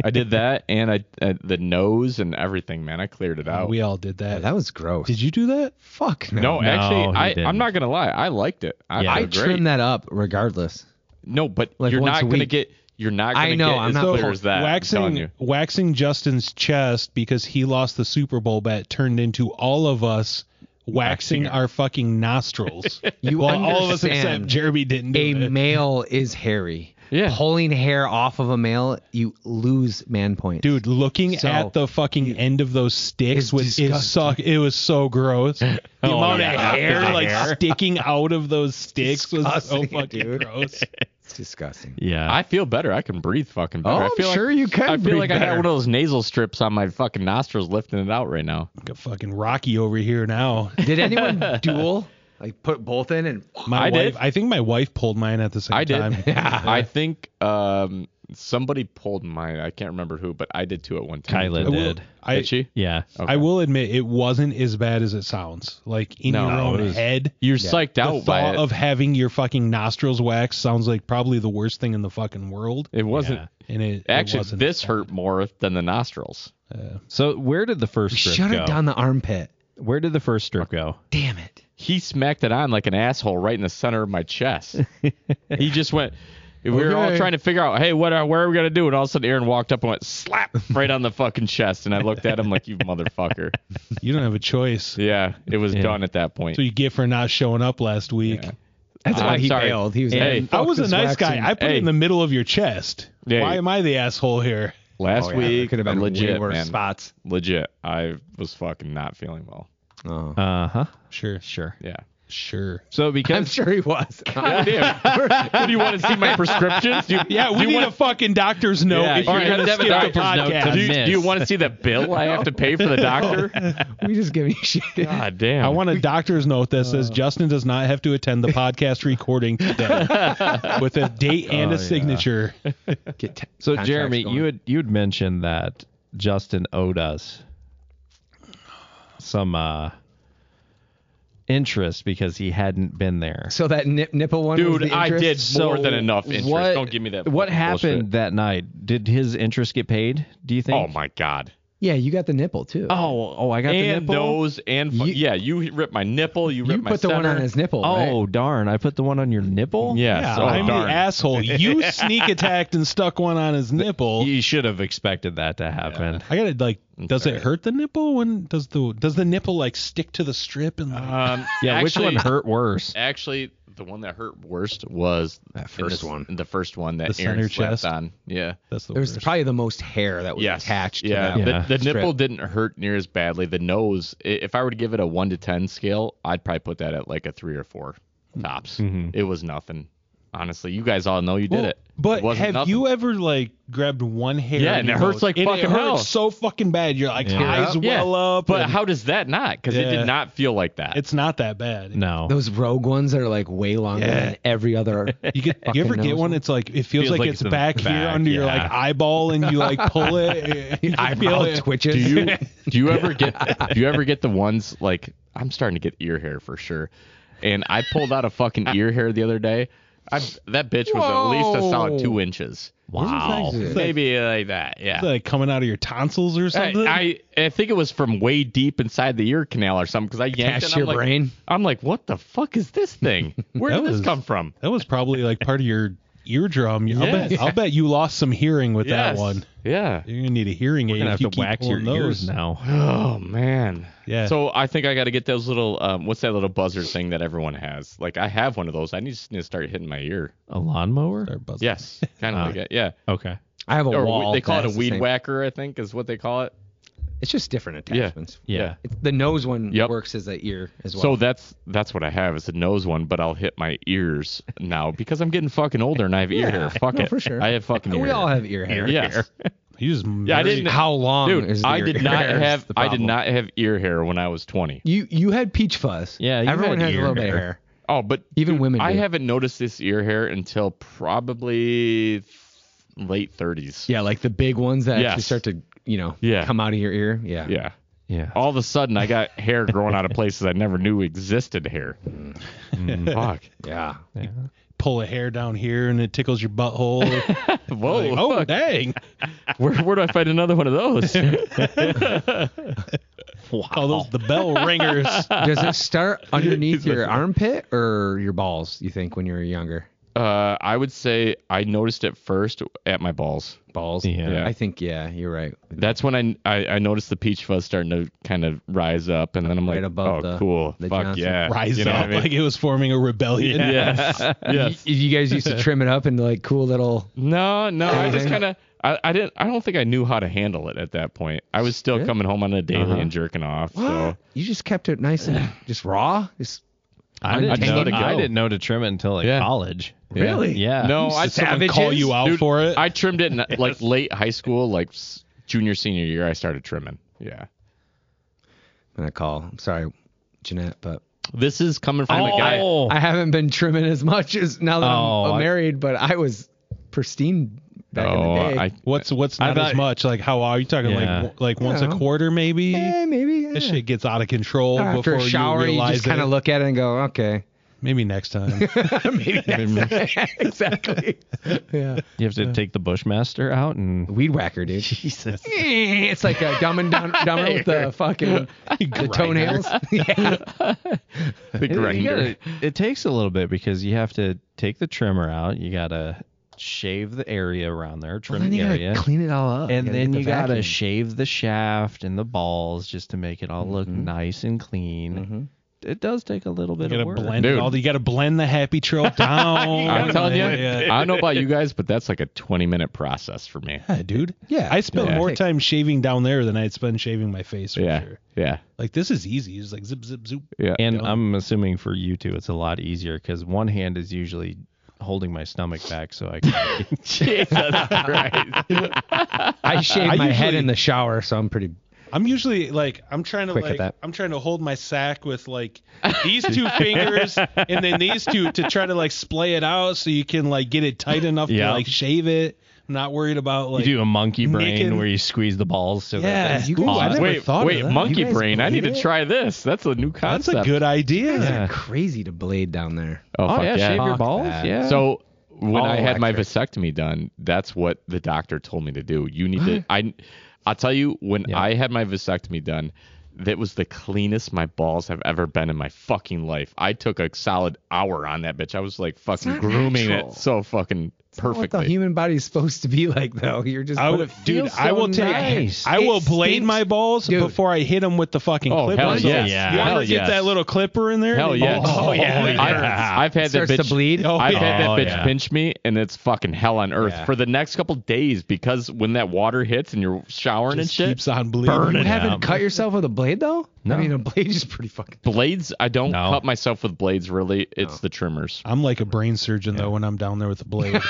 S5: I did that and I uh, the nose and everything, man. I cleared it out.
S2: We all did that.
S1: That was gross.
S2: did you do that?
S1: Fuck no.
S5: no,
S4: No,
S5: actually,
S4: he
S5: I,
S4: didn't.
S5: I'm not gonna lie. I liked it. I,
S4: Yeah.
S5: yeah,
S1: I
S5: I great.
S1: trim that up regardless.
S5: No, but
S1: like
S5: you're
S1: once
S5: not
S1: a
S5: gonna
S1: week.
S5: get. You're not gonna
S1: I know,
S5: get
S1: I'm
S5: as
S1: not
S5: clear
S1: pulling-
S5: as that. I'm telling you.
S2: waxing waxing Justin's chest because he lost the Super Bowl bet turned into all of us waxing our fucking nostrils.
S1: You
S2: well, all of us
S1: understand
S2: except Jeremy didn't do
S1: A
S2: it.
S1: male is hairy.
S5: Yeah.
S1: pulling hair off of a male, you lose man points.
S2: Dude, looking
S1: So,
S2: at the fucking end of those sticks
S1: it's Oh,
S2: was it suck. It was so gross. The amount of hair like sticking out of those sticks was so
S1: Disgusting,
S2: fucking
S1: dude.
S2: gross.
S1: it's disgusting.
S4: Yeah.
S5: I feel better. I can breathe fucking better.
S1: Oh,
S5: I feel
S1: I'm sure
S5: like,
S1: you can
S5: I feel
S1: breathe
S5: like I got
S1: better.
S5: one of those nasal strips on my fucking nostrils, lifting it out right now.
S2: Like a fucking Rocky over here now.
S1: Did anyone duel? Like put both in and
S2: My
S5: I
S2: wife,
S5: did.
S2: I think my wife pulled mine at the same
S5: I
S2: time.
S5: did. I think um, somebody pulled mine. I can't remember who, but I did too at one time.
S4: Kyla
S5: too.
S2: will-
S4: did.
S2: I,
S5: Did she?
S4: yeah.
S2: I will admit it wasn't as bad as it sounds. Like in
S5: No,
S2: your
S5: it
S2: own
S5: was-
S2: head,
S5: You're psyched
S2: the
S5: out by
S2: thought
S5: it.
S2: of having your fucking nostrils waxed sounds like probably the worst thing in the fucking world.
S5: it wasn't.
S2: And it it
S5: Actually,
S2: wasn't
S5: this
S2: as
S5: hurt more than the nostrils.
S4: So where did the first strip
S1: shut
S4: go?
S1: it down the armpit.
S4: Where did the first strip go?
S1: Damn it.
S5: He smacked it on like an asshole right in the center of my chest. he just went. We were all
S1: Okay.
S5: trying to figure out, hey, what are, where are we gonna do? And all of a sudden, Aaron walked up and went slap right on the fucking chest, and I looked at him like, you motherfucker.
S2: bad. You don't have a choice.
S5: Yeah, it was done at that point.
S2: So you get for not showing up last week.
S1: That's why
S5: I'm
S1: he
S5: sorry.
S1: failed. He was
S5: Hey,
S1: like,
S2: I
S1: "Fuck
S2: was a
S1: this
S2: nice
S1: waxing."
S2: guy. I put it in
S5: Hey.
S2: the middle of your chest.
S5: Yeah.
S2: Why am I the asshole here?
S5: Last
S1: Oh, yeah, there
S5: week,
S1: could have been way
S5: legit,
S1: worse
S5: man.
S1: spots.
S5: Legit, I was fucking not feeling well.
S1: Oh.
S4: Uh huh.
S2: Sure,
S4: Sure.
S5: Yeah.
S2: sure.
S4: So
S1: I'm
S4: because
S1: sure he was.
S5: Damn. what, do you want to see my prescriptions? Do you,
S2: Yeah, we
S5: do you
S2: need
S5: want
S2: a fucking doctor's note
S5: Yeah,
S2: if you're
S5: all right,
S2: gonna skip
S5: Devin,
S2: the
S5: doctor's note
S2: podcast.
S5: do, you, do you want to see the bill I have to pay for the doctor?
S1: we just giving you shit.
S5: God damn.
S2: I want a doctor's note that says
S5: Uh.
S2: Justin does not have to attend the podcast recording today with a date and
S5: Oh,
S2: a signature.
S1: Get t-
S4: so
S1: contracts
S4: Jeremy,
S1: going.
S4: you had you had mentioned that Justin owed us some uh interest because he hadn't been there.
S1: So that nip, nipple one, was
S5: Dude,
S1: the
S5: I
S1: interest?
S5: did more
S4: So
S5: than enough interest.
S4: what-
S5: Don't give me that.
S4: What
S5: fucking bullshit.
S4: happened that night? Did his interest get paid? Do you think?
S5: Oh my god.
S1: Yeah, you got the nipple too.
S4: Oh, oh, I got the
S5: And
S4: nipple.
S5: those and fu-
S1: You-
S5: yeah, you ripped my nipple. You ripped
S1: you
S5: my
S1: put the one on
S5: center.
S1: his nipple.
S4: oh
S1: right?
S4: darn! I put the one on your nipple.
S5: Yeah,
S2: Yeah,
S5: so
S2: I'm
S5: darn.
S2: the asshole. You sneak attacked and stuck one on his nipple.
S4: You should have expected that to happen.
S2: I gotta like, does it hurt the nipple when does the does the nipple like stick to the strip and like?
S5: Um,
S4: Yeah,
S5: actually-
S4: which one hurt worse?
S5: Actually, the one that hurt worst was that
S1: first one.
S5: The first one that
S2: The
S5: Aaron
S2: center
S5: slept
S2: chest?
S5: on. Yeah.
S2: that's the
S1: There was
S2: worst.
S1: probably the most hair that was
S5: Yes.
S1: attached to
S5: yeah.
S1: that.
S4: Yeah.
S5: The, the nipple didn't hurt near as badly. The nose, i- if I were to give it a one to ten scale, I'd probably put that at like a three or four tops. It was nothing. Honestly, you guys all know you did
S2: Well,
S5: it.
S2: But
S5: It wasn't
S2: have
S5: nothing.
S2: you ever like grabbed one hair?
S5: Yeah,
S2: in
S5: and
S2: your
S5: it hurts
S2: nose,
S5: like
S2: and
S5: fucking
S2: it hurts
S5: hell.
S2: so fucking bad. You're like eyes
S5: Yeah.
S2: well up.
S5: But
S2: and
S5: how does that not? Because it
S2: Yeah.
S5: did not feel like that.
S2: It's not that bad.
S4: No.
S1: Those rogue ones that are like way longer than every other.
S2: You get you ever
S1: Fucking
S2: get
S1: nose
S2: one? It's like it feels, like,
S4: like
S2: it's
S4: the
S2: back, here
S4: back,
S2: under your
S4: yeah.
S2: like eyeball, and you like pull it. You can feel
S1: Eyebrow
S2: it.
S1: twitches.
S5: do you do you ever get do you ever get the ones like I'm starting to get ear hair for sure, and I pulled out a fucking ear hair the other day. I, that bitch was at least a solid
S1: Whoa.
S5: two inches.
S1: Wow. It's like-
S5: maybe like that. Yeah,
S2: It's like coming out of your tonsils or something.
S5: I, I I think it was from way deep inside the ear canal or something because I yanked
S1: Attached
S5: it.
S1: to your
S5: and I'm like,
S1: brain.
S5: I'm like, what the fuck is this thing? Where
S2: That
S5: did this
S2: was-
S5: come from?
S2: that was probably like part of your eardrum. I'll
S5: Yes.
S2: bet I'll bet you lost some hearing with that
S5: Yes.
S2: one.
S5: Yeah.
S2: You're gonna need a hearing aid.
S4: You're gonna
S2: if
S4: have
S2: you
S4: to
S2: keep
S4: wax your
S2: pulling
S4: ears
S2: those.
S4: now.
S5: Oh man.
S2: Yeah.
S5: So I think I got to get those little um, what's that little buzzer thing that everyone has? Like I have one of those. I need just need to start hitting my ear.
S4: A lawnmower?
S2: They're buzzing.
S5: Yes. Kind of like it. Yeah.
S4: Okay.
S1: I have a
S5: Or
S1: wall.
S5: we- they call it
S1: that's Uh,
S5: a
S1: the
S5: weed
S1: same.
S5: whacker, I think, is what they call it.
S1: It's just different attachments.
S4: Yeah.
S5: Yeah.
S1: It's- the nose one
S5: Yep.
S1: works as a ear as well.
S5: So that's that's what I have. It's a nose one, but I'll hit my ears now because I'm getting fucking older and I have ear hair. Fuck
S1: no,
S5: it.
S1: for sure.
S5: I have fucking ear
S1: we
S5: hair.
S1: all have ear hair.
S5: Yes.
S2: You just
S5: Yeah, I
S2: married-
S5: didn't.
S1: How long
S5: Dude,
S1: is the
S5: I
S1: ear
S5: did not
S1: hair is
S5: have.
S1: the
S5: I did
S1: problem.
S5: not have ear hair when I was 20.
S1: You you had peach fuzz.
S4: Yeah, you
S1: everyone
S4: had
S1: has a
S4: ear
S1: little bit of
S4: hair.
S1: hair.
S5: Oh, but
S1: Even
S5: dude,
S1: women
S5: I
S1: do.
S5: haven't noticed this ear hair until probably th- late 30s.
S1: Yeah, like the big ones that actually
S5: Yes.
S1: start to you know
S5: Yeah.
S1: come out of your ear. Yeah.
S5: Yeah.
S4: Yeah.
S5: All of a sudden, I got hair growing out of places I never knew existed. Hair.
S1: Mm.
S5: Fuck.
S1: Yeah.
S2: pull a hair down here and it tickles your butthole.
S5: Whoa.
S2: oh dang!
S5: Where, where do I find another one of those?
S2: Call those the bell ringers.
S1: Does it start underneath your armpit or your balls? You think when you were younger?
S5: Uh, I would say I noticed it first at my balls.
S1: Balls.
S4: Yeah.
S5: Yeah.
S1: I think yeah, you're right.
S5: That's when I, I I noticed the peach fuzz starting to kind of rise up, and then I'm
S1: Right
S5: like,
S1: above
S5: oh,
S1: the-
S5: cool,
S1: the
S5: fuck
S1: Johnson.
S5: yeah,
S2: Rise
S5: you know
S2: up
S5: what I mean?
S2: like it was forming a rebellion.
S5: yes, yes.
S1: You, you guys used to trim it up into like cool little.
S5: No, no, I just
S1: Anything?
S5: kind of, I, I didn't, I don't think I knew how to handle it at that point. I was still coming home on a daily and jerking off. So
S1: You just kept it nice and just raw. Just
S4: I didn't,
S5: just
S4: know,
S5: let it
S4: I
S5: go.
S4: didn't know to trim it until like
S5: Yeah.
S4: college.
S1: really.
S4: Yeah.
S5: no, I
S2: Did someone call
S1: Savages?
S2: you out
S5: Dude,
S2: for it?
S5: I trimmed it in like late high school, like s- junior senior year. I started trimming. Yeah.
S1: I'm gonna call. I'm sorry, Jeanette, but
S5: This is coming from a guy.
S4: Oh.
S1: I haven't been trimming as much as now that
S4: Oh,
S1: I'm uh,
S4: I-
S1: married. But I was pristine back
S5: Oh,
S1: in the day.
S5: I,
S2: what's what's not
S4: thought-
S2: as much? Like how are you talking?
S4: Yeah.
S2: Like like once
S1: Yeah.
S2: a quarter maybe?
S1: Eh, maybe. Yeah.
S2: This shit gets out of control
S1: After
S2: before
S1: a shower,
S2: you
S1: you,
S2: realize
S1: just kind
S2: it.
S1: of look at it and go, okay.
S2: Maybe next time.
S1: Maybe next time. exactly. Yeah.
S4: You have to take the Bushmaster out and
S1: Weed whacker, dude. Jesus. It's like a dumb and dumb, dumber with the fucking the toenails. yeah.
S5: the grinder.
S4: You gotta- it takes a little bit because you have to take the trimmer out. You gotta shave the area around there, trim
S1: Then
S4: the
S1: you
S4: area,
S1: gotta clean it all up.
S4: and
S1: gotta
S4: then
S1: get the
S4: you gotta
S1: vacuum.
S4: shave the shaft and the balls just to make it all look nice and clean. It does take a little
S2: You
S4: bit
S2: gotta
S4: of work.
S2: blend
S5: Dude.
S2: it all. You gotta blend the happy trail down.
S5: I'm telling you,
S2: Yeah.
S5: I don't know about you guys, but that's like a 20 minute process for me.
S2: Yeah, dude.
S1: Yeah.
S2: I spent
S1: Yeah.
S2: more time shaving down there than I'd spend shaving my face. For
S5: Yeah,
S2: Sure.
S5: yeah,
S2: Like this is easy. It's like zip, zip, zoop.
S5: yeah.
S4: And I'm assuming for you two, it's a lot easier because one hand is usually holding my stomach back so I can.
S5: Jesus Christ.
S1: I shave
S2: I
S1: my head
S2: usually-
S1: in the shower, so I'm pretty.
S2: I'm usually like I'm trying to
S1: Quick at
S2: like
S1: that.
S2: I'm trying to hold my sack with like these two fingers and then these two to try to like splay it out so you can like get it tight enough
S4: Yeah.
S2: to like shave it. I'm not worried about like
S4: you do a monkey brain
S2: Naked-
S4: where you squeeze the balls so
S2: Yeah.
S4: that they
S1: You guys- I
S4: pause.
S1: never
S5: wait,
S1: thought of
S5: wait,
S1: that.
S5: monkey
S1: You guys
S5: brain. I need
S1: blade
S5: to
S1: it?
S5: try this. That's a new
S2: That's
S5: concept.
S2: a good idea.
S1: They're crazy to blade down there.
S5: Oh,
S4: Oh
S5: fuck
S4: yeah, shave your
S1: Fuck
S4: balls.
S1: that.
S4: Yeah.
S5: So when
S1: All
S5: I had my
S1: electric.
S5: vasectomy done, that's what the doctor told me to do. You need to. I, I'll tell you, when I had my vasectomy done, that was the cleanest my balls have ever been in my fucking life. I took a solid hour on that bitch. I was like fucking
S1: not
S5: grooming
S1: natural.
S5: it so fucking
S1: What the
S5: perfectly.
S1: human body's supposed to be like, though? You're just.
S2: I
S1: but
S2: will,
S1: it feels
S2: dude, I
S1: so
S2: will take.
S1: nice.
S2: I
S1: It
S2: will blade
S1: stinks.
S2: my balls
S1: Dude.
S2: before I hit them with the fucking
S5: Oh,
S2: clipper.
S5: hell
S2: So
S5: yes.
S2: You
S5: Yeah. Hell
S2: ever get
S5: yes.
S2: that little clipper in there?
S5: Hell
S2: and-
S5: yeah.
S2: Oh, yeah.
S5: I've, I've had that
S1: starts
S5: bitch
S1: to bleed.
S2: Oh,
S5: I've had
S2: yeah.
S5: that
S2: Oh,
S5: bitch
S2: yeah.
S5: pinch me, and it's fucking hell on earth for the next couple days because when that water hits and you're showering
S2: Just
S5: and shit,
S2: keeps on bleeding.
S1: You haven't cut yourself with a blade though. No. I mean, a blade is pretty fucking.
S5: blades. I don't
S4: No.
S5: cut myself with blades. Really, it's the trimmers.
S2: I'm like a brain surgeon though when I'm down there with a blade.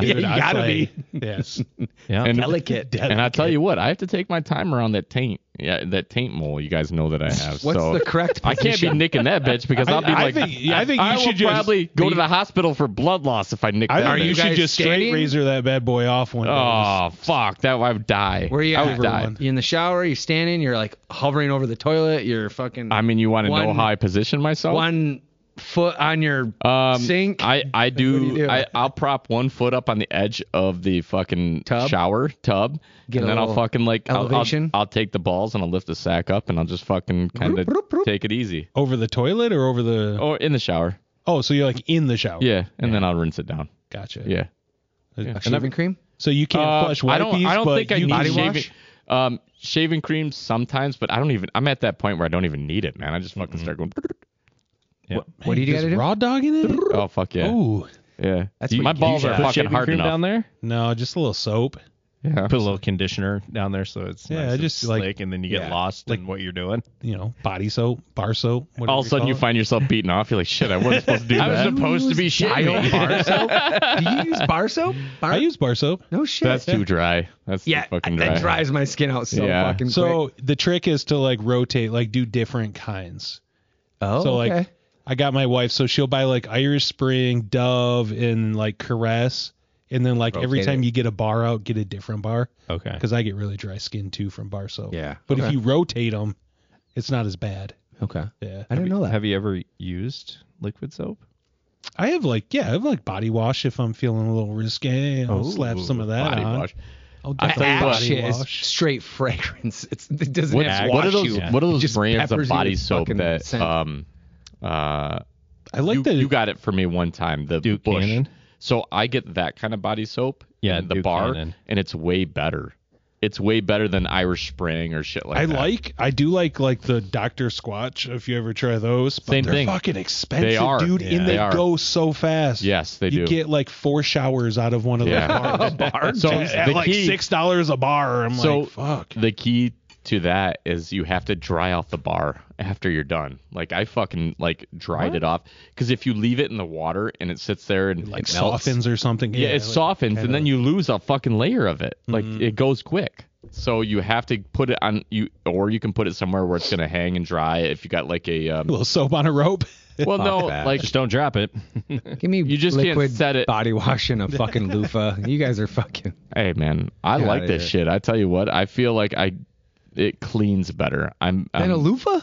S2: Dude,
S1: you
S2: I
S1: gotta
S2: play- Yes.
S4: yeah.
S5: And,
S1: Delicate.
S5: and I tell you what, I have to take my time around that taint. Yeah, that taint mole. You guys know that I have.
S1: What's
S5: so
S1: the correct?
S5: I can't be
S1: position?
S5: nicking that bitch because I'll be
S2: I
S5: like,
S2: think- yeah, I think you
S5: will
S2: should just-
S5: probably go to the hospital for blood loss if I nick
S2: I
S5: that.
S2: think
S5: bitch.
S2: you, should
S1: guys
S2: just straight
S1: skating?
S2: razor that bad boy off one day.
S5: Oh fuck, that I would die.
S1: Where you
S5: I
S1: at?
S5: would die.
S2: Everyone.
S1: You in the shower? You standing? You're like hovering over the toilet. You're fucking
S5: I mean, you want to know
S1: One-
S5: how I position myself?
S1: one foot on your
S5: um,
S1: sink.
S5: I I do.
S1: do you do?
S5: I I'll prop one foot up on the edge of the fucking
S1: Tub?
S5: shower tub,
S1: Get a
S5: and then I'll
S1: little
S5: fucking like I'll- I'll-
S1: elevation?
S5: I'll, take the balls and I'll lift the sack up and I'll just fucking kind of
S1: Broop, broop, broop.
S5: take it easy.
S2: Over the toilet or over the oh,
S5: Or in the shower.
S2: so you're like in the shower.
S5: Yeah, and then I'll rinse it down.
S2: Gotcha.
S5: Yeah.
S1: shaving cream.
S2: So you can't
S5: Uh,
S2: flush wipes,
S5: I don't. I don't
S2: but
S5: think I
S2: you
S5: need
S2: can-
S1: body
S5: shaving.
S1: wash?
S5: Um, shaving cream sometimes, but I don't even. I'm at that point where I don't even need it, man. I just fucking start going.
S1: What do you
S2: Is
S1: gotta do?
S2: Raw dog in it?
S5: Oh fuck yeah.
S2: Ooh.
S5: Yeah.
S1: That's what
S5: my
S1: you
S5: balls
S1: should
S5: are
S1: put
S5: fucking hard enough.
S4: down there.
S2: No, just a little soap.
S5: Yeah.
S4: Put a little conditioner down there so it's
S2: Yeah,
S4: nice and
S2: just, like-
S4: slick, and then you get
S2: yeah,
S4: lost in what you're doing.
S2: You know, body soap, bar soap. whatever
S5: All of a sudden, you
S2: call
S5: find yourself beating off. You're like, shit, I wasn't supposed to do
S1: I was
S5: that.
S1: supposed to be shitting. Bar soap? Do you use bar soap? Bar?
S2: it. I use bar soap.
S1: no shit.
S5: That's too dry. That's too
S1: yeah,
S5: fucking dry.
S1: that dries my skin out so
S5: Yeah.
S1: fucking quick.
S2: So the trick is to like rotate, like do different kinds.
S1: Oh,
S2: so
S1: okay.
S2: like I got my wife, so she'll buy like Irish Spring, Dove, and like Caress, and then like every
S1: Rotate
S2: time
S1: it.
S2: you get a bar out, get a different bar.
S4: Okay.
S2: Because I get really dry skin too from bar soap.
S1: Yeah.
S2: But if
S1: Okay.
S2: you rotate them, it's not as bad.
S1: okay,
S2: Yeah.
S1: I didn't know that.
S4: Have you ever used liquid soap?
S2: I have like yeah, I have like body wash if I'm feeling a little risque. I'll slap some of that
S5: Body
S2: on.
S5: wash.
S2: I'll
S1: I
S2: definitely body
S1: shit is
S2: wash.
S1: straight fragrance. It's, it doesn't
S5: What,
S1: have to
S5: what
S1: wash
S5: are those?
S1: you.
S5: What are
S1: It
S5: those
S1: just
S5: brands of
S1: peppers you
S5: body
S1: with
S5: soap
S1: fucking
S5: that
S1: scent.
S5: um uh
S2: I like
S5: you,
S2: the
S5: you got it for me one time the Bush.
S4: Cannon?
S5: So I get that kind of body soap
S4: Yeah,
S5: in the
S4: Duke
S5: bar,
S4: Cannon.
S5: and it's way better. It's way better than Irish Spring or shit like
S2: I
S5: that.
S2: like, I do like like the Doctor Squatch. If you ever try those, but
S5: Same
S2: they're
S5: thing.
S2: fucking expensive,
S5: They are.
S2: dude,
S5: Yeah.
S2: and they,
S5: They are.
S2: go so fast.
S5: Yes, they
S2: you
S5: do.
S2: get like four showers out of one of
S5: Yeah.
S2: those bars.
S5: So
S2: Dude, at
S5: the
S2: like
S5: key-
S2: six dollars a bar, I'm
S5: So-
S2: like, fuck.
S5: the key to that is you have to dry off the bar after you're done. Like I fucking like dried it off because if you leave it in the water and it sits there and
S2: Like
S5: melts,
S2: softens or something.
S5: yeah,
S2: like,
S5: it softens and
S2: kinda-
S5: then you lose a fucking layer of it. Like it goes quick. So you have to put it on you, or you can put it somewhere where it's gonna hang and dry. If you got like a
S2: a
S5: um,
S2: little soap on a rope.
S5: well, no,
S1: that.
S5: like
S4: Just don't drop it.
S1: Give me
S5: You just can't
S1: liquid
S5: set it-
S1: body wash and a fucking loofah. You guys are fucking.
S5: Hey man, I
S1: Get
S5: like
S1: outta
S5: this shit. I tell you what, I feel like I it cleans better. I'm, I'm
S1: And a loofah?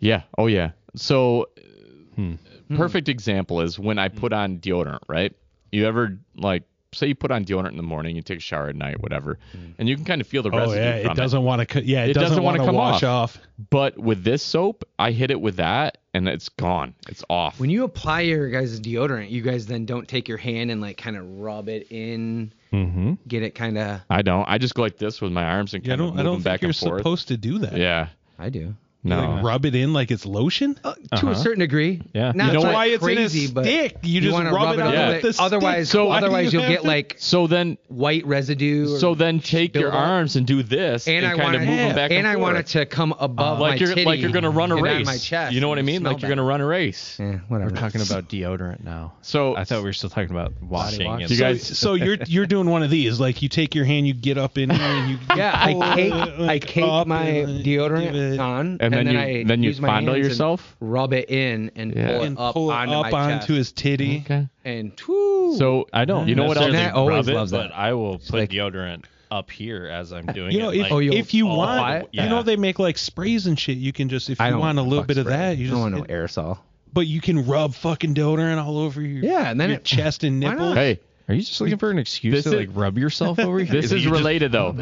S5: yeah, oh yeah. So
S2: Hmm.
S5: uh, perfect example is when I put on deodorant, right? You ever like say you put on deodorant in the morning, you take a shower at night, whatever, and you can kind of feel the residue
S2: Hmm. Oh yeah,
S5: from
S2: it doesn't want to. Yeah, it,
S5: It doesn't
S2: doesn't, want to
S5: wanna come
S2: wash off.
S5: But with this soap, I hit it with that and it's gone. It's off.
S1: When you apply your guys' deodorant, you guys then don't take your hand and like kind of rub it in,
S5: Mm-hmm.
S1: get it kind of.
S5: I don't. I just go like this with my arms and
S2: Yeah, I
S5: kind of
S2: don't.
S5: move
S2: I don't
S5: them
S2: think
S5: back
S2: you're
S5: and forth.
S2: supposed to do that.
S5: yeah.
S1: I do.
S5: No.
S2: Like, rub it in like it's lotion.
S1: Uh, to a
S5: Uh-huh.
S1: certain degree.
S4: Yeah.
S1: Not
S4: You
S2: know
S1: like
S2: why it's in a
S1: crazy, but
S2: stick? You just
S1: wanna
S2: rub it
S1: out
S2: out
S1: a
S5: with
S1: bit.
S2: the
S1: Otherwise,
S2: stick. So why do
S1: otherwise
S2: you
S1: you'll
S2: have
S1: get
S2: to-
S1: like
S5: So then
S1: white residue. or-
S5: So then take your
S1: build up.
S5: arms and do this and,
S1: and I
S5: kind
S1: want
S5: of move them
S1: to,
S5: back and,
S1: and I
S5: forth.
S1: want it to come above my
S5: like you're
S1: titty
S5: like you're gonna run a
S1: and on
S5: race.
S1: my chest.
S5: you know what I
S1: and
S5: mean?
S1: smell
S5: Like you're
S1: better.
S5: gonna run a race.
S1: Yeah, whatever.
S4: Talking about deodorant now.
S5: So
S4: I thought we were still talking about washing.
S1: wash.
S4: and-
S5: You
S2: So-
S5: guys-
S2: so, you're you're doing one of these like you take your hand, you get up in here, and you
S1: Yeah, I cake, I
S2: like,
S1: cake
S2: up
S1: my
S2: and, like,
S1: deodorant
S2: give it-
S1: on,
S5: and, then,
S1: I
S5: you then you
S1: use my
S5: fondle
S1: hands and
S5: yourself.
S1: rub it in, and
S5: Yeah.
S1: pull it
S2: and
S1: up
S2: pull it
S1: onto
S2: up
S1: my
S2: onto
S1: chest.
S2: his titty.
S5: Okay.
S1: and whoo.
S5: So
S4: I don't.
S5: You know what else?
S4: necessarily
S1: Nat always
S4: rub it,
S1: loves that.
S4: But I will put
S1: like-
S4: deodorant up here as I'm doing
S2: You know,
S4: it.
S2: if,
S4: like-
S1: Oh, you'll-
S2: if you
S4: oh,
S2: want,
S4: I-
S2: you
S4: yeah.
S2: know they make like sprays and shit. You can just if
S1: I
S2: you
S1: don't
S2: want a little
S1: fuck
S2: bit of
S1: spray.
S2: that, you
S1: I
S2: just
S1: don't want no aerosol.
S2: but you can rub fucking deodorant all over your
S1: Yeah, and then
S2: your
S1: it-
S2: chest and
S1: why
S2: nipples.
S1: not?
S5: hey,
S4: Are you just looking for an excuse
S5: This
S4: to
S5: is-
S4: like rub yourself over here?
S5: this
S4: You
S5: is
S4: just-
S5: related though.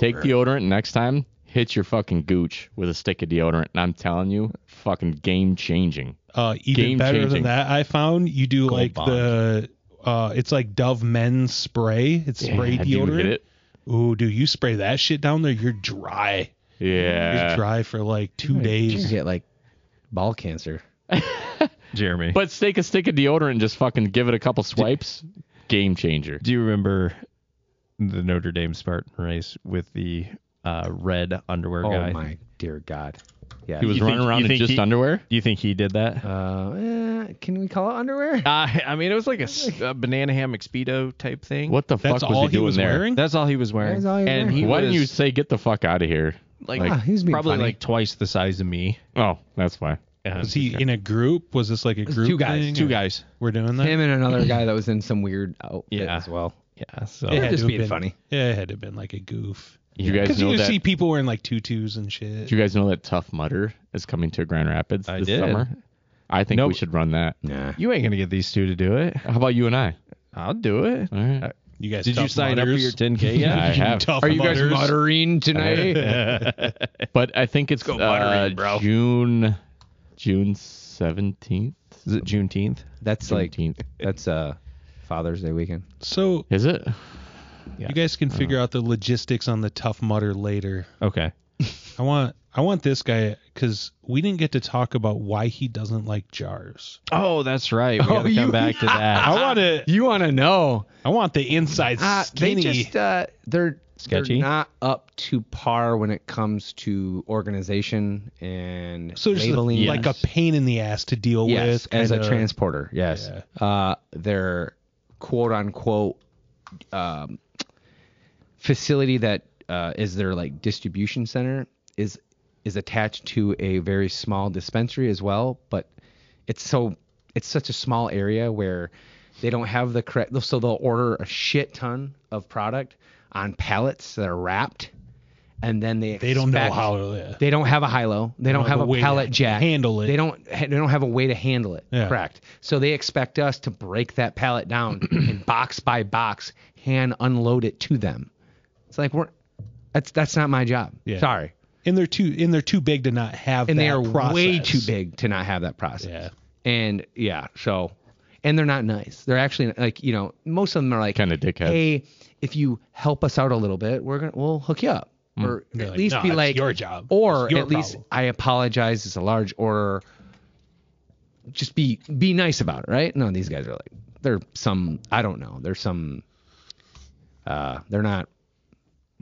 S5: Take deodorant next time. Hit your fucking gooch with a stick of deodorant, and I'm telling you, fucking game changing.
S2: uh, even
S5: Game
S2: better
S5: changing.
S2: than that, I found you do like
S4: Bond.
S2: the uh, it's like Dove Men's spray. It's spray
S5: Yeah, do you
S2: deodorant.
S5: get it?
S2: Ooh, dude, you spray that shit down there, you're dry.
S5: Yeah.
S2: You're dry for like two
S1: You
S2: days.
S1: get like ball cancer.
S4: Jeremy.
S5: But take a stick of deodorant and just fucking give it a couple swipes. Game changer.
S4: do you remember the Notre Dame Spartan race with the uh, red underwear
S1: Oh
S4: guy?
S1: my dear God. Yeah.
S5: He was
S4: You think-
S5: running around
S4: you
S5: in
S4: think
S5: just
S4: he-
S5: underwear.
S4: Do you think he did that?
S1: Uh, eh, can we call it underwear? Ah,
S4: Uh, I mean, it was like a, s- a banana hammock speedo type thing.
S5: What the
S2: That's
S5: fuck was
S2: all
S5: he doing
S2: was
S5: there?
S2: wearing.
S4: That's all he was wearing.
S1: That's all he was
S4: and
S1: wearing.
S4: he
S5: Why didn't you
S4: was,
S5: say get the fuck out of here?
S4: like,
S1: Ah, he was being
S4: probably
S1: funny.
S4: like twice the size of me?
S5: Oh, that's why.
S4: And
S2: Was he in a group? Was this like a group?
S1: two guys,
S2: thing?
S4: two guys?
S2: We're doing that.
S1: Him and another guy that was in some weird outfit
S4: Yeah.
S1: as well.
S4: Yeah. So
S2: It
S1: Yeah.
S2: had
S1: just
S2: to have
S1: being
S2: been-
S1: funny.
S2: Yeah, it had to have been like a goof.
S5: You guys
S2: Because
S5: know
S2: you
S5: that.
S2: see people wearing like tutus and shit.
S5: Do you guys know that Tough Mudder is coming to Grand Rapids
S4: I
S5: this
S4: did.
S5: summer? I think we
S4: Nope.
S5: should run that.
S1: Nah.
S4: you ain't gonna get these two to do it.
S5: How about you and I?
S4: I'll do it.
S5: All right.
S2: You guys
S4: Did you
S2: tough
S4: sign up for
S2: mutters.
S4: your 10k
S5: I
S4: yet?
S5: have.
S2: Tough
S1: Are you guys
S2: mutters.
S1: muttering tonight?
S5: But I think it's uh,
S4: muttering, bro.
S5: June June seventeenth.
S4: Is it Juneteenth?
S1: that's like
S5: Seventeenth.
S1: that's uh Father's Day weekend.
S2: So
S5: Is it?
S2: you guys can figure out the logistics on the tough mutter later.
S4: Okay.
S2: I want I want this guy because we didn't get to talk about why he doesn't like jars.
S4: Oh, that's right. We gotta come back to that.
S2: I want to
S1: You want to know?
S2: I want the inside
S1: Uh, they
S2: skinny.
S1: just uh, they're
S4: Sketchy?
S1: they're not up to par when it comes to organization and
S2: so just
S1: labeling.
S2: like a pain in the ass to deal
S1: yes,
S2: with.
S1: as a
S2: kinda-
S1: transporter. Yes, uh, their quote unquote um, facility that uh, is their like distribution center is is attached to a very small dispensary as well, but it's so it's such a small area where they don't have the correct. So they'll order a shit ton of product on pallets that are wrapped. And then they
S2: They don't know
S1: expect-
S2: how. Yeah.
S1: they don't have a high low. They don't have
S2: have
S1: a,
S2: a way to
S1: pallet jack.
S2: handle it.
S1: They don't. ha- They don't have a way to handle it.
S2: Yeah.
S1: Correct. So they expect us to break that pallet down and box by box hand unload it to them. It's like we're. That's that's not my job.
S2: Yeah.
S1: Sorry.
S2: and they're too and they're too big to not have.
S1: And
S2: that
S1: they are way
S2: process.
S1: too big to not have that process.
S2: Yeah.
S1: And yeah, so and they're not nice. They're actually like, you know, most of them are like,
S5: Kinda dickheads.
S1: Hey, if you help us out a little bit, we're gonna we'll hook you up, or
S2: Hmm. They're
S1: at
S2: like,
S1: least
S2: "No,
S1: be
S2: that's
S1: like
S2: your job.
S1: or
S2: It's your
S1: at least
S2: problem."
S1: I apologize. It's a large order. Just be be nice about it, right? No, these guys are like they're some I don't know. They're some uh they're not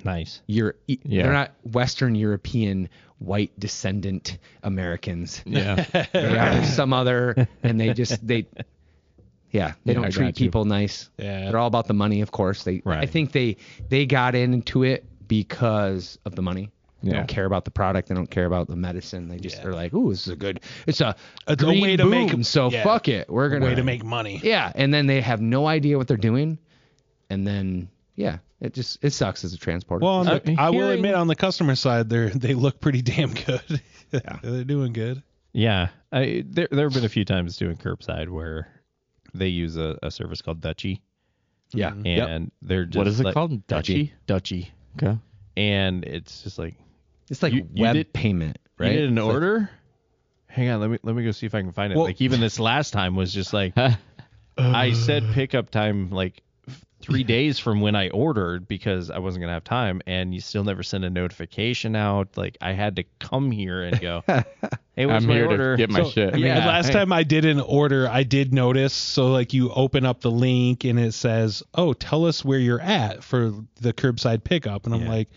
S4: Nice.
S1: Euro- e-
S5: Yeah.
S1: they're not Western European white descendant Americans.
S5: Yeah.
S1: They are some other, and they just they, yeah, they
S5: I
S1: don't
S5: got
S1: treat
S5: you.
S1: people nice.
S2: Yeah.
S1: They're all about the money, of course. They, I
S4: Right.
S1: think they they got into it because of the money. They
S5: Yeah.
S1: don't care about the product. They don't care about the medicine. They just they're like, ooh, this is a good. It's a
S2: It's a
S1: green
S2: way to
S1: boom,
S2: make 'em-
S1: So
S2: yeah.
S1: fuck it, we're gonna
S2: way to make money.
S1: yeah, and then they have no idea what they're doing, and then yeah, it just it sucks as a transporter.
S2: Well, on the,
S5: Uh,
S2: I will
S5: hearing-
S2: admit, on the customer side, they are they look pretty damn good. they're doing good.
S4: Yeah. I, there there have been a few times doing curbside where they use a, a service called Dutchy,
S1: yeah,
S4: and
S1: Yep.
S4: they're just
S5: what is it
S4: like-
S5: called? Dutchy.
S4: Dutchy,
S5: Okay.
S4: and it's just like
S1: It's like
S4: You- you
S1: web
S4: did-
S1: payment, right?
S4: you did an
S1: It's like-
S4: order. Hang on, let me let me go see if I can find it.
S2: Well-
S4: like even this last time was just like I said pickup time like f- three days from when I ordered because I wasn't gonna have time, and you still never sent a notification out. Like I had to come here and go. Hey, what's
S5: I'm
S4: my
S5: here
S4: order?
S5: to get my
S2: So,
S5: shit.
S2: I mean, the last time I did an order, I did notice. So, like, you open up the link and it says, "Oh, tell us where you're at for the curbside pickup," and I'm like.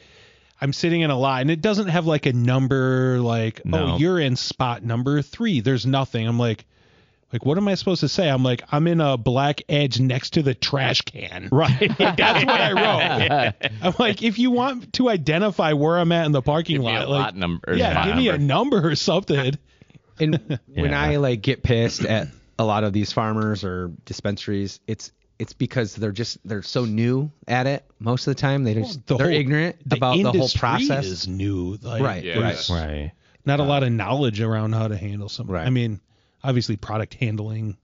S2: I'm sitting in a lot, and it doesn't have like a number, like
S4: No.
S2: oh you're in spot number three. There's nothing. I'm like, like what am I supposed to say? I'm like I'm in a black edge next to the trash can. Right. that's what I wrote. I'm like if you want to identify where I'm at in the parking
S5: Give me
S2: lot,
S5: a
S2: like
S5: lot number.
S2: yeah,
S5: Lot
S2: give me a
S5: number.
S2: number or something.
S1: And when
S4: Yeah.
S1: I like get pissed at a lot of these farmers or dispensaries, it's it's because they're just they're so new at it. Most of the time, they just
S2: the
S1: they're
S2: whole-
S1: ignorant
S2: the
S1: about the whole
S2: industry
S1: process.
S2: is new like,
S1: Right,
S2: there's
S1: right.
S4: Right.
S2: not a lot of knowledge around how to handle something
S1: Right.
S2: i mean obviously product handling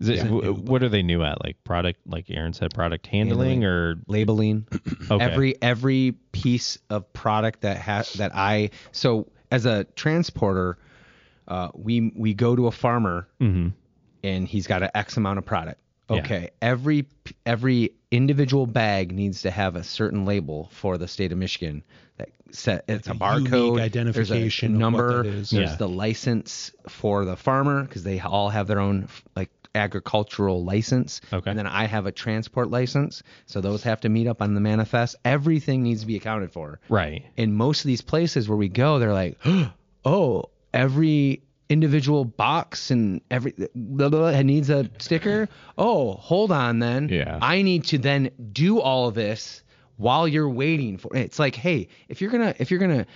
S4: Is it, w- what are they new at? Like product, like Aaron said, product handling, or
S1: labeling
S4: Okay.
S1: every every piece of product that has that I so as a transporter, uh, we we go to a farmer
S4: Mm-hmm.
S1: and he's got an X amount of product. Okay, every every individual bag needs to have a certain label for the state of Michigan. That set it's a
S2: a unique
S1: barcode,
S2: identification of
S1: there's a
S2: what
S1: number,
S2: that is.
S1: there's
S4: Yeah.
S1: the license for the farmer because they all have their own like agricultural license.
S4: Okay.
S1: and then I have a transport license, so those have to meet up on the manifest. Everything needs to be accounted for
S4: right.
S1: in most of these places where we go, they're like, oh, every individual box and every blah, blah, blah, needs a sticker. Oh, hold on then.
S5: Yeah.
S1: I need to then do all of this while you're waiting for it's like, hey, if you're gonna if you're gonna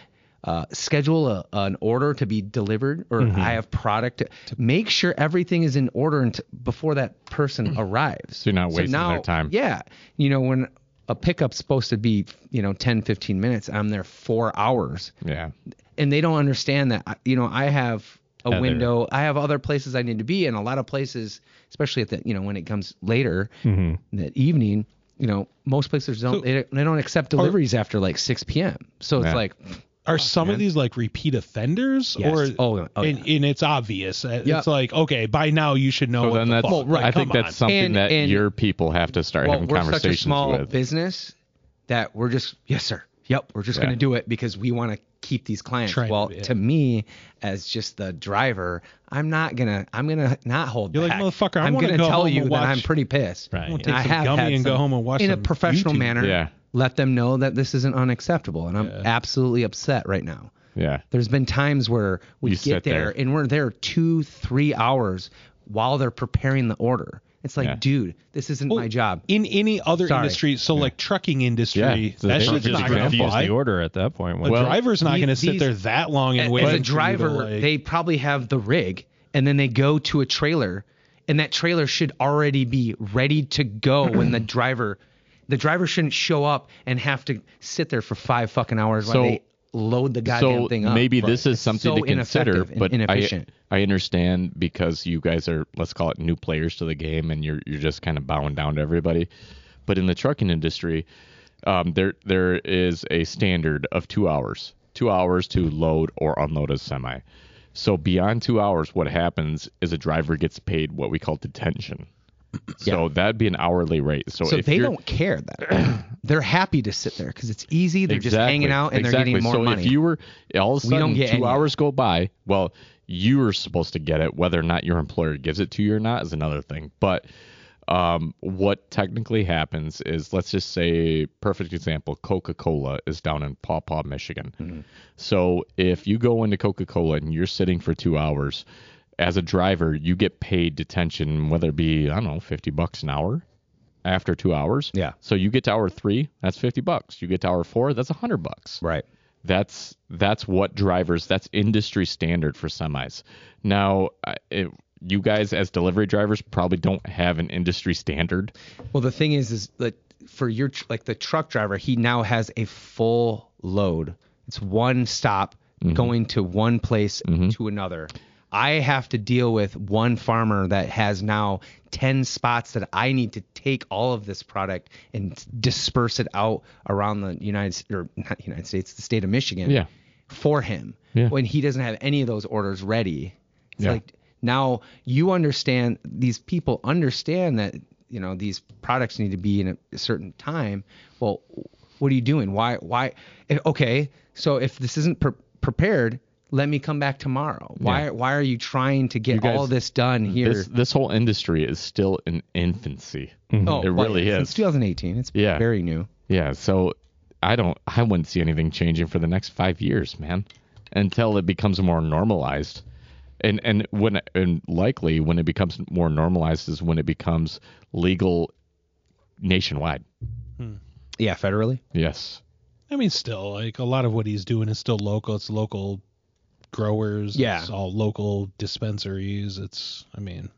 S1: uh, schedule a, an order to be delivered, or I have product. To, make sure everything is in order and before that person arrives.
S5: So you're not wasting their time.
S1: Yeah. You know, when a pickup's supposed to be, you know, 10, 15 minutes, I'm there four hours.
S5: Yeah.
S1: And they don't understand that. I- You know, I have a
S4: Other-
S1: window, I have other places I need to be. And a lot of places, especially at the, you know, when it comes later
S5: Mm-hmm.
S1: in the evening, you know, most places don't, they, don't- they don't accept deliveries after like 6 p.m. So it's
S5: Yeah.
S1: like,
S2: are some of these like repeat offenders
S1: Yes.
S2: or
S1: Oh, oh,
S2: and, and it's obvious Uh,
S1: Yep.
S2: it's like okay by now you should know
S5: So
S2: Oh, what
S5: then
S2: the
S5: that's.
S2: fuck.
S5: I
S2: Like,
S5: think
S2: come
S5: that's
S2: on.
S5: something
S1: And-
S5: that
S1: and-
S5: your people have to start
S1: well,
S5: having
S1: we're such a
S5: conversations
S1: small
S5: with.
S1: business that we're just yes sir yep we're just going to do it because we want to keep these clients
S2: Trying to-
S1: well
S2: yeah.
S1: to me as just the driver i'm not gonna i'm gonna not hold
S2: You're like,
S1: back
S2: "Motherfucker, I
S1: i'm
S2: wanna
S1: gonna
S2: go
S1: tell
S2: home
S1: you
S2: and
S1: that i'm
S2: watch-
S1: pretty pissed
S4: Right.
S1: And
S2: take
S1: I
S2: some
S1: have
S2: gummy
S1: had
S2: and go
S1: some-
S2: home and watch
S1: in a
S2: some
S1: professional
S2: YouTube.
S1: manner
S5: Yeah.
S1: let them know that this isn't unacceptable and i'm absolutely upset right now
S5: Yeah.
S1: there's been times where we
S5: You
S1: get
S5: sit
S1: there,
S5: there.
S1: and we're there two, three hours while they're preparing the order. It's like,
S5: Yeah.
S1: dude, this isn't my job.
S2: in any other
S1: Sorry.
S2: industry so like trucking industry
S5: Yeah. So
S2: that
S5: they
S4: They were
S2: shit's
S4: just
S2: not gonna
S4: confused
S2: fly
S4: the order at that point.
S2: a
S4: Well,
S2: driver's not
S1: the-
S2: gonna sit
S1: these-
S2: there that long and
S1: A-
S2: wait
S1: as
S2: for
S1: a
S2: you to,
S1: driver,
S2: like-
S1: they probably have the rig, and then they go to a trailer, and that trailer should already be ready to go when the driver, the driver shouldn't show up and have to sit there for five fucking hours
S5: So-
S1: while they load the goddamn
S5: so
S1: thing up.
S5: maybe this is something
S1: so
S5: to consider,
S1: ineffective and
S5: but I,
S1: inefficient.
S5: I understand because you guys are let's call it new players to the game, and you're you're just kind of bowing down to everybody. But in the trucking industry, um, there there is a standard of two hours, two hours to load or unload a semi. So beyond two hours, what happens is a driver gets paid what we call detention. So that'd be an hourly rate. So,
S1: So
S5: if
S1: they
S5: you're-
S1: don't care that they're happy to sit there because it's easy. They're just hanging out and
S5: exactly.
S1: they're getting more
S5: so
S1: money.
S5: if you were all of a
S1: We don't
S5: sudden
S1: get
S5: two
S1: any.
S5: hours go by, well, you were supposed to get it. Whether or not your employer gives it to you or not is another thing. But um, what technically happens is, let's just say, perfect example, Coca Cola is down in Paw Paw, Michigan.
S1: Mm-hmm.
S5: So if you go into Coca Cola and you're sitting for two hours, as a driver, you get paid detention, whether it be I don't know, fifty bucks an hour after two hours.
S1: Yeah.
S5: So you get to hour three, that's fifty bucks. You get to hour four, that's hundred bucks.
S1: right.
S5: That's that's what drivers. That's industry standard for semis. Now, I- it, you guys as delivery drivers probably don't have an industry standard.
S1: Well, the thing is, is that for your tr- like the truck driver, he now has a full load. It's one stop going to one place to another. I have to deal with one farmer that has now 10 spots that I need to take all of this product and disperse it out around the United S- or not United States, the state of Michigan
S5: Yeah.
S1: for him
S5: Yeah.
S1: when he doesn't have any of those orders ready. It's
S5: Yeah.
S1: like now you understand these people understand that you know these products need to be in a, certain time. Well, what are you doing? Why why eh, okay, so if this isn't pre- prepared, let me come back tomorrow. Why why are you trying to get all this done here?
S5: This this whole industry is still in infancy.
S1: oh,
S5: it
S1: well,
S5: really
S1: since
S5: is.
S1: 2018. It's
S5: Yeah.
S1: very new.
S5: Yeah, so I don't I wouldn't see anything changing for the next 5 years, man, until it becomes more normalized. And and when and likely when it becomes more normalized is when it becomes legal nationwide.
S1: Yeah, federally.
S5: Yes.
S2: I mean, still, like a lot of what he's doing is still local. It's local growers.
S1: Yeah.
S2: It's all local dispensaries. It's, I mean,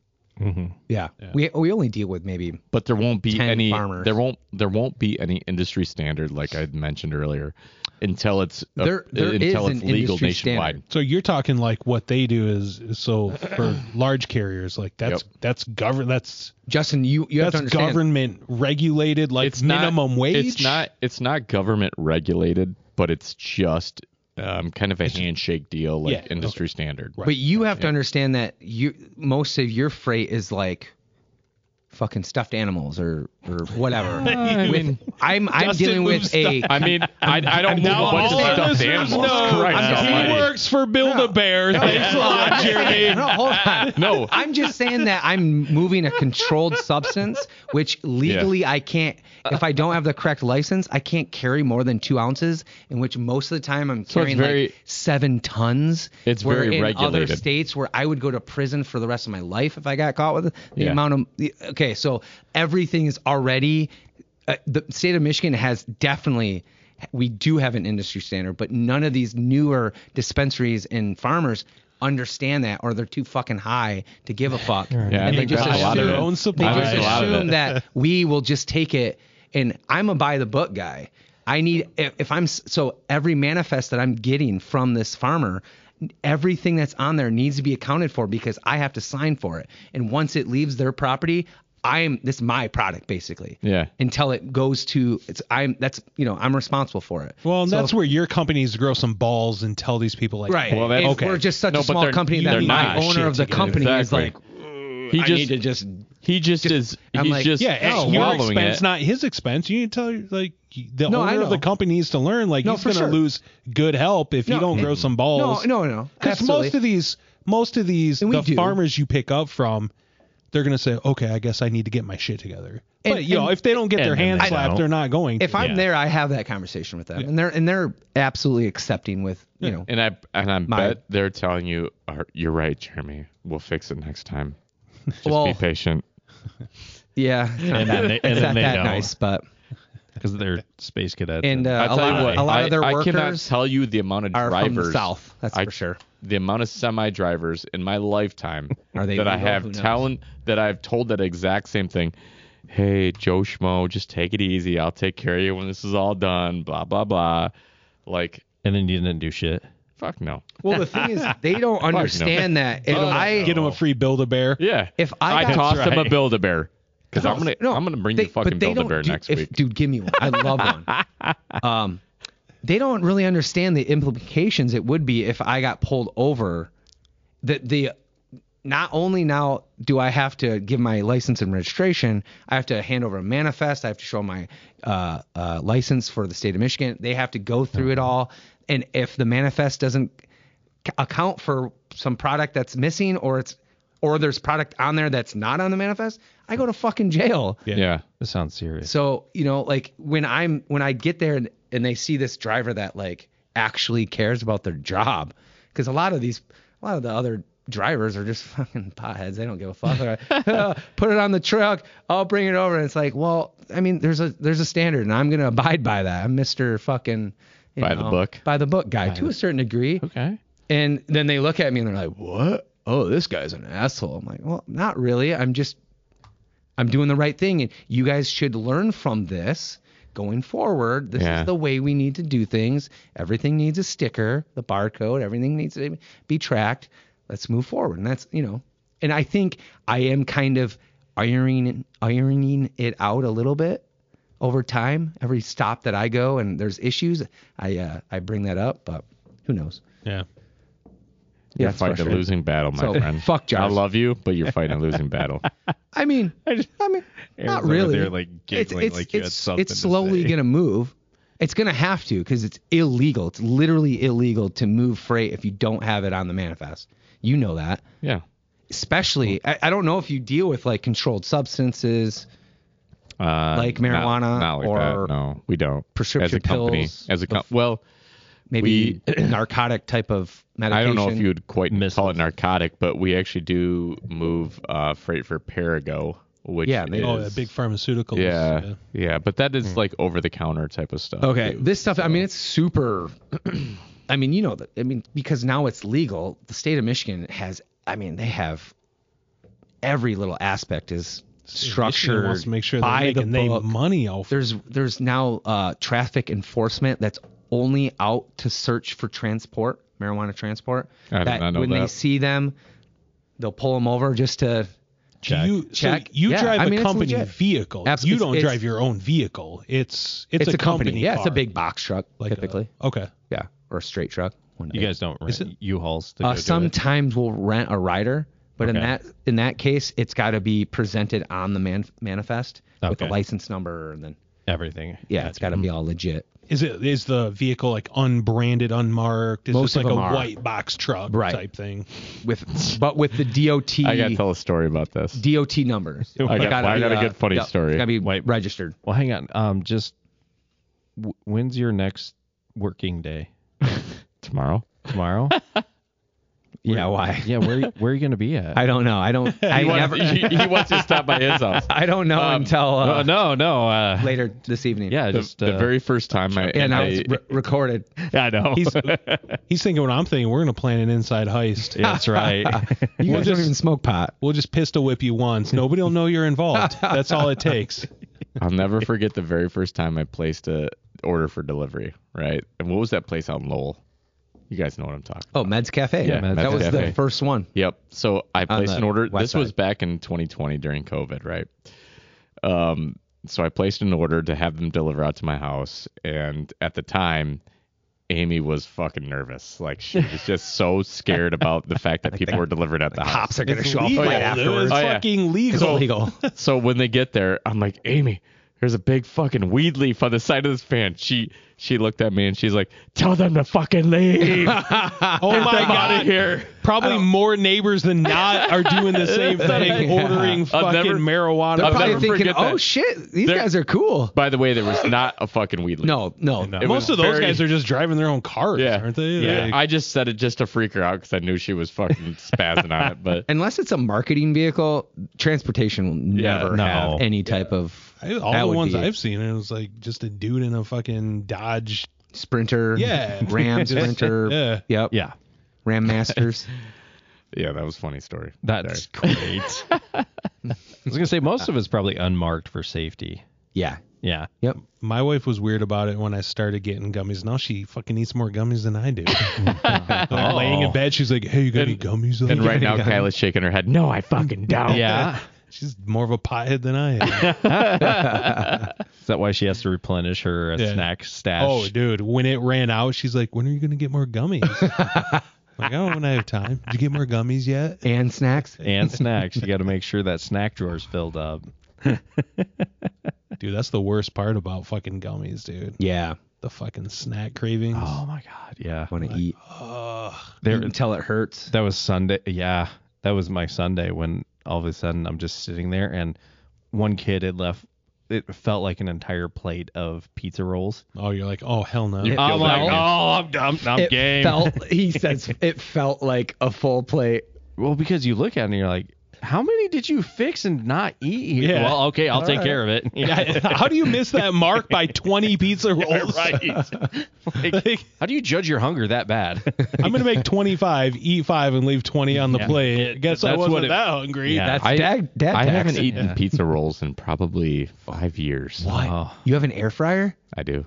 S1: Yeah. We we only deal with maybe
S5: But there won't be
S1: 10
S5: any
S1: farmers.
S5: there won't there won't be any industry standard like I mentioned earlier until it's uh,
S1: There- there is
S5: until
S1: an
S5: it's legal
S1: industry
S5: nationwide.
S2: so you're talking like what they do is, is so for large carriers, like that's, that's govern, that's,
S1: Justin, you you have to
S2: that's
S1: understand.
S2: government regulated, like minimum
S5: not,
S2: wage.
S5: It's not it's not government regulated, but it's just um, kind of a handshake deal, like
S2: Yeah,
S5: industry standard.
S2: Right.
S1: But you have to understand that you most of your freight is like fucking stuffed animals or or whatever.
S5: I mean,
S1: I'm I'm
S2: Dustin
S1: dealing with
S2: moves
S1: a
S5: I mean, I, I don't move a
S2: Now
S5: bunch
S2: all
S5: of
S2: our
S5: stuffed
S2: listeners
S5: animals.
S2: know
S5: Christ
S2: he
S5: almighty.
S2: works for Build a Bear. Thanks a lot, Jeremy.
S1: no, hold on.
S5: No.
S1: I'm just saying that I'm moving a controlled substance, which legally I can't. If I don't have the correct license, I can't carry more than two ounces. In which most of the time I'm carrying
S5: very-
S1: like seven tons.
S5: It's
S1: where
S5: very
S1: in other
S5: regulated.
S1: states where I would go to prison for the rest of my life if I got caught with it. The
S5: Yeah.
S1: amount of the- okay, so everything is already. Uh, the state of Michigan has definitely. We do have an industry standard, but none of these newer dispensaries and farmers understand that, or they're too fucking high to give a fuck.
S5: I
S1: and they
S5: think
S1: just
S5: that's a lot of
S1: assume,
S5: it.
S2: Own
S1: they
S2: supply.
S1: just
S5: That's a lot of
S1: assume
S5: it.
S1: that we will just take it. And I'm a buy the book guy. I need if if I'm s- so every manifest that I'm getting from this farmer, everything that's on there needs to be accounted for because I have to sign for it. And once it leaves their property, I'm this is my product basically.
S5: Yeah.
S1: Until it goes to it's I'm that's you know I'm responsible for it.
S2: Well, and
S1: So-
S2: that's where your company needs to grow some balls and tell these people like,
S1: right.
S2: Hey,
S1: Well,
S5: that-
S1: and
S2: okay.
S1: We're just such
S5: No,
S1: a
S5: but
S1: small
S5: they're-
S1: company that
S5: they're
S1: the
S5: not.
S1: owner of the
S2: Shit
S1: company is
S5: Exactly.
S1: like,
S5: He
S1: I
S5: just
S1: need to just
S5: he just, is
S1: I'm
S5: he's
S1: like,
S5: just
S2: yeah, it's your
S5: swallowing
S2: expense,
S5: it.
S2: not his expense. You need to tell your- like the
S1: No, I
S2: owner of the
S1: know.
S2: company needs to learn like
S1: No,
S2: he's
S1: for
S2: going to
S1: sure.
S2: lose good help if you
S1: No,
S2: don't
S1: it-
S2: grow some balls.
S1: No, no, no.
S2: because most of these, most of these,
S1: And we
S2: the
S1: do.
S2: farmers you pick up from, they're going to say, okay, I guess I need to get my shit together. but
S1: And-
S2: you know,
S1: and-
S2: if they don't get their
S5: and then
S2: hands
S5: they
S2: slapped,
S5: don't.
S2: they're not going.
S1: if
S2: to.
S1: I'm there, I have that conversation with them, and they're and they're absolutely accepting with you know.
S5: And I and I
S1: My-
S5: bet they're telling you, "Are- "You're right, Jeremy. We'll fix it next time. Just
S1: Well-
S5: be patient."
S1: Yeah,
S4: And then they, and
S1: it's
S4: then
S1: not
S4: they
S1: that
S4: don't
S1: nice, but
S4: because they're space cadets.
S1: and uh,
S5: I
S1: a
S5: tell
S1: lot,
S5: you what,
S1: a lot
S5: I-
S1: of their
S5: I cannot
S1: workers
S5: tell you the amount of
S1: are
S5: drivers
S1: from the south. That's
S5: I-
S1: for sure.
S5: the amount of semi drivers in my lifetime
S1: Are they
S5: that I
S1: legal?
S5: have
S1: Who knows?
S5: talent that I've told that exact same thing. Hey, Joe Schmo, just take it easy. I'll take care of you when this is all done. Blah blah blah. Like,
S4: and then you didn't do shit.
S5: fuck no.
S1: Well, the thing is, they don't understand that if I
S2: get them a free build a bear.
S5: Yeah.
S1: If I got-
S5: toss
S4: That's
S5: him a
S4: right.
S5: build a bear, because I'm gonna
S1: No,
S5: I'm gonna bring
S1: they-
S5: you fucking
S1: but they
S5: build a
S1: don't
S5: bear
S1: do-
S5: next
S1: if-
S5: week.
S1: Dude, give me one. I love one. Um, they don't really understand the implications it would be if I got pulled over the the not only now do I have to give my license and registration, I have to hand over a manifest. I have to show my uh, uh, license for the state of Michigan. They have to go through it all, and if the manifest doesn't c- account for some product that's missing, or it's or there's product on there that's not on the manifest, I go to fucking jail.
S5: Yeah.
S4: This sounds serious.
S1: So you know, like when I'm when I get there and, and they see this driver that like actually cares about their job, because a lot of these, a lot of the other drivers are just fucking potheads. They don't give a fuck. They're like, "Oh, Put it on the truck. I'll bring it over. And it's like, well, I mean, there's a there's a standard, and I'm gonna abide by that. I'm Mister fucking. you
S5: By the
S1: know,
S5: book.
S1: By the book guy, to a certain degree.
S5: Okay.
S1: And then they look at me and they're like, "What? Oh, this guy's an asshole." I'm like, "Well, not really. I'm just I'm doing the right thing and you guys should learn from this going forward. This
S5: Yeah.
S1: is the way we need to do things. Everything needs a sticker, the barcode, everything needs to be tracked. Let's move forward." And that's, you know, and I think I am kind of ironing ironing it out a little bit over time. Every stop that I go and there's issues, I uh, I bring that up, but who knows?
S2: Yeah.
S1: Yeah,
S5: You're
S1: it's
S5: fighting a
S1: frustrating.
S5: losing battle, my
S1: So,
S5: friend.
S1: fuck
S5: I
S1: Josh.
S5: love you, but you're fighting a losing battle.
S1: I mean, I, mean, not
S4: over
S1: really.
S4: there, like, giggling like you had something
S1: It's
S4: to
S1: slowly
S4: say.
S1: gonna move. It's gonna have to because it's illegal. It's literally illegal to move freight if you don't have it on the manifest. You know that.
S5: Yeah.
S1: Especially, I, I don't know if you deal with like controlled substances.
S5: Uh,
S1: Like
S5: not-
S1: marijuana
S5: not, like
S1: or
S5: that. No, we don't. as
S1: prescription
S5: a company,
S1: pills,
S5: as a com- well,
S1: Maybe narcotic type of medication.
S5: I don't know if you would quite call it narcotic, but we actually do move uh, freight for Perigo, which
S1: Yeah, they-
S5: is,
S2: Oh, that big pharmaceuticals.
S5: yeah, yeah, but that is like over the counter type of stuff.
S1: Okay,
S5: too.
S1: this stuff. I mean, it's super. I mean, you know that. I mean, because now it's legal. The state of Michigan has. I mean, they have. Every little aspect is
S2: Michigan
S1: structured
S2: wants to make sure they're
S1: by the
S2: making they
S1: book.
S2: money off.
S1: There's there's now uh, traffic enforcement that's only out to search for transport marijuana transport.
S5: I did not know
S1: when they
S5: that.
S1: see them, they'll pull them over just to.
S2: Do you,
S1: Check.
S2: So you
S1: Yeah,
S2: drive
S1: I mean,
S2: a
S1: it's
S2: company
S1: legit.
S2: vehicle.
S1: Abs-
S2: you
S1: it's-
S2: don't
S1: it's-
S2: drive your own vehicle. It's it's,
S1: It's,
S2: a company.
S1: Yeah, it's a
S2: car,
S1: big box truck
S2: like a-
S1: typically.
S2: okay.
S1: yeah, or a straight truck. One
S4: You guys don't rent U-Hauls to go
S1: Uh,
S4: do it?
S1: sometimes we'll rent a rider, but in
S4: Okay.
S1: that in that case, it's got to be presented on the man, manifest with the
S4: Okay.
S1: license number, and then
S4: everything.
S1: yeah, it's got to be all legit.
S2: Is it is the vehicle like unbranded, unmarked? Is
S1: Most of
S2: just like a
S1: them are.
S2: white box truck
S1: Right.
S2: type thing?
S1: With but with the DOT
S5: I got to tell a story about this.
S1: DOT numbers.
S5: I got- I
S1: uh,
S5: got a good funny story.
S1: Got to be
S4: Wait.
S1: registered.
S4: Well, hang on. Um, just w- when's your next working day?
S5: Tomorrow,
S4: Tomorrow?
S1: Yeah, why?
S4: yeah. Where where are you gonna be at?
S1: I don't know. I don't. I
S5: he,
S1: never.
S5: wants, he, he wants to stop by his house.
S1: I don't know
S5: Um,
S1: until uh,
S4: Uh, no, no. Uh,
S1: later this evening.
S4: Yeah,
S5: The,
S4: just
S5: the
S4: uh,
S5: very first time I,
S1: And now
S5: I,
S1: it's re- recorded.
S5: I know.
S2: He's he's thinking what I'm thinking. We're gonna plan an inside heist.
S4: That's right.
S1: You
S2: We'll
S1: guys
S2: just-
S1: don't even smoke pot.
S2: We'll just pistol whip you once. Nobody'll know you're involved. That's all it takes.
S5: I'll never forget the very first time I placed a order for delivery, right? And what was that place out in Lowell? You guys know what I'm talking about.
S1: Oh, Meds Cafe.
S5: Yeah,
S1: that
S5: Meds
S1: was the
S5: Cafe.
S1: first one.
S5: Yep. So I placed
S1: the
S5: an order.
S1: west
S5: This was
S1: side.
S5: back in 2020 during COVID, right? Um, so I placed an order to have them deliver out to my house, and at the time, Amy was fucking nervous. Like she was just so scared about the fact that people were delivered at the house.
S1: Cops are gonna
S2: It's
S1: show up
S2: legal,
S1: right
S2: dude.
S1: afterwards.
S2: It's
S5: Oh, yeah.
S2: fucking legal.
S1: It's illegal.
S5: So when they get there, I'm like, Amy, there's a big fucking weed leaf on the side of this fan. She she looked at me and she's like, Tell them to fucking leave.
S2: Oh my
S5: I'm
S2: god.
S5: out of here.
S2: Probably more neighbors than not are doing the same thing, ordering
S5: I've
S2: fucking
S5: never-
S2: marijuana.
S5: I've
S1: probably
S5: never
S1: thinking,
S5: forget
S1: oh
S5: that.
S1: shit, these
S5: They're-
S1: guys are cool.
S5: By the way, there was not a fucking weed leaf.
S1: No, no,
S5: It
S2: Most
S5: was
S2: of those
S5: very-
S2: guys are just driving their own cars,
S5: Yeah.
S2: aren't they?
S5: Yeah.
S2: Like,
S5: I just said it just to freak her out because I knew she was fucking spazzing on it. But
S1: Unless it's a marketing vehicle, transportation will
S5: Yeah,
S1: never
S5: no.
S1: have any type of.
S2: I- all
S1: that
S2: the
S1: would
S2: ones
S1: be-
S2: I've seen, it was like just a dude in a fucking Dodge.
S1: Sprinter,
S2: Yeah.
S1: Ram
S2: Just-
S1: Sprinter,
S2: yeah.
S1: yep,
S4: yeah.
S1: Ram Masters.
S5: yeah, that was a funny story.
S4: That's great. I was gonna say most of it's probably unmarked for safety.
S1: yeah,
S4: Yeah.
S1: yep.
S2: My wife was weird about it when I started getting gummies. Now she fucking eats more gummies than I do. Like, Laying in bed, she's like, "Hey, you got any gummies?"
S5: And Oh. right now,
S2: Yeah.
S5: Kyla's shaking her head. No, I fucking don't.
S4: Yeah.
S2: she's more of a pothead than I am.
S4: Is that why she has to replenish her uh,
S2: Yeah.
S4: snack stash?
S5: Oh,
S2: oh, dude, when it ran out, she's like, "When are you gonna get more gummies?" Like, oh, when I have time. Did you get more gummies yet?
S1: and snacks.
S4: and snacks. You got to make sure that snack drawer's filled up.
S2: Dude, that's the worst part about fucking gummies, dude.
S1: Yeah,
S2: The fucking snack cravings.
S4: Oh
S5: Oh.
S4: my god, yeah.
S1: want to eat
S2: Ugh.
S1: there until it hurts.
S4: That was Sunday. Yeah, that was my Sunday when all of a sudden I'm just sitting there and one kid had left. It felt like an entire plate of pizza rolls.
S2: Oh, you're like, oh, hell no.
S5: You're-
S4: I'm
S5: feel
S4: like,
S5: bad,
S4: oh, I'm, I'm, I'm
S1: it
S4: game.
S1: felt. He says it felt like a full plate.
S4: well, because you look at it and you're like, how many did you fix and not eat? here?
S2: Yeah.
S4: Well, okay, I'll take care of it. Yeah.
S2: How do you miss that mark by 20 pizza rolls?
S4: Like, how do you judge your hunger that bad?
S2: I'm going to make 25, eat five, and leave 20 on the
S4: Yeah.
S2: plate.
S4: It-
S2: Guess I
S4: that's what
S2: wasn't
S4: it-
S2: that hungry.
S4: Yeah.
S1: That's
S5: I-
S1: dad. Dad
S5: I
S1: tax.
S5: haven't eaten pizza rolls in probably five years.
S1: What?
S4: Oh.
S1: You have an air fryer?
S5: I do.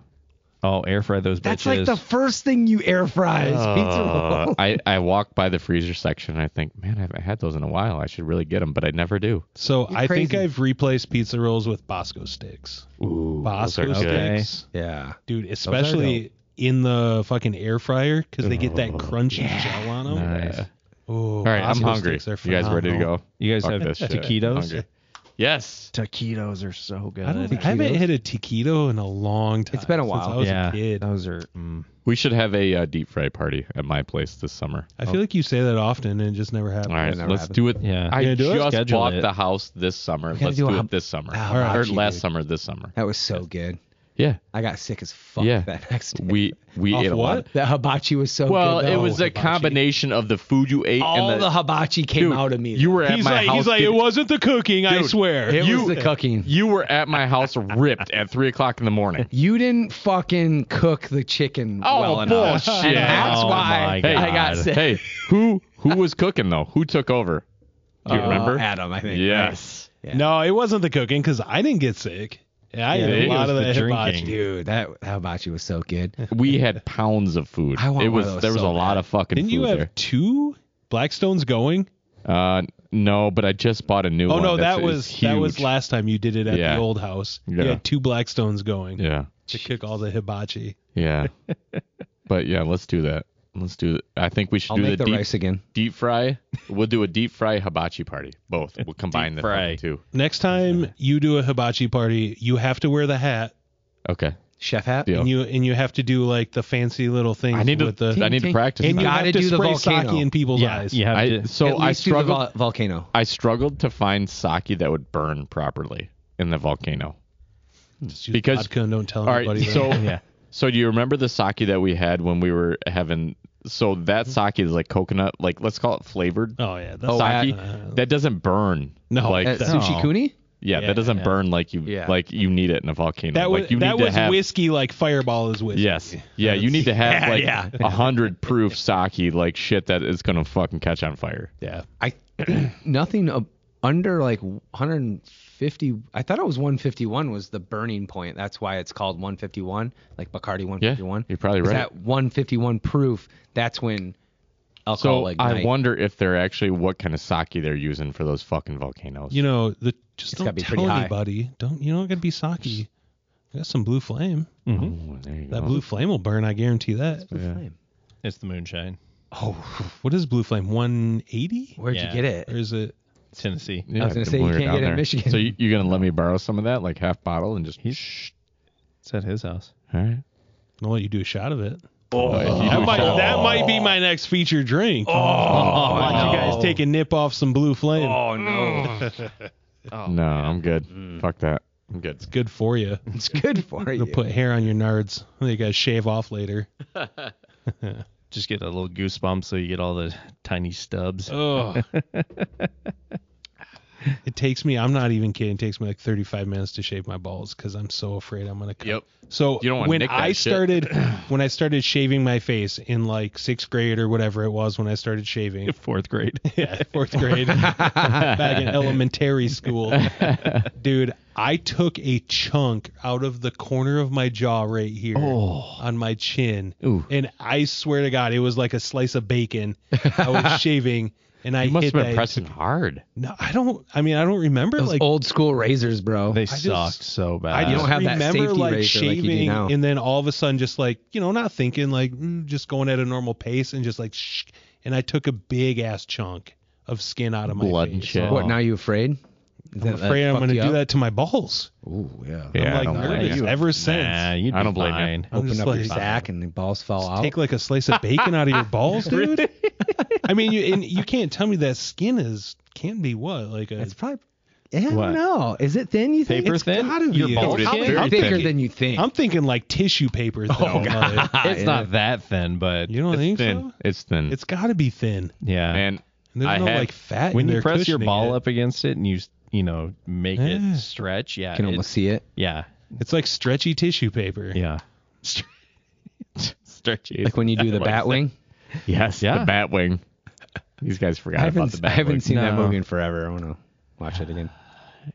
S4: Oh, air fry those bitches.
S1: That's like the first thing you air fry is pizza
S5: Uh,
S1: rolls.
S5: I, I walk by the freezer section and I think, man, I haven't had those in a while. I should really get them, but I never do.
S2: So I think
S1: crazy.
S2: I've replaced pizza rolls with Bosco sticks.
S5: Ooh,
S2: Bosco sticks.
S1: Yeah.
S2: Dude, especially in the fucking air fryer because they get that crunchy gel on them.
S4: Nice.
S2: All
S5: All right, I'm hungry. You guys ready to go?
S4: You guys
S5: Fuck
S4: have
S5: this shit.
S4: taquitos?
S5: Hungry. Yes.
S4: Taquitos are so good.
S2: I, don't, I haven't hit a taquito in a long time.
S1: It's been a
S2: Since I
S1: while.
S2: was
S4: yeah,
S2: a kid.
S4: those are. Mm.
S5: We should have a uh, deep fry party at my place this summer.
S2: I feel like you say that often and it just never happens.
S5: All right,
S1: never
S5: let's
S1: happened.
S5: do it.
S4: Yeah.
S5: I
S2: Yeah, do it.
S5: just
S4: Schedule
S5: bought
S4: it.
S5: the house this summer.
S1: gotta
S5: Let's
S1: do
S5: do,
S1: a hum-
S5: it this summer.
S1: Ah,
S2: All right.
S5: Or
S1: Rachi,
S5: last
S1: dude.
S5: summer, this summer.
S1: That was so good.
S5: Yeah.
S1: I got sick as fuck
S5: Yeah.
S1: that next day.
S5: We we
S2: Off
S5: ate a
S2: what?
S5: lot.
S1: that hibachi was so
S5: Well,
S1: good.
S5: it
S1: though.
S5: was a
S2: hibachi.
S5: combination of the food you ate
S1: all
S5: and
S1: the, hibachi came
S5: dude,
S1: out of me.
S5: You were at
S2: He's
S5: my
S2: like,
S5: house.
S2: he's like,
S5: dude.
S2: it wasn't the cooking, I
S5: Dude,
S2: swear.
S1: it
S2: you,
S1: was the cooking.
S5: You were at my house ripped at three o'clock in the morning.
S1: You didn't fucking cook the chicken
S5: Oh
S1: well enough. And
S5: bullshit!
S1: that's
S4: Oh
S1: why
S4: my
S1: I got
S4: God.
S1: sick.
S5: Hey, who who was cooking though? Who took over? Do you
S1: Uh,
S5: remember?
S1: Adam, I think.
S5: Yes.
S2: No, it wasn't the cooking because I didn't get sick. Yeah, I
S4: Yeah,
S2: ate
S4: it
S2: a lot
S4: was
S2: of
S4: the
S2: that hibachi.
S4: drinking.
S1: Dude, that, that hibachi was so good.
S5: We had pounds of food.
S1: I want
S5: it
S1: one
S5: was
S1: of those
S5: there was
S1: so
S5: a lot of fucking
S2: Didn't
S5: food
S2: you have
S5: there.
S2: two Blackstones going?
S5: Uh, no, but I just bought a new
S2: Oh
S5: one.
S2: no,
S5: that's-
S2: that
S5: it's
S2: was that was
S5: huge.
S2: last time you did it at
S5: Yeah.
S2: the old house. You
S5: Yeah.
S2: had two Blackstones going
S5: Yeah,
S2: to kick all the hibachi.
S5: yeah. but yeah, let's do that. Let's do it. I think we should
S1: I'll
S5: do
S1: make the
S5: deep,
S1: rice again.
S5: deep fry. We'll do a deep fry hibachi party. Both. We'll combine the
S4: fry.
S5: fucking two.
S2: Next time you do a hibachi party, you have to wear the hat
S5: Okay.
S1: Chef hat.
S5: Deal.
S2: and you and you have to do like the fancy little things
S5: I need to.
S2: with the
S5: I need to
S1: Ting, ting.
S5: practice.
S2: and
S5: that.
S2: you
S1: gotta
S2: have to
S1: do the
S2: spray
S1: volcano.
S2: sake in people's
S4: Yeah,
S2: eyes.
S4: you have
S5: I,
S4: to.
S5: so
S1: At
S5: I
S1: least do the
S5: struggled.
S1: vol- volcano.
S5: I struggled to find sake that would burn properly in the volcano.
S2: Just use
S5: because-
S2: vodka and don't tell
S5: All right,
S2: anybody. that.
S5: so so do you remember the sake that we had when we were having? So that sake is like coconut, like let's call it flavored
S2: oh yeah, that's
S5: sake.
S2: uh,
S5: that doesn't burn.
S2: No,
S5: like
S1: At
S2: that-
S1: Sushi Kuni?
S5: yeah,
S2: yeah,
S5: that doesn't
S2: yeah.
S5: burn like you
S1: Yeah.
S5: like you need it in a volcano.
S2: that was
S5: like you
S2: that
S5: need
S2: was
S5: to have
S2: whiskey like Fireball is whiskey.
S5: yes, yeah, you need to have like a
S2: uh,
S5: hundred proof sake, like shit that is gonna fucking catch on fire.
S2: yeah.
S1: I think nothing ab- under like 150. I thought it was 151 was the burning point. That's why it's called 151, like Bacardi 151.
S5: you're probably
S1: Is
S5: right.
S1: That 151 proof. That's when alcohol
S5: So
S1: like
S5: I wonder if they're actually what kind of sake they're using for those fucking volcanoes.
S2: You know, the just
S1: gotta
S2: don't
S1: be pretty
S2: tell
S1: high.
S2: anybody. Don't you don't gotta be sake. I got some blue flame.
S5: Ooh, Oh, there you
S2: That
S5: go.
S2: blue flame will burn. I guarantee that.
S4: It's the moonshine,
S2: What is blue flame? 180?
S1: Where'd
S4: Yeah.
S1: you get it?
S2: Or is it?
S4: Tennessee.
S5: Yeah,
S1: I was gonna
S5: the
S1: say you
S5: blue are
S1: can't
S5: down
S1: get it in
S5: there.
S1: Michigan.
S5: So you, you're gonna let me borrow some of that, like half bottle, and just shh.
S4: It's at his house.
S5: All right.
S2: Well, you do a shot of it. Uh,
S5: Oh,
S2: That might, that might be my next feature drink. Oh, Why don't you guys take a nip off some blue flame?
S1: Oh no,
S5: no, I'm good.
S4: Mm.
S5: Fuck that. I'm good.
S2: Good for you.
S1: it's good for you.
S2: It'll put hair on your nards. You gotta shave off later.
S4: Just get a little goosebump so you get all the tiny stubs.
S2: Oh. it takes me. I'm not even kidding. It takes me like 35 minutes to shave my balls because I'm so afraid I'm gonna. Cut.
S5: Yep.
S2: So
S5: You don't wanna
S2: when
S5: nick that
S2: I
S5: shit.
S2: started, when I started shaving my face in like sixth grade or whatever it was when I started shaving,
S4: Fourth grade.
S2: yeah, fourth grade, back in elementary school, dude. I took a chunk out of the corner of my jaw right here
S1: Oh.
S2: on my chin,
S5: Ooh.
S2: and I swear to God, it was like a slice of bacon. I was shaving, and I
S5: You must
S2: hit
S5: have been
S2: that.
S5: pressing hard.
S2: No, I don't. I mean, I don't remember
S1: Those
S2: like
S1: old school razors, bro.
S4: They
S2: just-
S4: sucked so
S2: I
S4: bad.
S2: just
S1: don't have that
S2: remember
S1: safety
S2: like
S1: razor like you do
S2: shaving,
S1: now.
S2: and then all of a sudden, just like you know, not thinking, like mm, just going at a normal pace, and just like shh, and I took a big ass chunk of skin out of my
S5: Blood
S2: face.
S5: and shit.
S1: What? Now you afraid?
S2: I'm afraid I'm going to do that to my balls.
S1: Ooh, yeah.
S4: Yeah, I
S2: I'm
S4: don't
S2: like
S4: blame
S2: nervous
S4: you.
S2: ever since.
S4: Nah, you'd
S5: I
S4: be
S5: don't blame you.
S4: fine.
S2: I'm
S1: Open
S2: just
S1: up
S2: like
S1: your sack and the balls fall out.
S2: take like a slice of bacon out of your balls, dude. I mean, you and you can't tell me that skin is can be what like a
S1: it's probably. Yeah, I
S4: What?
S1: don't know. Is it thin? You think
S4: Paper
S1: it's
S4: thin?
S1: Gotta be.
S4: Your
S1: It's
S4: balls
S1: probably
S4: thin? Very
S1: thicker
S4: thin.
S1: than you think.
S2: I'm thinking like tissue paper. Thin,
S1: Oh,
S2: mother.
S4: It's not that thin, but
S2: You don't think
S5: Thin.
S2: so?
S5: It's thin.
S2: It's got to be thin.
S4: yeah.
S5: man.
S2: And there's
S5: I
S2: no
S5: have-
S2: like fat.
S4: when
S2: in
S4: you
S2: there
S4: press your
S2: cushioning
S4: ball
S2: it.
S4: up against it and you you know make
S2: Yeah.
S4: it stretch, yeah,
S1: I can
S4: it-
S1: almost see it.
S4: yeah,
S2: it's like stretchy tissue paper.
S4: yeah.
S5: Stretchy.
S1: Like when you do the bat wing.
S5: yes,
S4: Yeah.
S5: the bat wing. These guys forgot
S1: I
S5: about the
S1: haven't,
S5: bat
S1: I
S5: wing.
S1: haven't seen that
S4: No.
S1: movie in forever. I want to watch it again.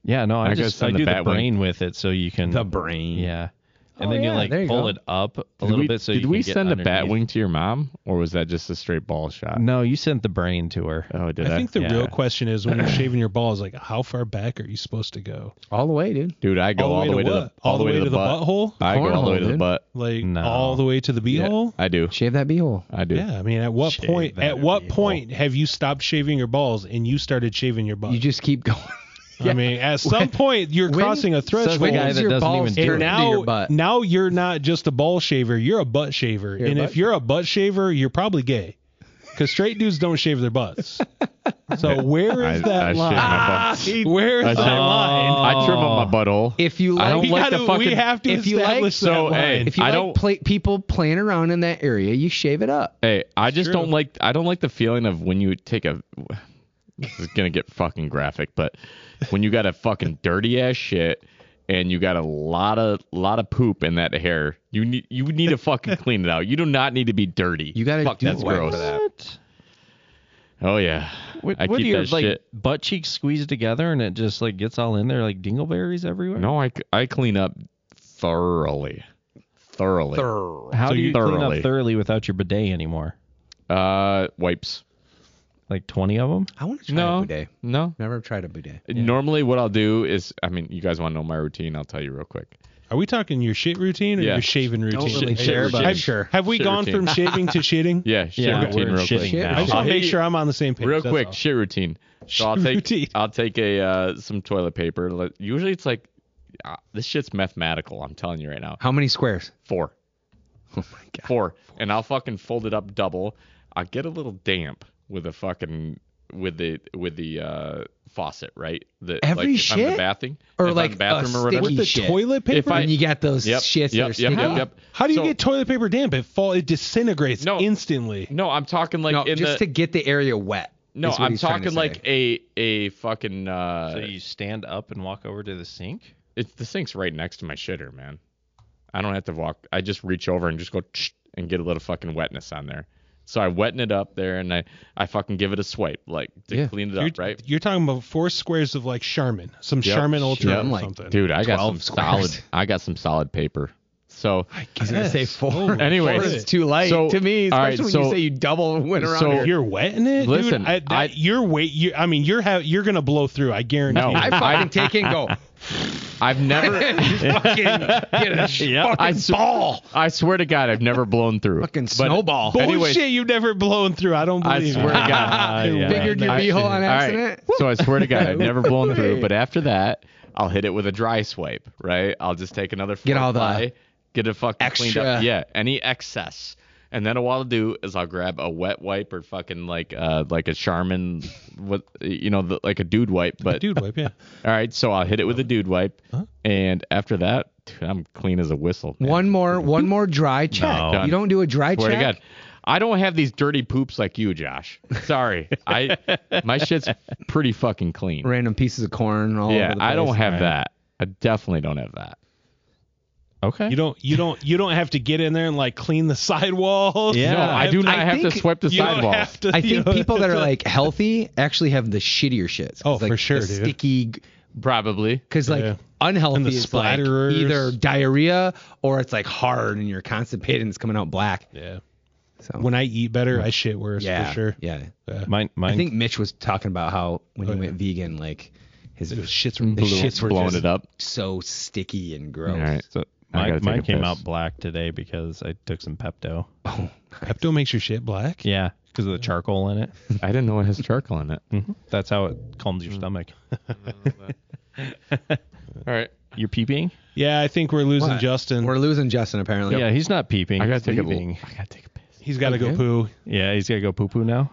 S4: Yeah, no, I,
S5: I
S4: just
S5: guess on
S4: I
S5: the
S4: do the
S5: bat wing.
S4: brain with it so you can
S1: brain.
S4: yeah, and
S1: Oh,
S4: then
S1: yeah,
S4: you like
S1: there you
S4: pull
S1: go.
S4: it up a
S5: Did
S4: little
S5: we,
S4: bit so
S5: did
S4: you
S5: we
S4: can get
S5: send a bat
S4: underneath.
S5: wing to your mom, or was that just a straight ball shot?
S4: No, you sent the brain to her.
S5: Oh, did I?
S2: I think the
S4: Yeah.
S2: real question is when you're shaving your balls, like how far back are you supposed to go?
S1: All the way, dude.
S5: Dude, I go all, the way to the
S2: what? all the way to the
S5: butt.
S2: butthole.
S5: I go all the way
S1: Cornhole,
S5: to the
S1: dude.
S5: butt.
S2: Like
S4: No.
S2: all the way to the beehole.
S5: I do.
S1: Shave that beehole.
S5: I do.
S2: Yeah. I mean, at what
S4: Shave
S2: point?
S4: that
S2: At what
S4: beehole.
S2: point have you stopped shaving your balls and you started shaving your butt?
S1: You just keep going.
S2: I mean, at some point you're
S1: When-
S2: crossing a threshold.
S4: guy that
S1: your
S4: doesn't
S1: balls
S4: even do
S1: turn
S4: it.
S2: and
S1: into
S2: now,
S1: your butt?
S2: now you're not just a ball shaver, you're a butt shaver.
S1: a
S2: and
S1: butt
S2: if you're a butt shaver, you're probably gay. Because straight dudes don't shave their butts. So where
S5: I,
S2: is that
S5: I shave
S2: line?
S5: my
S4: Ah,
S5: butt.
S2: Where is
S5: I
S2: that
S5: shave-
S4: Oh,
S2: line?
S5: I trim up my butthole.
S1: If you like,
S5: I don't
S2: We
S5: like the
S2: gotta-
S5: fucking-
S2: We have to
S1: if you like-
S2: establish that
S5: So,
S2: line.
S5: hey,
S1: if you
S5: I
S1: like
S5: don't-
S1: play, people playing around in that area, you shave it up.
S5: Hey, I just
S2: true.
S5: don't like I don't like the feeling of when you take a this is gonna get fucking graphic, but when you got a fucking dirty ass shit and you got a lot of lot of poop in that hair, you need you need to fucking clean it out. You do not need to be dirty.
S1: You gotta
S5: Fuck,
S1: do
S5: that's
S1: work for
S5: gross.
S1: that.
S4: What?
S5: Oh yeah,
S4: What,
S5: I
S4: what
S5: keep
S4: do your
S5: that
S4: like
S5: shit.
S4: butt cheeks squeeze together and it just like gets all in there like dingleberries everywhere?
S5: No, I, I clean up thoroughly, thoroughly.
S4: How
S5: So
S4: do
S5: you-
S4: you clean
S5: Thoroughly.
S4: up thoroughly without your bidet anymore?
S5: uh, wipes.
S4: Like 20 of them?
S1: I want to try a bidet.
S5: no.
S1: Never tried a bidet.
S5: Normally, what I'll do is, I mean, you guys want to know my routine? I'll tell you real quick.
S2: Are we talking your shit routine or
S5: Yeah.
S2: your shaving routine?
S1: really
S5: Shit care, but routine.
S2: have,
S1: sure.
S2: Have we
S5: Shit
S2: gone
S5: routine.
S2: from shaving to shitting?
S5: Yeah, shit
S4: Yeah,
S5: routine
S4: we're
S5: real quick.
S4: shitting
S1: Shit
S4: now.
S2: I just want
S5: I'll
S2: to make
S5: hit
S2: sure I'm on the same page.
S5: real
S2: that's
S5: quick
S2: all.
S5: shit routine so i'll
S2: Shit
S5: take
S2: routine.
S5: i'll take a uh, some toilet paper Let- usually it's like uh, this shit's mathematical i'm telling you right now
S1: How many squares?
S5: four
S1: Oh my god.
S5: four and i'll fucking fold it up double i'll get a little damp with a fucking with the with the uh faucet right
S1: Every
S5: the like, if I'm in the
S1: shit?
S5: bathing
S1: Or
S5: if I'm
S1: like a
S5: bathroom or whatever
S2: With the
S1: Shit.
S2: toilet paper?
S5: If I-
S1: And you got those
S5: yep
S1: shits that are
S5: yep yep,
S1: sticky.
S5: yep yep
S2: How do you
S5: So-
S2: get toilet paper damp? It fall, it disintegrates
S5: No.
S2: instantly.
S5: no i'm talking like
S1: No,
S5: in
S1: just to
S5: the
S1: get the area wet.
S5: no
S1: is what
S5: i'm
S1: he's trying to
S5: talking
S1: say.
S5: like a a fucking uh
S4: So you stand up and walk over to the sink?
S5: it's the sink's right next to my shitter, man. I don't have to walk. I just reach over and just go tsh, and get a little fucking wetness on there. So I wetten it up there and I, I fucking give it a swipe like to
S1: Yeah.
S5: clean it
S2: You're,
S5: up, right?
S2: you're talking about four squares of like Charmin, some
S5: Yep.
S2: Charmin Ultra
S1: Shit, I'm
S2: or
S1: like,
S2: something.
S5: Dude, I got
S1: 12
S5: some
S1: squares.
S5: solid. I got some solid paper. So
S1: He's gonna say
S2: Yes.
S1: four.
S2: Oh,
S5: Anyway,
S1: four
S2: shit.
S1: is too light
S5: So-
S1: to me,
S5: all
S1: especially
S5: right,
S1: when
S5: so-
S1: you say you double went around.
S5: so-
S1: here.
S2: you're wetting it.
S5: Listen,
S2: dude, I, that,
S5: I-
S2: you're wait. You, I mean, you're ha- you're gonna blow through. I guarantee.
S5: No.
S2: you.
S1: I fucking take it and go.
S5: I've never,
S1: fucking get a sh-
S5: I,
S1: fucking
S5: s-
S1: ball.
S5: I swear to God, I've never blown through.
S1: Fucking
S5: But-
S1: snowball.
S5: anyways-
S2: Bullshit, you've never blown through. I don't
S5: I
S2: believe
S5: swear
S2: it.
S5: to God.
S2: You're
S4: Yeah.
S2: wetting
S1: Figured your
S2: that
S1: beehole
S2: shit.
S1: on
S5: All right,
S1: accident.
S5: So I swear to God, I've never blown through. But after that, I'll hit it with a dry swipe, right? I'll just take another
S1: Get
S5: four
S1: all the
S5: ply, get it fucking cleaned up.
S1: extra-
S5: Yeah, any excess. And then what I'll do is I'll grab a wet wipe or fucking like uh like a Charmin, what you know, the, like a dude wipe. But
S2: Dude, wipe yeah.
S5: all right, so I'll hit it with a dude wipe, and after that, dude, I'm clean as a whistle. man.
S1: One more, one more dry check.
S5: Done.
S1: You don't do a dry
S5: Swear
S1: check.
S5: to God. I don't have these dirty poops like you, Josh. Sorry, I my shit's pretty fucking clean.
S1: Random pieces of corn all
S5: yeah,
S1: over the place.
S5: I don't have that. I definitely don't have that.
S4: Okay.
S2: You don't you don't you don't have to get in there and like clean the sidewalls.
S4: Yeah.
S5: No,
S4: I
S5: I do not
S1: I
S5: have to
S1: think
S5: swipe the
S2: You don't
S5: sidewalls.
S2: have to-
S1: I
S2: you
S1: think
S2: don't-
S1: people that are like healthy actually have the shittier shits. 'Cause,
S2: Oh,
S1: like,
S2: for sure,
S1: the
S2: dude.
S1: Sticky,
S5: Probably.
S1: because like
S2: Yeah. And
S1: unhealthy
S2: the
S1: is like
S2: splatterers.
S1: either diarrhea or it's like hard and you're constipated and it's coming out black.
S2: Yeah.
S1: So
S2: When I eat better, I shit worse
S1: yeah,
S2: for sure.
S1: yeah.
S4: Mine, mine,
S1: I think Mitch was talking about how when he went vegan, like his shits were,
S5: Oh, Blew-
S1: shits were
S5: blowing
S1: just
S5: it up.
S1: so sticky and
S5: Oh,
S1: gross.
S4: so
S5: I gotta
S4: mine,
S5: take
S4: mine
S5: a
S4: came
S5: piss.
S4: out black today because I took some Pepto.
S2: Pepto makes your shit black.
S4: Yeah. because of the charcoal in it.
S5: I didn't know it has charcoal in it.
S4: That's how it calms your stomach.
S5: All right.
S4: You're peeping?
S2: Yeah, I think we're losing
S1: What?
S2: Justin.
S1: We're losing Justin apparently.
S4: Yeah, he's not peeping.
S5: I gotta
S4: he's
S5: take
S4: leaving.
S5: a. I gotta take a piss.
S2: He's got to
S1: Okay.
S2: go poo.
S4: Yeah, he's gotta go poo poo now.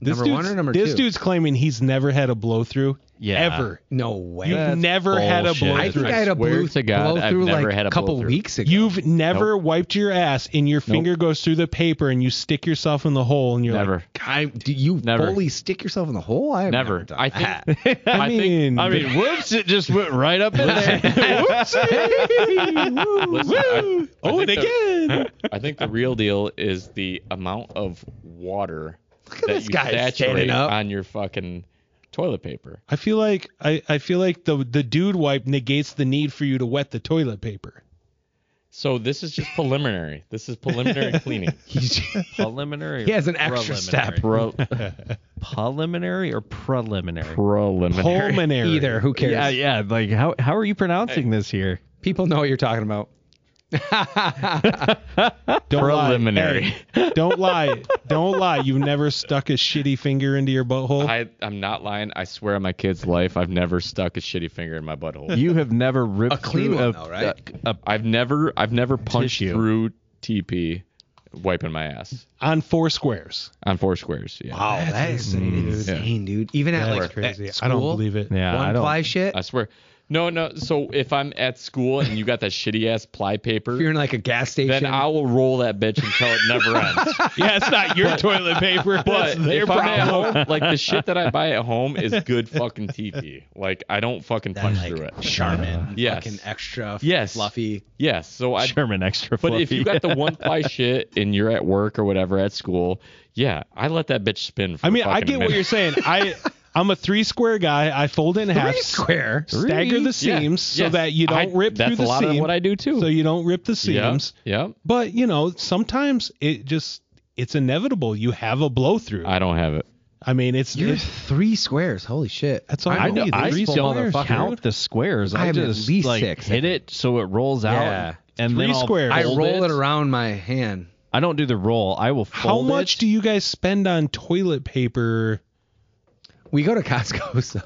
S2: This
S1: Number one
S2: dude's-
S1: or number
S2: This
S1: two?
S2: dude's claiming he's never had a blow through.
S4: Yeah.
S2: Ever.
S1: No way.
S2: You've never had a
S4: bullshit.
S2: blow
S1: I think
S2: through.
S1: I had a
S5: swear
S1: blue
S5: to God,
S1: blow
S5: I've
S1: through
S5: never
S1: like
S5: had a
S1: couple
S5: blow-through.
S1: weeks ago.
S2: You've never wiped your ass and your finger goes through the paper and you stick yourself in the hole and you're
S5: Never.
S2: like,
S1: I, do you
S5: Never.
S1: fully stick yourself in the hole? I have
S5: Never.
S1: done
S5: I
S1: that.
S5: think.
S2: I,
S5: I think-
S2: mean,
S4: I mean, whoops, it just went right up in there.
S5: Listen, I,
S2: oh, and again.
S5: I think the real deal is the amount of water
S1: at
S5: that
S1: this
S5: you
S1: guy
S5: saturate
S1: standing up.
S5: on your fucking toilet paper.
S2: I feel like I, I feel like the the dude wipe negates the need for you to wet the toilet paper.
S5: So this is just preliminary. This is preliminary cleaning.
S1: He's-
S4: Preliminary.
S1: he has an extra step.
S5: Pro,
S4: Preliminary or preliminary?
S5: preliminary.
S2: Pulmonary.
S1: Either. Who cares?
S4: Yeah, yeah. Like how how are you pronouncing this here?
S1: People know what you're talking about.
S2: Don't
S5: Preliminary.
S2: Lie. Hey, don't lie. Don't lie. You've never stuck a shitty finger into your butthole.
S5: I, I'm not lying. I swear on my kid's life, I've never stuck a shitty finger in my butthole. Uh,
S4: You have never ripped
S1: A clean
S4: through
S1: one,
S4: a,
S1: though, right?
S4: a-
S5: I've never I've never punched
S4: Tissue.
S5: through TP wiping my ass
S2: on four squares.
S5: on four squares. Yeah.
S1: Wow, that is insane, dude. Even at
S2: That's
S1: like
S2: crazy.
S1: At
S2: I don't
S1: school,
S2: believe it.
S4: Yeah, I
S1: One
S4: don't-
S1: ply shit.
S5: I swear. No, no. So if I'm at school and you got that shitty ass ply
S1: If you're
S5: paper,
S1: in like a gas
S5: then
S1: station,
S5: I will roll that bitch until it never ends.
S2: Yeah, it's not your toilet paper.
S5: But
S2: That's their
S5: if I'm at
S2: problem.
S5: home, like the shit that I buy at home is good fucking TP. Like I don't fucking punch
S1: like
S5: through it.
S1: Charmin,
S5: Yes.
S1: fucking extra,
S5: Yes.
S1: fluffy.
S5: Yes. So I
S4: Sherman extra
S5: But
S4: fluffy.
S5: if you got the one ply shit and you're at work or whatever at school, yeah, I let that bitch spin. For
S2: I mean,
S5: fucking
S2: I get what
S5: minute.
S2: you're saying. I I'm a three square guy. I fold it in half,
S1: Three square.
S2: stagger the
S5: Yeah,
S2: seams so
S5: yes.
S2: that you don't
S5: I-
S2: rip
S5: that's
S2: through the
S5: a lot
S2: seam.
S5: of what I do too.
S2: so you don't rip the
S5: yeah,
S2: seams.
S5: yeah.
S2: But you know, sometimes it just it's inevitable. You have a blow through. I,
S5: I don't have it.
S2: mean, it's,
S1: You're
S2: it's
S1: three squares. Holy shit.
S2: that's all
S4: I, know,
S2: need.
S4: I
S2: Three
S4: still
S2: squares,
S4: count
S2: dude.
S4: the squares. I,
S1: I'm at
S4: just
S1: least
S4: like
S1: six, I
S4: hit it so it rolls out.
S1: Yeah.
S4: And
S2: Three
S4: then I'll
S2: squares.
S1: I
S4: fold
S1: roll it around my hand.
S4: I don't do the roll. I will
S2: How
S4: fold
S2: much
S4: it.
S2: do you guys spend on toilet paper?
S1: We go to Costco, so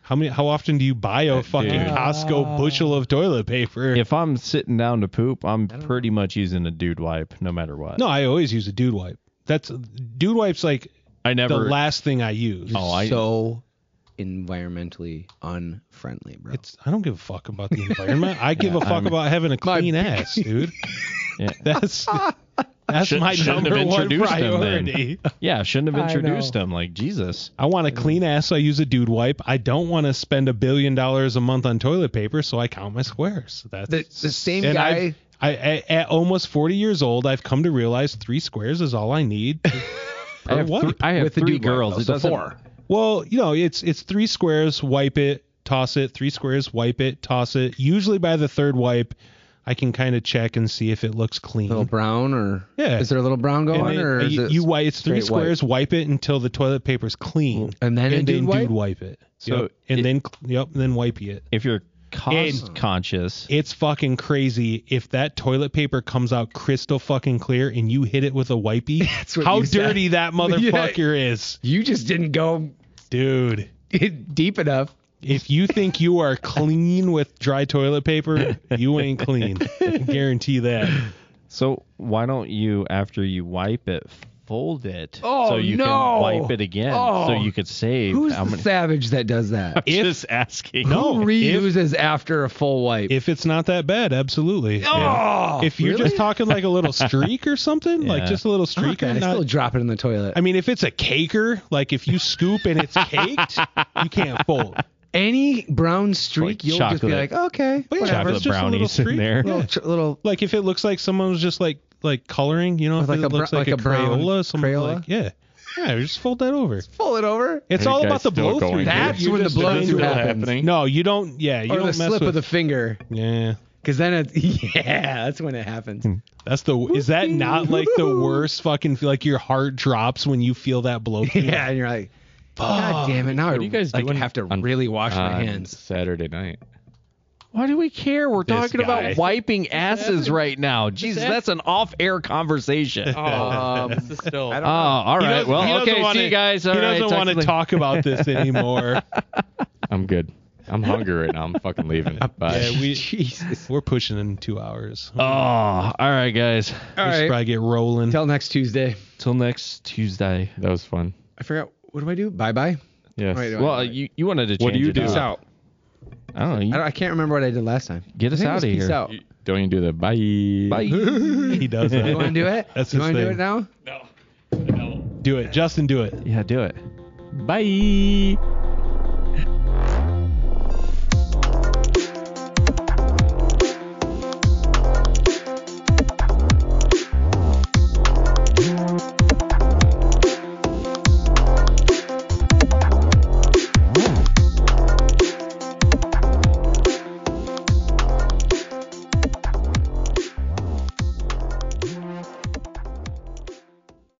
S2: How many? How often do you buy
S5: Uh,
S2: a fucking Costco bushel of toilet paper?
S4: if I'm sitting down to poop, I'm pretty much using a dude wipe no matter what.
S2: no, I always use a dude wipe. That's dude wipes like
S4: I never.
S2: the last thing I use.
S4: Oh, I-
S1: so environmentally unfriendly, bro.
S2: It's I don't give a fuck about the environment. I give a fuck about having a clean ass, dude.
S4: Yeah.
S2: That's that's my
S4: shouldn't have
S2: number one
S4: introduced them then.
S2: priority.
S4: yeah, shouldn't have introduced him. Like Jesus.
S2: I want a clean ass, so I use a dude wipe. I don't want to spend a billion dollars a month on toilet paper, so I count my squares. That's
S1: the, the same
S2: and
S1: guy.
S2: I've- I, I at almost 40 years old, I've come to realize three squares is all I need. per
S4: I have,
S2: wipe.
S4: three, I have
S1: With the
S4: three
S1: dude wipe,
S4: girls.
S1: though,
S4: It
S1: so
S4: doesn't-
S1: four.
S2: Well, you know, it's it's three squares, wipe it, toss it, three squares, wipe it, toss it. Usually by the third wipe, I can kind of check and see if it looks clean.
S1: little brown or
S2: Yeah.
S1: is there a little brown
S2: And
S1: going
S2: it-
S1: or is
S2: you,
S1: it
S2: you wipe it's
S1: straight
S2: three
S1: Mm.
S2: squares, wipe it until the toilet paper's clean.
S1: And then a dude wipe?
S2: it.
S4: So
S2: yep. and
S4: it-
S2: then cl- yep, and then wipe it.
S4: If you're cost
S2: And-
S4: conscious,
S2: It's fucking crazy if that toilet paper comes out crystal fucking clear and you hit it with a wipey.
S1: That's what
S2: how
S1: you said.
S2: dirty that motherfucker is,
S1: you just didn't go
S2: dude.
S1: deep enough.
S2: If you think you are clean with dry toilet paper, you ain't clean. I can guarantee that.
S4: so why don't you after you wipe it, fold it
S1: Oh,
S4: so you
S1: no.
S4: can wipe it again, so
S1: Oh.
S4: you could save.
S1: Who's
S4: how
S1: the
S4: many-
S1: savage that does that?
S4: just asking.
S2: No,
S1: Who
S2: if,
S1: reuses after a full wipe?
S2: if it's not that bad, absolutely.
S1: oh,
S2: If you're
S1: really?
S2: just talking like a little streak or something, like
S4: Yeah.
S2: just a little
S1: Fuck
S2: streak,
S1: that, I
S2: and
S1: still
S2: not,
S1: drop it in the toilet.
S2: I mean, if it's a caker, like if you scoop and it's caked, you can't fold.
S1: Any brown streak,
S4: Like
S1: you'll just be
S4: chocolate.
S1: like, okay,
S2: But yeah,
S1: whatever.
S2: it's
S4: Chocolate
S2: just a little
S4: brownies in
S2: streak.
S4: there.
S1: Little,
S2: Yeah.
S1: ch- little
S2: Like if it looks like someone was just like like coloring, you know, if
S1: Like
S2: it
S1: a br-
S2: looks like,
S1: like
S2: a,
S1: a brown
S2: Crayola, something
S1: Crayola?
S2: like yeah, yeah, just fold that over.
S1: pull it over.
S2: It's
S5: Are you
S2: all
S5: guys
S2: about the
S5: still
S2: blow
S5: going
S2: through.
S5: here?
S1: That's
S2: You're
S1: when the
S2: just
S1: blow
S2: trying
S1: through
S2: to-
S1: happens.
S5: happening.
S2: No, you don't. Yeah, you
S1: Or
S2: don't
S1: the
S2: mess
S1: slip
S2: with.
S1: of the finger,
S2: yeah,
S1: because then it's yeah, that's when it happens.
S2: that's the. Is that not like the worst fucking? feel Like your heart drops when you feel that blow through.
S1: Yeah, and you're like, God damn it! Now I
S5: What are you guys
S1: like,
S5: doing
S1: have to
S5: on-
S1: really wash my
S5: on
S1: hands.
S5: Saturday Uh, night.
S4: Why do we care? We're
S2: This
S4: talking
S2: guy.
S4: about wiping asses right now. Jeez, that's an off-air conversation. Oh,
S1: Um,
S5: This is still.
S1: I don't
S4: all
S2: He
S4: right.
S2: doesn't- he
S4: well,
S2: doesn't
S4: okay.
S2: wanna-
S4: see you guys. All
S2: he
S4: right,
S2: doesn't
S4: talk
S2: want
S4: to
S2: to
S4: you
S2: talk about this anymore.
S5: I'm good. I'm hungry right now. I'm fucking leaving. Bye.
S2: yeah, we
S1: Jesus.
S2: we're pushing in two hours.
S4: later. Oh, all right, guys.
S1: All
S2: we should
S1: right.
S2: probably get rolling.
S1: Till next Tuesday.
S4: Till next Tuesday.
S5: that was fun.
S1: I forgot. What do I do? Bye bye.
S5: Yes.
S1: Wait, wait.
S4: Well, you, you wanted to change
S5: What do you
S4: it
S5: do?
S4: up.
S1: Peace out.
S4: I don't know. You
S1: I, don't, I can't remember what I did last time.
S4: Get us
S1: I think it was
S4: outta
S1: Peace
S4: here.
S1: out.
S5: Don't you do that. Bye.
S2: he does
S1: You want
S2: that.
S1: to do it?
S2: That's
S1: you
S2: his
S1: want to do
S2: thing.
S1: it now?
S2: do it, Justin. Do it.
S4: Yeah, do it. Bye.